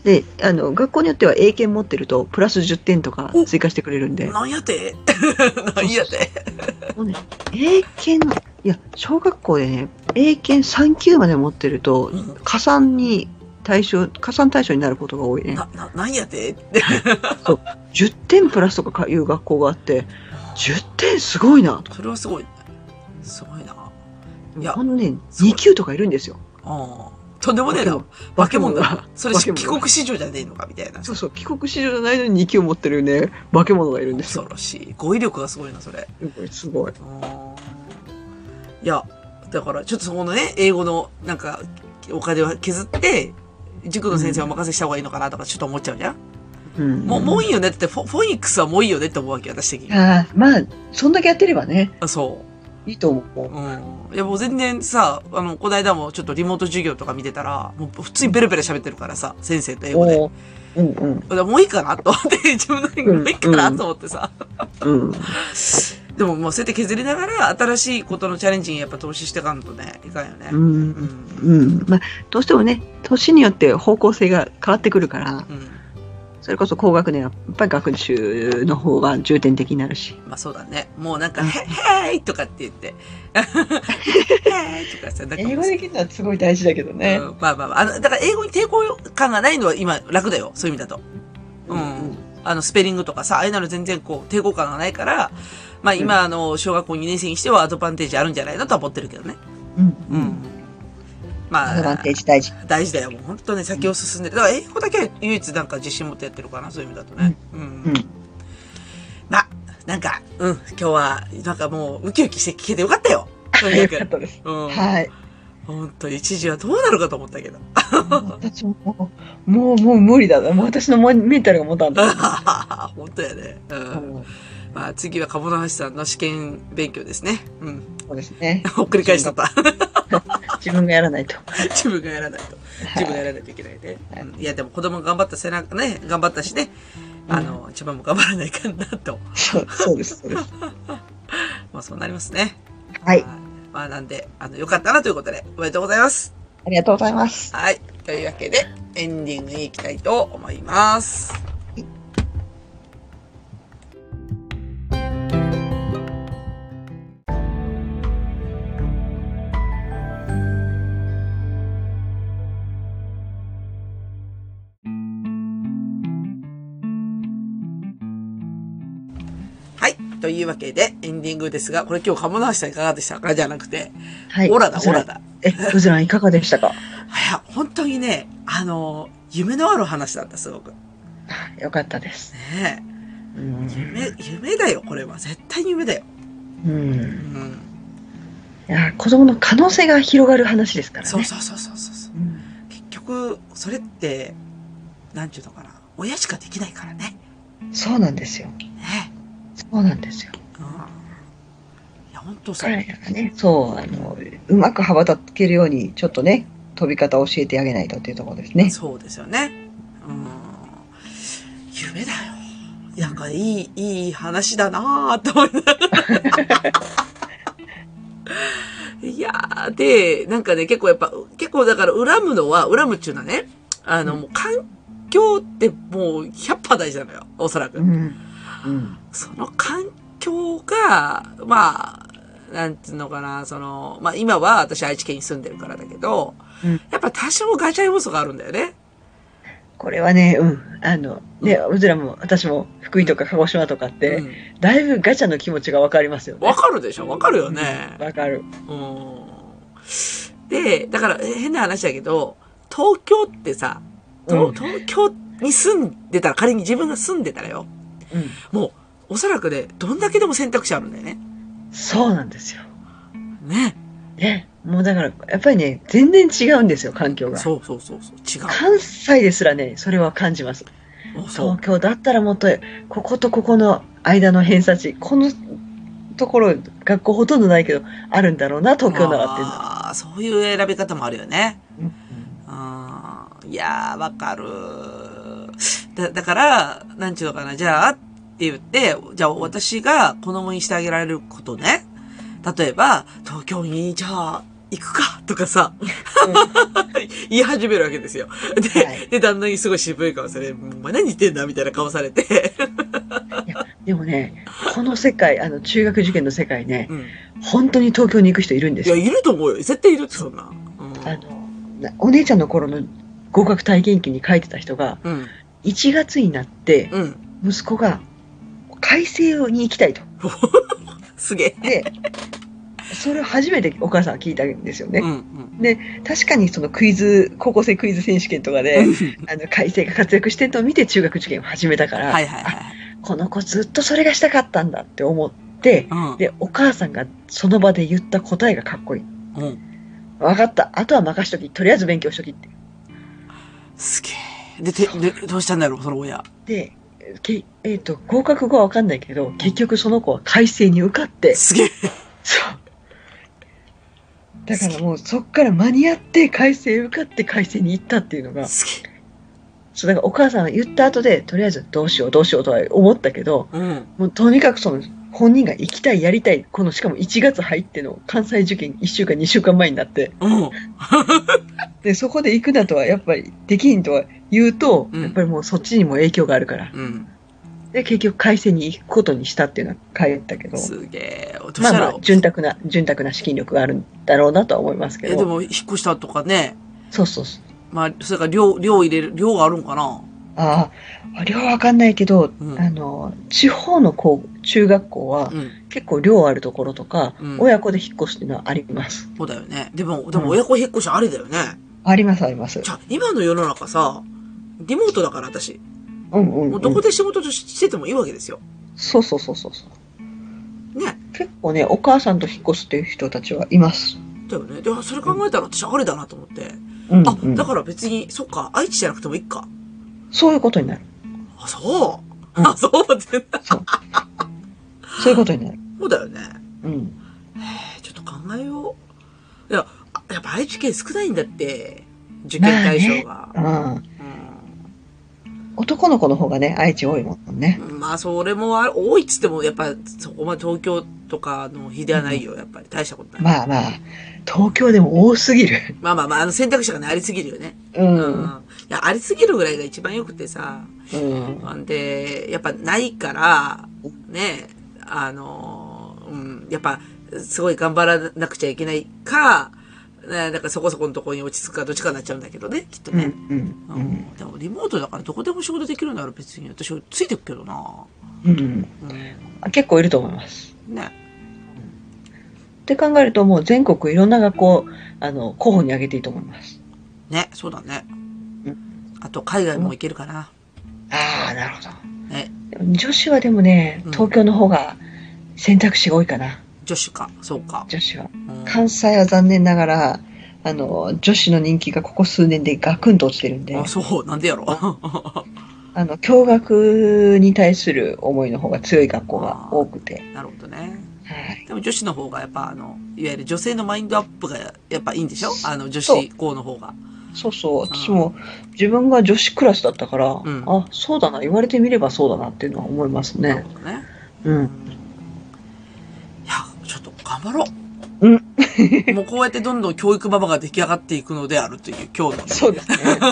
S3: であの学校によっては英検持ってるとプラス10点とか追加してくれるんで
S2: なんやて *laughs* なんやて
S3: もうね、英検、いや、小学校でね、英検3級まで持ってると
S2: うん、
S3: 加算に対象、加算対象になることが多いね。
S2: な、な、なんやてって。
S3: 10点プラスとかいう学校があって、10点すごいなと。
S2: それはすごい。すごいな。いや
S3: ほんとね、
S2: すごい
S3: 2級とかいるんですよ。
S2: うん。とんでもねえな。化
S3: 化
S2: け
S3: け
S2: 物
S3: 物
S2: だ
S3: が。
S2: それ
S3: 化け
S2: 帰
S3: 物
S2: 国子女じゃねえのか、みたいな。
S3: そうそう、帰国子女じゃないのに2級持ってるね、化け物がいるんです
S2: 恐
S3: よ。
S2: ろしい。語彙力がすごいな、それ。
S3: すごい、すごい。
S2: いや、だから、ちょっとそこのね、英語の、なんか、お金を削って、塾の先生をお任せした方がいいのかなとか、ちょっと思っちゃうじゃん、
S3: うん。
S2: もう、もういいよねって、フォフォニックスはもういいよねって思うわけ、私的に。
S3: あーまあ、そんだけやってればね、
S2: あそ
S3: いいと思
S2: う。
S3: う。
S2: うん。いや、もう全然さ、あの、この間もちょっとリモート授業とか見てたら、もう普通にベラベラ喋ってるからさ、先生と英語で。
S3: おーうんうん
S2: だからもういいかなと思って、 *laughs* 自分の英語もういいかなと思ってさ。
S3: うん。
S2: でももうそうやって削りながら、新しいことのチャレンジにやっぱ投資していかんとね、いかんよね。
S3: うん
S2: うん
S3: うんまあ、どうしてもね年によって方向性が変わってくるから
S2: うん。
S3: それこそ高学年はやっぱり学習の方が重点的になるし
S2: まあそうだね。もうなんか、
S3: うん
S2: へ、へーいとかって言 *laughs* って。へーいとかさ、なんかもう
S3: きるのはすごい大事だけど
S2: うんまあまあまあ。あの、だから英語に抵抗感がないのは今楽だよ。そういう意味だと。うん。あの、スペリングとかさ、ああいうの全然こう、抵抗感がないから、まあ今、あの、小学校2年生にしてはアドバンテージあるんじゃないのとは思ってるけどね。
S3: うん
S2: うん。まあ、
S3: アドバンテージ大事
S2: 大事だよ。もう本当ね、先を進んでる。だから英語だけは唯一なんか自信持ってやってるかな、そういう意味だとね。うん。
S3: うん
S2: まあ、なんか、うん、今日は、なんかもう、ウキウキして聞けてよかったよ。とに *laughs* かく。
S3: たです
S2: うん。
S3: はい
S2: 本当一時はどうなるかと思ったけど。
S3: 私ももうもうもう無理だもう私のもメンタルが持たんだ
S2: *laughs* 本当やね。うん。まあ、次は、カボナハシさんの試験勉強ですね。うん。 *laughs*
S3: そうですね
S2: ほっくり返しとった。
S3: 自分がやらないと
S2: 自分がやらないと。自分がやらないといけないね。うんいや、でも子供頑張った背中ね、頑張ったしね。あの、一番も頑張らないかなと。
S3: そうそうですそうです
S2: まあそうなりますね。
S3: はい
S2: まあなんで、あの、よかったなということで、おめでとうございます。
S3: ありがとうございます
S2: はい。というわけで、エンディングに行きたいと思います。はい。というわけで、エンディングですが、これ今日、鴨橋さんいかがでしたかじゃなくて、
S3: はい
S2: オラだ、
S3: うず
S2: オ
S3: ら
S2: ラだ。
S3: えうずらんいかがでしたか
S2: いや、本当にね、あの、夢のある話だった、すごく。
S3: あ *laughs* よかったです
S2: ね
S3: うん
S2: え、夢、夢だよ、これは。絶対に夢だよ。
S3: うん
S2: うん。
S3: いや子供の可能性が広がる話ですからね。
S2: そうそうそうそうそう。
S3: うん
S2: 結局、それって、なんていうのかな。親しかできないからね。
S3: そうなんですよ。
S2: ね
S3: そうなんですよ。
S2: え。うん。いや、本当そう。
S3: 彼らがね、そう、あの、うまく羽ばたけるように、ちょっとね、飛び方を教えてあげないとっていうところですね。
S2: そうですよね。うん。夢だよ。なんか、いい、いい話だなぁ、と思いながら。 *laughs* いやー、で、なんかね、結構やっぱ、結構だから、恨むのは、恨むっちゅうのはね、あの、もう環境ってもう100パ大事なのよ、おそらく。
S3: ん。うん。
S2: その環境が、まあ、なんていうのかな、その、まあ今は私愛知県に住んでるからだけど、
S3: うん
S2: やっぱ多少ガチャ要素があるんだよね。
S3: これはね、うん。あの、ね、うずらも、私も、福井とか鹿児島とかって、
S2: うん
S3: だいぶガチャの気持ちがわかりますよね。
S2: わかるでしょわかるよね。
S3: わかる。
S2: うん。で、だからえ変な話だけど、東京ってさ、
S3: う
S2: と
S3: ん
S2: 東京に住んでたら、仮に自分が住んでたらよ、
S3: うん。
S2: もう、おそらくね、どんだけでも選択肢あるんだよね。
S3: そうなんですよ。
S2: ね。
S3: ね。もうだから、やっぱりね、全然違うんですよ、環境が。
S2: そうそうそうそう。違
S3: 関西ですらね、それは感じます。
S2: う。そう
S3: *laughs* 東。京だったらもっとこことここの間の偏差値このところ学校ほとんどないけどあるんだろうな東京ならっていうのは
S2: ああ、そういう選び方もあるよね。
S3: うん
S2: あーいやー、わかる。だ、だから、なんちゅうのかな、じゃあ、って言って、じゃあ私が子供にしてあげられることね。例えば、東京に、じゃあ、行くかとかさ、言い始めるわけですよ。で、
S3: はい
S2: で、旦那にすごい渋い顔され、もうお前何言ってんだみたいな顔され
S3: *laughs*
S2: て。
S3: でもねこの世界あの中学受験の世界ね
S2: うん。い
S3: 本当に東京に行く人いるんです
S2: や、
S3: よ
S2: いると思うよ。絶対いるって、そんな。うん。
S3: あのなお姉ちゃんの頃の合格体験記に書いてた人が
S2: うん。
S3: 1月になって
S2: うん。
S3: 息子が改正に行きたいと
S2: すげ
S3: でそれを初めてお母さんは聞いたんですよ
S2: え。
S3: ね
S2: うん。うん。
S3: 確かにそのクイズ高校生クイズ選手権とかであの改正が活躍してるのを見て中学受験を始めたから、
S2: はいはい
S3: あ
S2: はい。
S3: この子ずっとそれがしたかったんだって思って
S2: うん。
S3: でお母さんがその場で言った答えがかっこいい
S2: うん。
S3: 分かったあとは任しときとりあえず勉強しときって
S2: すげえ。で、て、で、どうしたんだろう、その親。
S3: でけ、えー、と合格後は分かんないけど結局その子は改正に受かって
S2: すげえ。
S3: そうだからもうそっから間に合って改正受かって改正に行ったっていうのが
S2: すげえ。
S3: そうだからお母さんが言った後でとりあえずどうしようどうしようとは思ったけど
S2: うん。
S3: もうとにかくその本人が行きたいやりたいこのしかも1月入っての関西受験1週間2週間前になって
S2: うん。
S3: でそこで行くなとはやっぱりできんとは言うと、
S2: うん
S3: やっぱりもうそっちにも影響があるから
S2: うん。
S3: で結局改正に行くことにしたっていうのは書いてたけど
S2: すげえ。どうし
S3: まあ
S2: た
S3: ま
S2: ろ
S3: あ
S2: う。
S3: 潤沢な潤沢な資金力があるんだろうなとは思いますけ
S2: え、で
S3: ど
S2: も、引っ越したとかね。
S3: そうそうそう
S2: まあ、それから量、量入れる、量があるんかな。
S3: ああ量は分かんないけど、
S2: うん
S3: あの地方の高中学校は
S2: うん。
S3: 結構量あるところとか、
S2: うん
S3: 親子で引っ越すっていうのはあります
S2: そうだよね。でも、でも
S3: うん
S2: 親子引っ越しありだよね。
S3: ありますあります
S2: じゃあ、今の世の中さ、リモートだから私、
S3: うんうん、う、
S2: もうんどこで仕事とししててもいいわけですよ。
S3: そうそうそうそうそう。
S2: ね。
S3: 結構ね、お母さんと引っ越すっていう人たちはいます。
S2: だよね。で、あそれ考えたら私ありだなと思って。
S3: うん、
S2: あ
S3: う、ん
S2: だから別に、そっか、愛知じゃなくてもいいか。
S3: そういうことになる。
S2: あ、そう。
S3: うん
S2: あ、そう *laughs* って。
S3: そういうことになる。
S2: そうだよね。
S3: うん。
S2: ちょっと考えよう。いや、あやっぱ愛知県少ないんだって、受験対象が。
S3: ああ。
S2: うん
S3: 一男の子の方がね、愛知多いもんね。
S2: まあ、それもあ多いっつっても、やっぱ、そこまで東京とかの比ではないよ、やっぱり。大したことない。
S3: まあまあ、東京でも多すぎる。
S2: まあまあまあ、あの選択肢がね、ありすぎるよね。
S3: う。
S2: うん
S3: うん。
S2: いや、ありすぎるぐらいが一番良くてさ。なんで、やっぱないから、ね、あの、うん、やっぱ、すごい頑張らなくちゃいけないか、ね、だからそこそこのところに落ち着くかどっちかになっちゃうんだけどね、きっと
S3: うん。う。
S2: ね。うんんでもリモートだからどこでも仕事できるなら別に私はついてくけどな。
S3: うん。
S2: うん、
S3: 結構いると思います。
S2: ね。
S3: って考えると、もう全国いろんな学校、あの、候補に挙げていいと思います。
S2: ね、そうだね
S3: う。
S2: あと海外も行けるかな。
S3: ああ、なるほ
S2: ね、
S3: ど。女子はでもね、
S2: うん
S3: 東京の方が選択肢が多いかな、
S2: 女子か、そうか。
S3: 女子は。
S2: うん
S3: 関西は残念ながら、あの、女子の人気がここ数年でガクンと落ちてるんで、
S2: あ、そう、なんでやろ。 *laughs*
S3: あの、共学に対する思いの方が強い学校が多くて、
S2: なるほどね。
S3: はい。
S2: でも女子の方がやっぱあの、いわゆる女性のマインドアップがやっぱいいんでしょあの女
S3: そう
S2: 子校の方が。
S3: そうそう、私も自分が女子クラスだったから、
S2: ん
S3: あ、そうだな、言われてみればそうだなっていうのは思います
S2: なる
S3: ね。
S2: ほどね。
S3: う。
S2: うんん。いや、ちょっと頑張ろ
S3: う
S2: う。もうこうやってどんどん教育ママが出来上がっていくのであるという今日の
S3: *laughs*
S2: ね。
S3: そうですね。
S2: *laughs*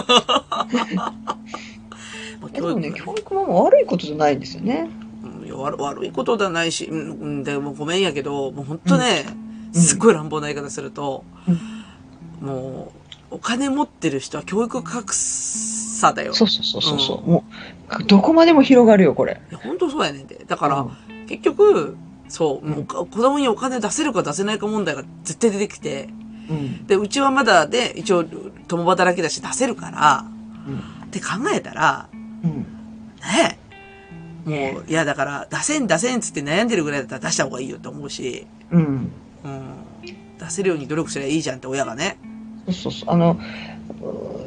S2: まあ
S3: でもね、
S2: ね
S3: 教育も悪いことじゃないんですよね。
S2: うんいや悪悪いことではないし、うんうん、でもごめんやけど、もう本当ね、
S3: うん
S2: すっごい乱暴な言い方すると、
S3: うん
S2: もう、お金持ってる人は教育格差だよ。
S3: そうそうそうそうそう、もう、どこまでも広がるよ、これ。
S2: いや本当そうやねんて。だから、
S3: うん
S2: 結局、そう、
S3: うん
S2: もうか子供にお金出せるか出せないか問題が絶対出てきて、
S3: うん。
S2: で、うちはまだで、一応、共働きだし出せるから、
S3: うん
S2: って考えたら、
S3: うん。
S2: ねえ、もう、いやだから、出せん出せんっつって悩んでるぐらいだったら出した方がいいよと思うし、
S3: うん。
S2: うん、出せるように努力すればいいじゃんって親がね。
S3: そうそうそう。あの、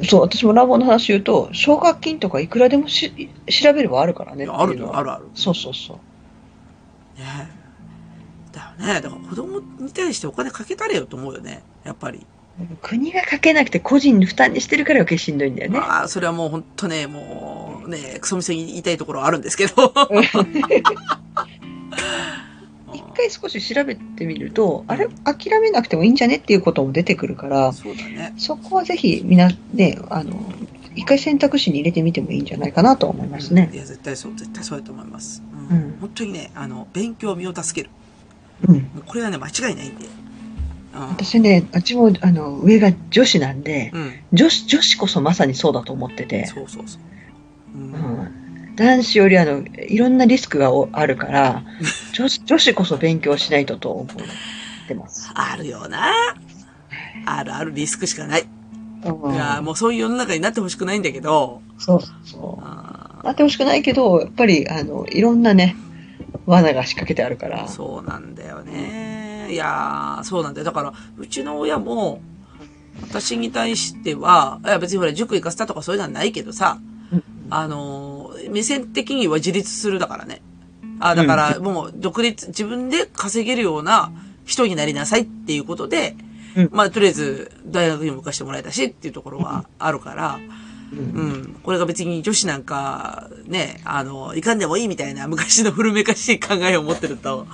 S3: うんそう、私もラボの話言うと、奨学金とかいくらでもし調べればあるから
S2: い
S3: ね。
S2: やある
S3: っていうの
S2: よ、
S3: は
S2: あるある。
S3: そうそうそう。
S2: ねえだよね。だから子供に対してお金かけたれよと思うよね。やっぱり。
S3: 国がかけなくて個人の負担にしてるから余計しんどいんだよね。
S2: まあ、それはもう本当ね、もうね、クソ店に言いたいところはあるんですけど。
S3: *laughs* *laughs* 一回少し調べてみると、あれ、諦めなくてもいいんじゃねっていうことも出てくるから、
S2: そうだね。
S3: そこはぜひみんなね、あの、一回選択肢に入れてみてもいいんじゃないかなと思いますね
S2: い。や、絶対そう、絶対そうやと思います。うん。
S3: うん
S2: 本当にね、あの、勉強身を助ける。
S3: うん。
S2: もうこれはね、間違いないんで。
S3: 私ね、あっちも、あの、上が女子なんで
S2: う、ん。うん。
S3: 女子、女子こそまさにそうだと思ってて、
S2: そうそうそう。うん。
S3: うん。男子よりあの、いろんなリスクがおあるから、女子、女子こそ勉強しないとと思ってます。
S2: あるよな。あるあるリスクしかない。
S3: うん
S2: いや、もうそういう世の中になってほしくないんだけど。
S3: そうそうそう。
S2: あ
S3: なってほしくないけど、やっぱり、あの、いろんなね、罠が仕掛けてあるから。
S2: ーそうなんだよね。いやーそうなんだよ。だから、うちの親も、私に対しては、いや別にほら、塾行かせたとかそういうのはないけどさ、
S3: うん
S2: あのー、目線的には自立するだからね。あだから、もう、独立、自分で稼げるような人になりなさいっていうことで、
S3: うん
S2: まあ、とりあえず、大学にも行かしてもらえたしっていうところはあるから、うん。これが別に女子なんか、ね、あの、いかんでもいいみたいな昔の古めかしい考えを持ってると、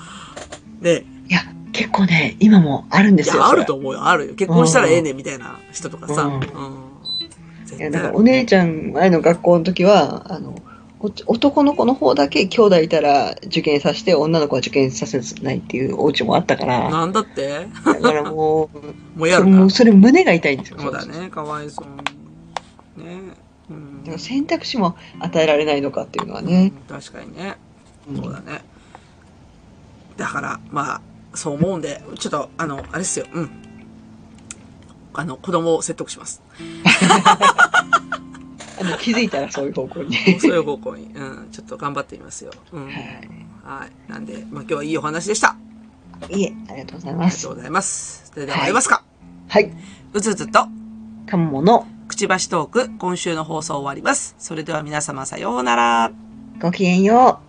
S2: ね、
S3: いや、結構ね、今もあるんで
S2: い
S3: すよ。
S2: や、あ
S3: それ
S2: ると思うよ、あるよ。結婚したらええねんみたいな人とかさ、
S3: う
S2: うんん。
S3: い
S2: 絶対
S3: や、だからお姉ちゃん、前の学校の時は、あの、お男の子の方だけ兄弟いたら受験させて、女の子は受験させないっていうお家もあったから、
S2: なんだって
S3: だからもう、
S2: もうや
S3: それ
S2: る
S3: もう
S2: か。
S3: それ胸が痛いんですよ。
S2: そうだ
S3: そうそう
S2: ね、かわいそうに。ね。う
S3: だ
S2: ん
S3: から。選択肢も与えられないのかっていうのはね。
S2: 確かにね。
S3: うん
S2: そうだね。だから、まあ、そう思うんで、ちょっと、あの、あれですよ、うん。あの、子供を説得します。
S3: あの気づいたらそういう方向に。
S2: *laughs* そういう方向に、うん、ちょっと頑張ってみますよ。うん。は。
S3: はい
S2: なんで、まあ、今日はいいお話でした。あ
S3: い。いえ、ありがとうござい
S2: り
S3: ま
S2: がと
S3: す
S2: う。ございます。それでは
S3: はい
S2: ありますか、
S3: はい。
S2: うつうつと、
S3: かもの
S2: くちばしトーク、今週の放送終わります。それでは皆様さようなら。
S3: ごきげんよう。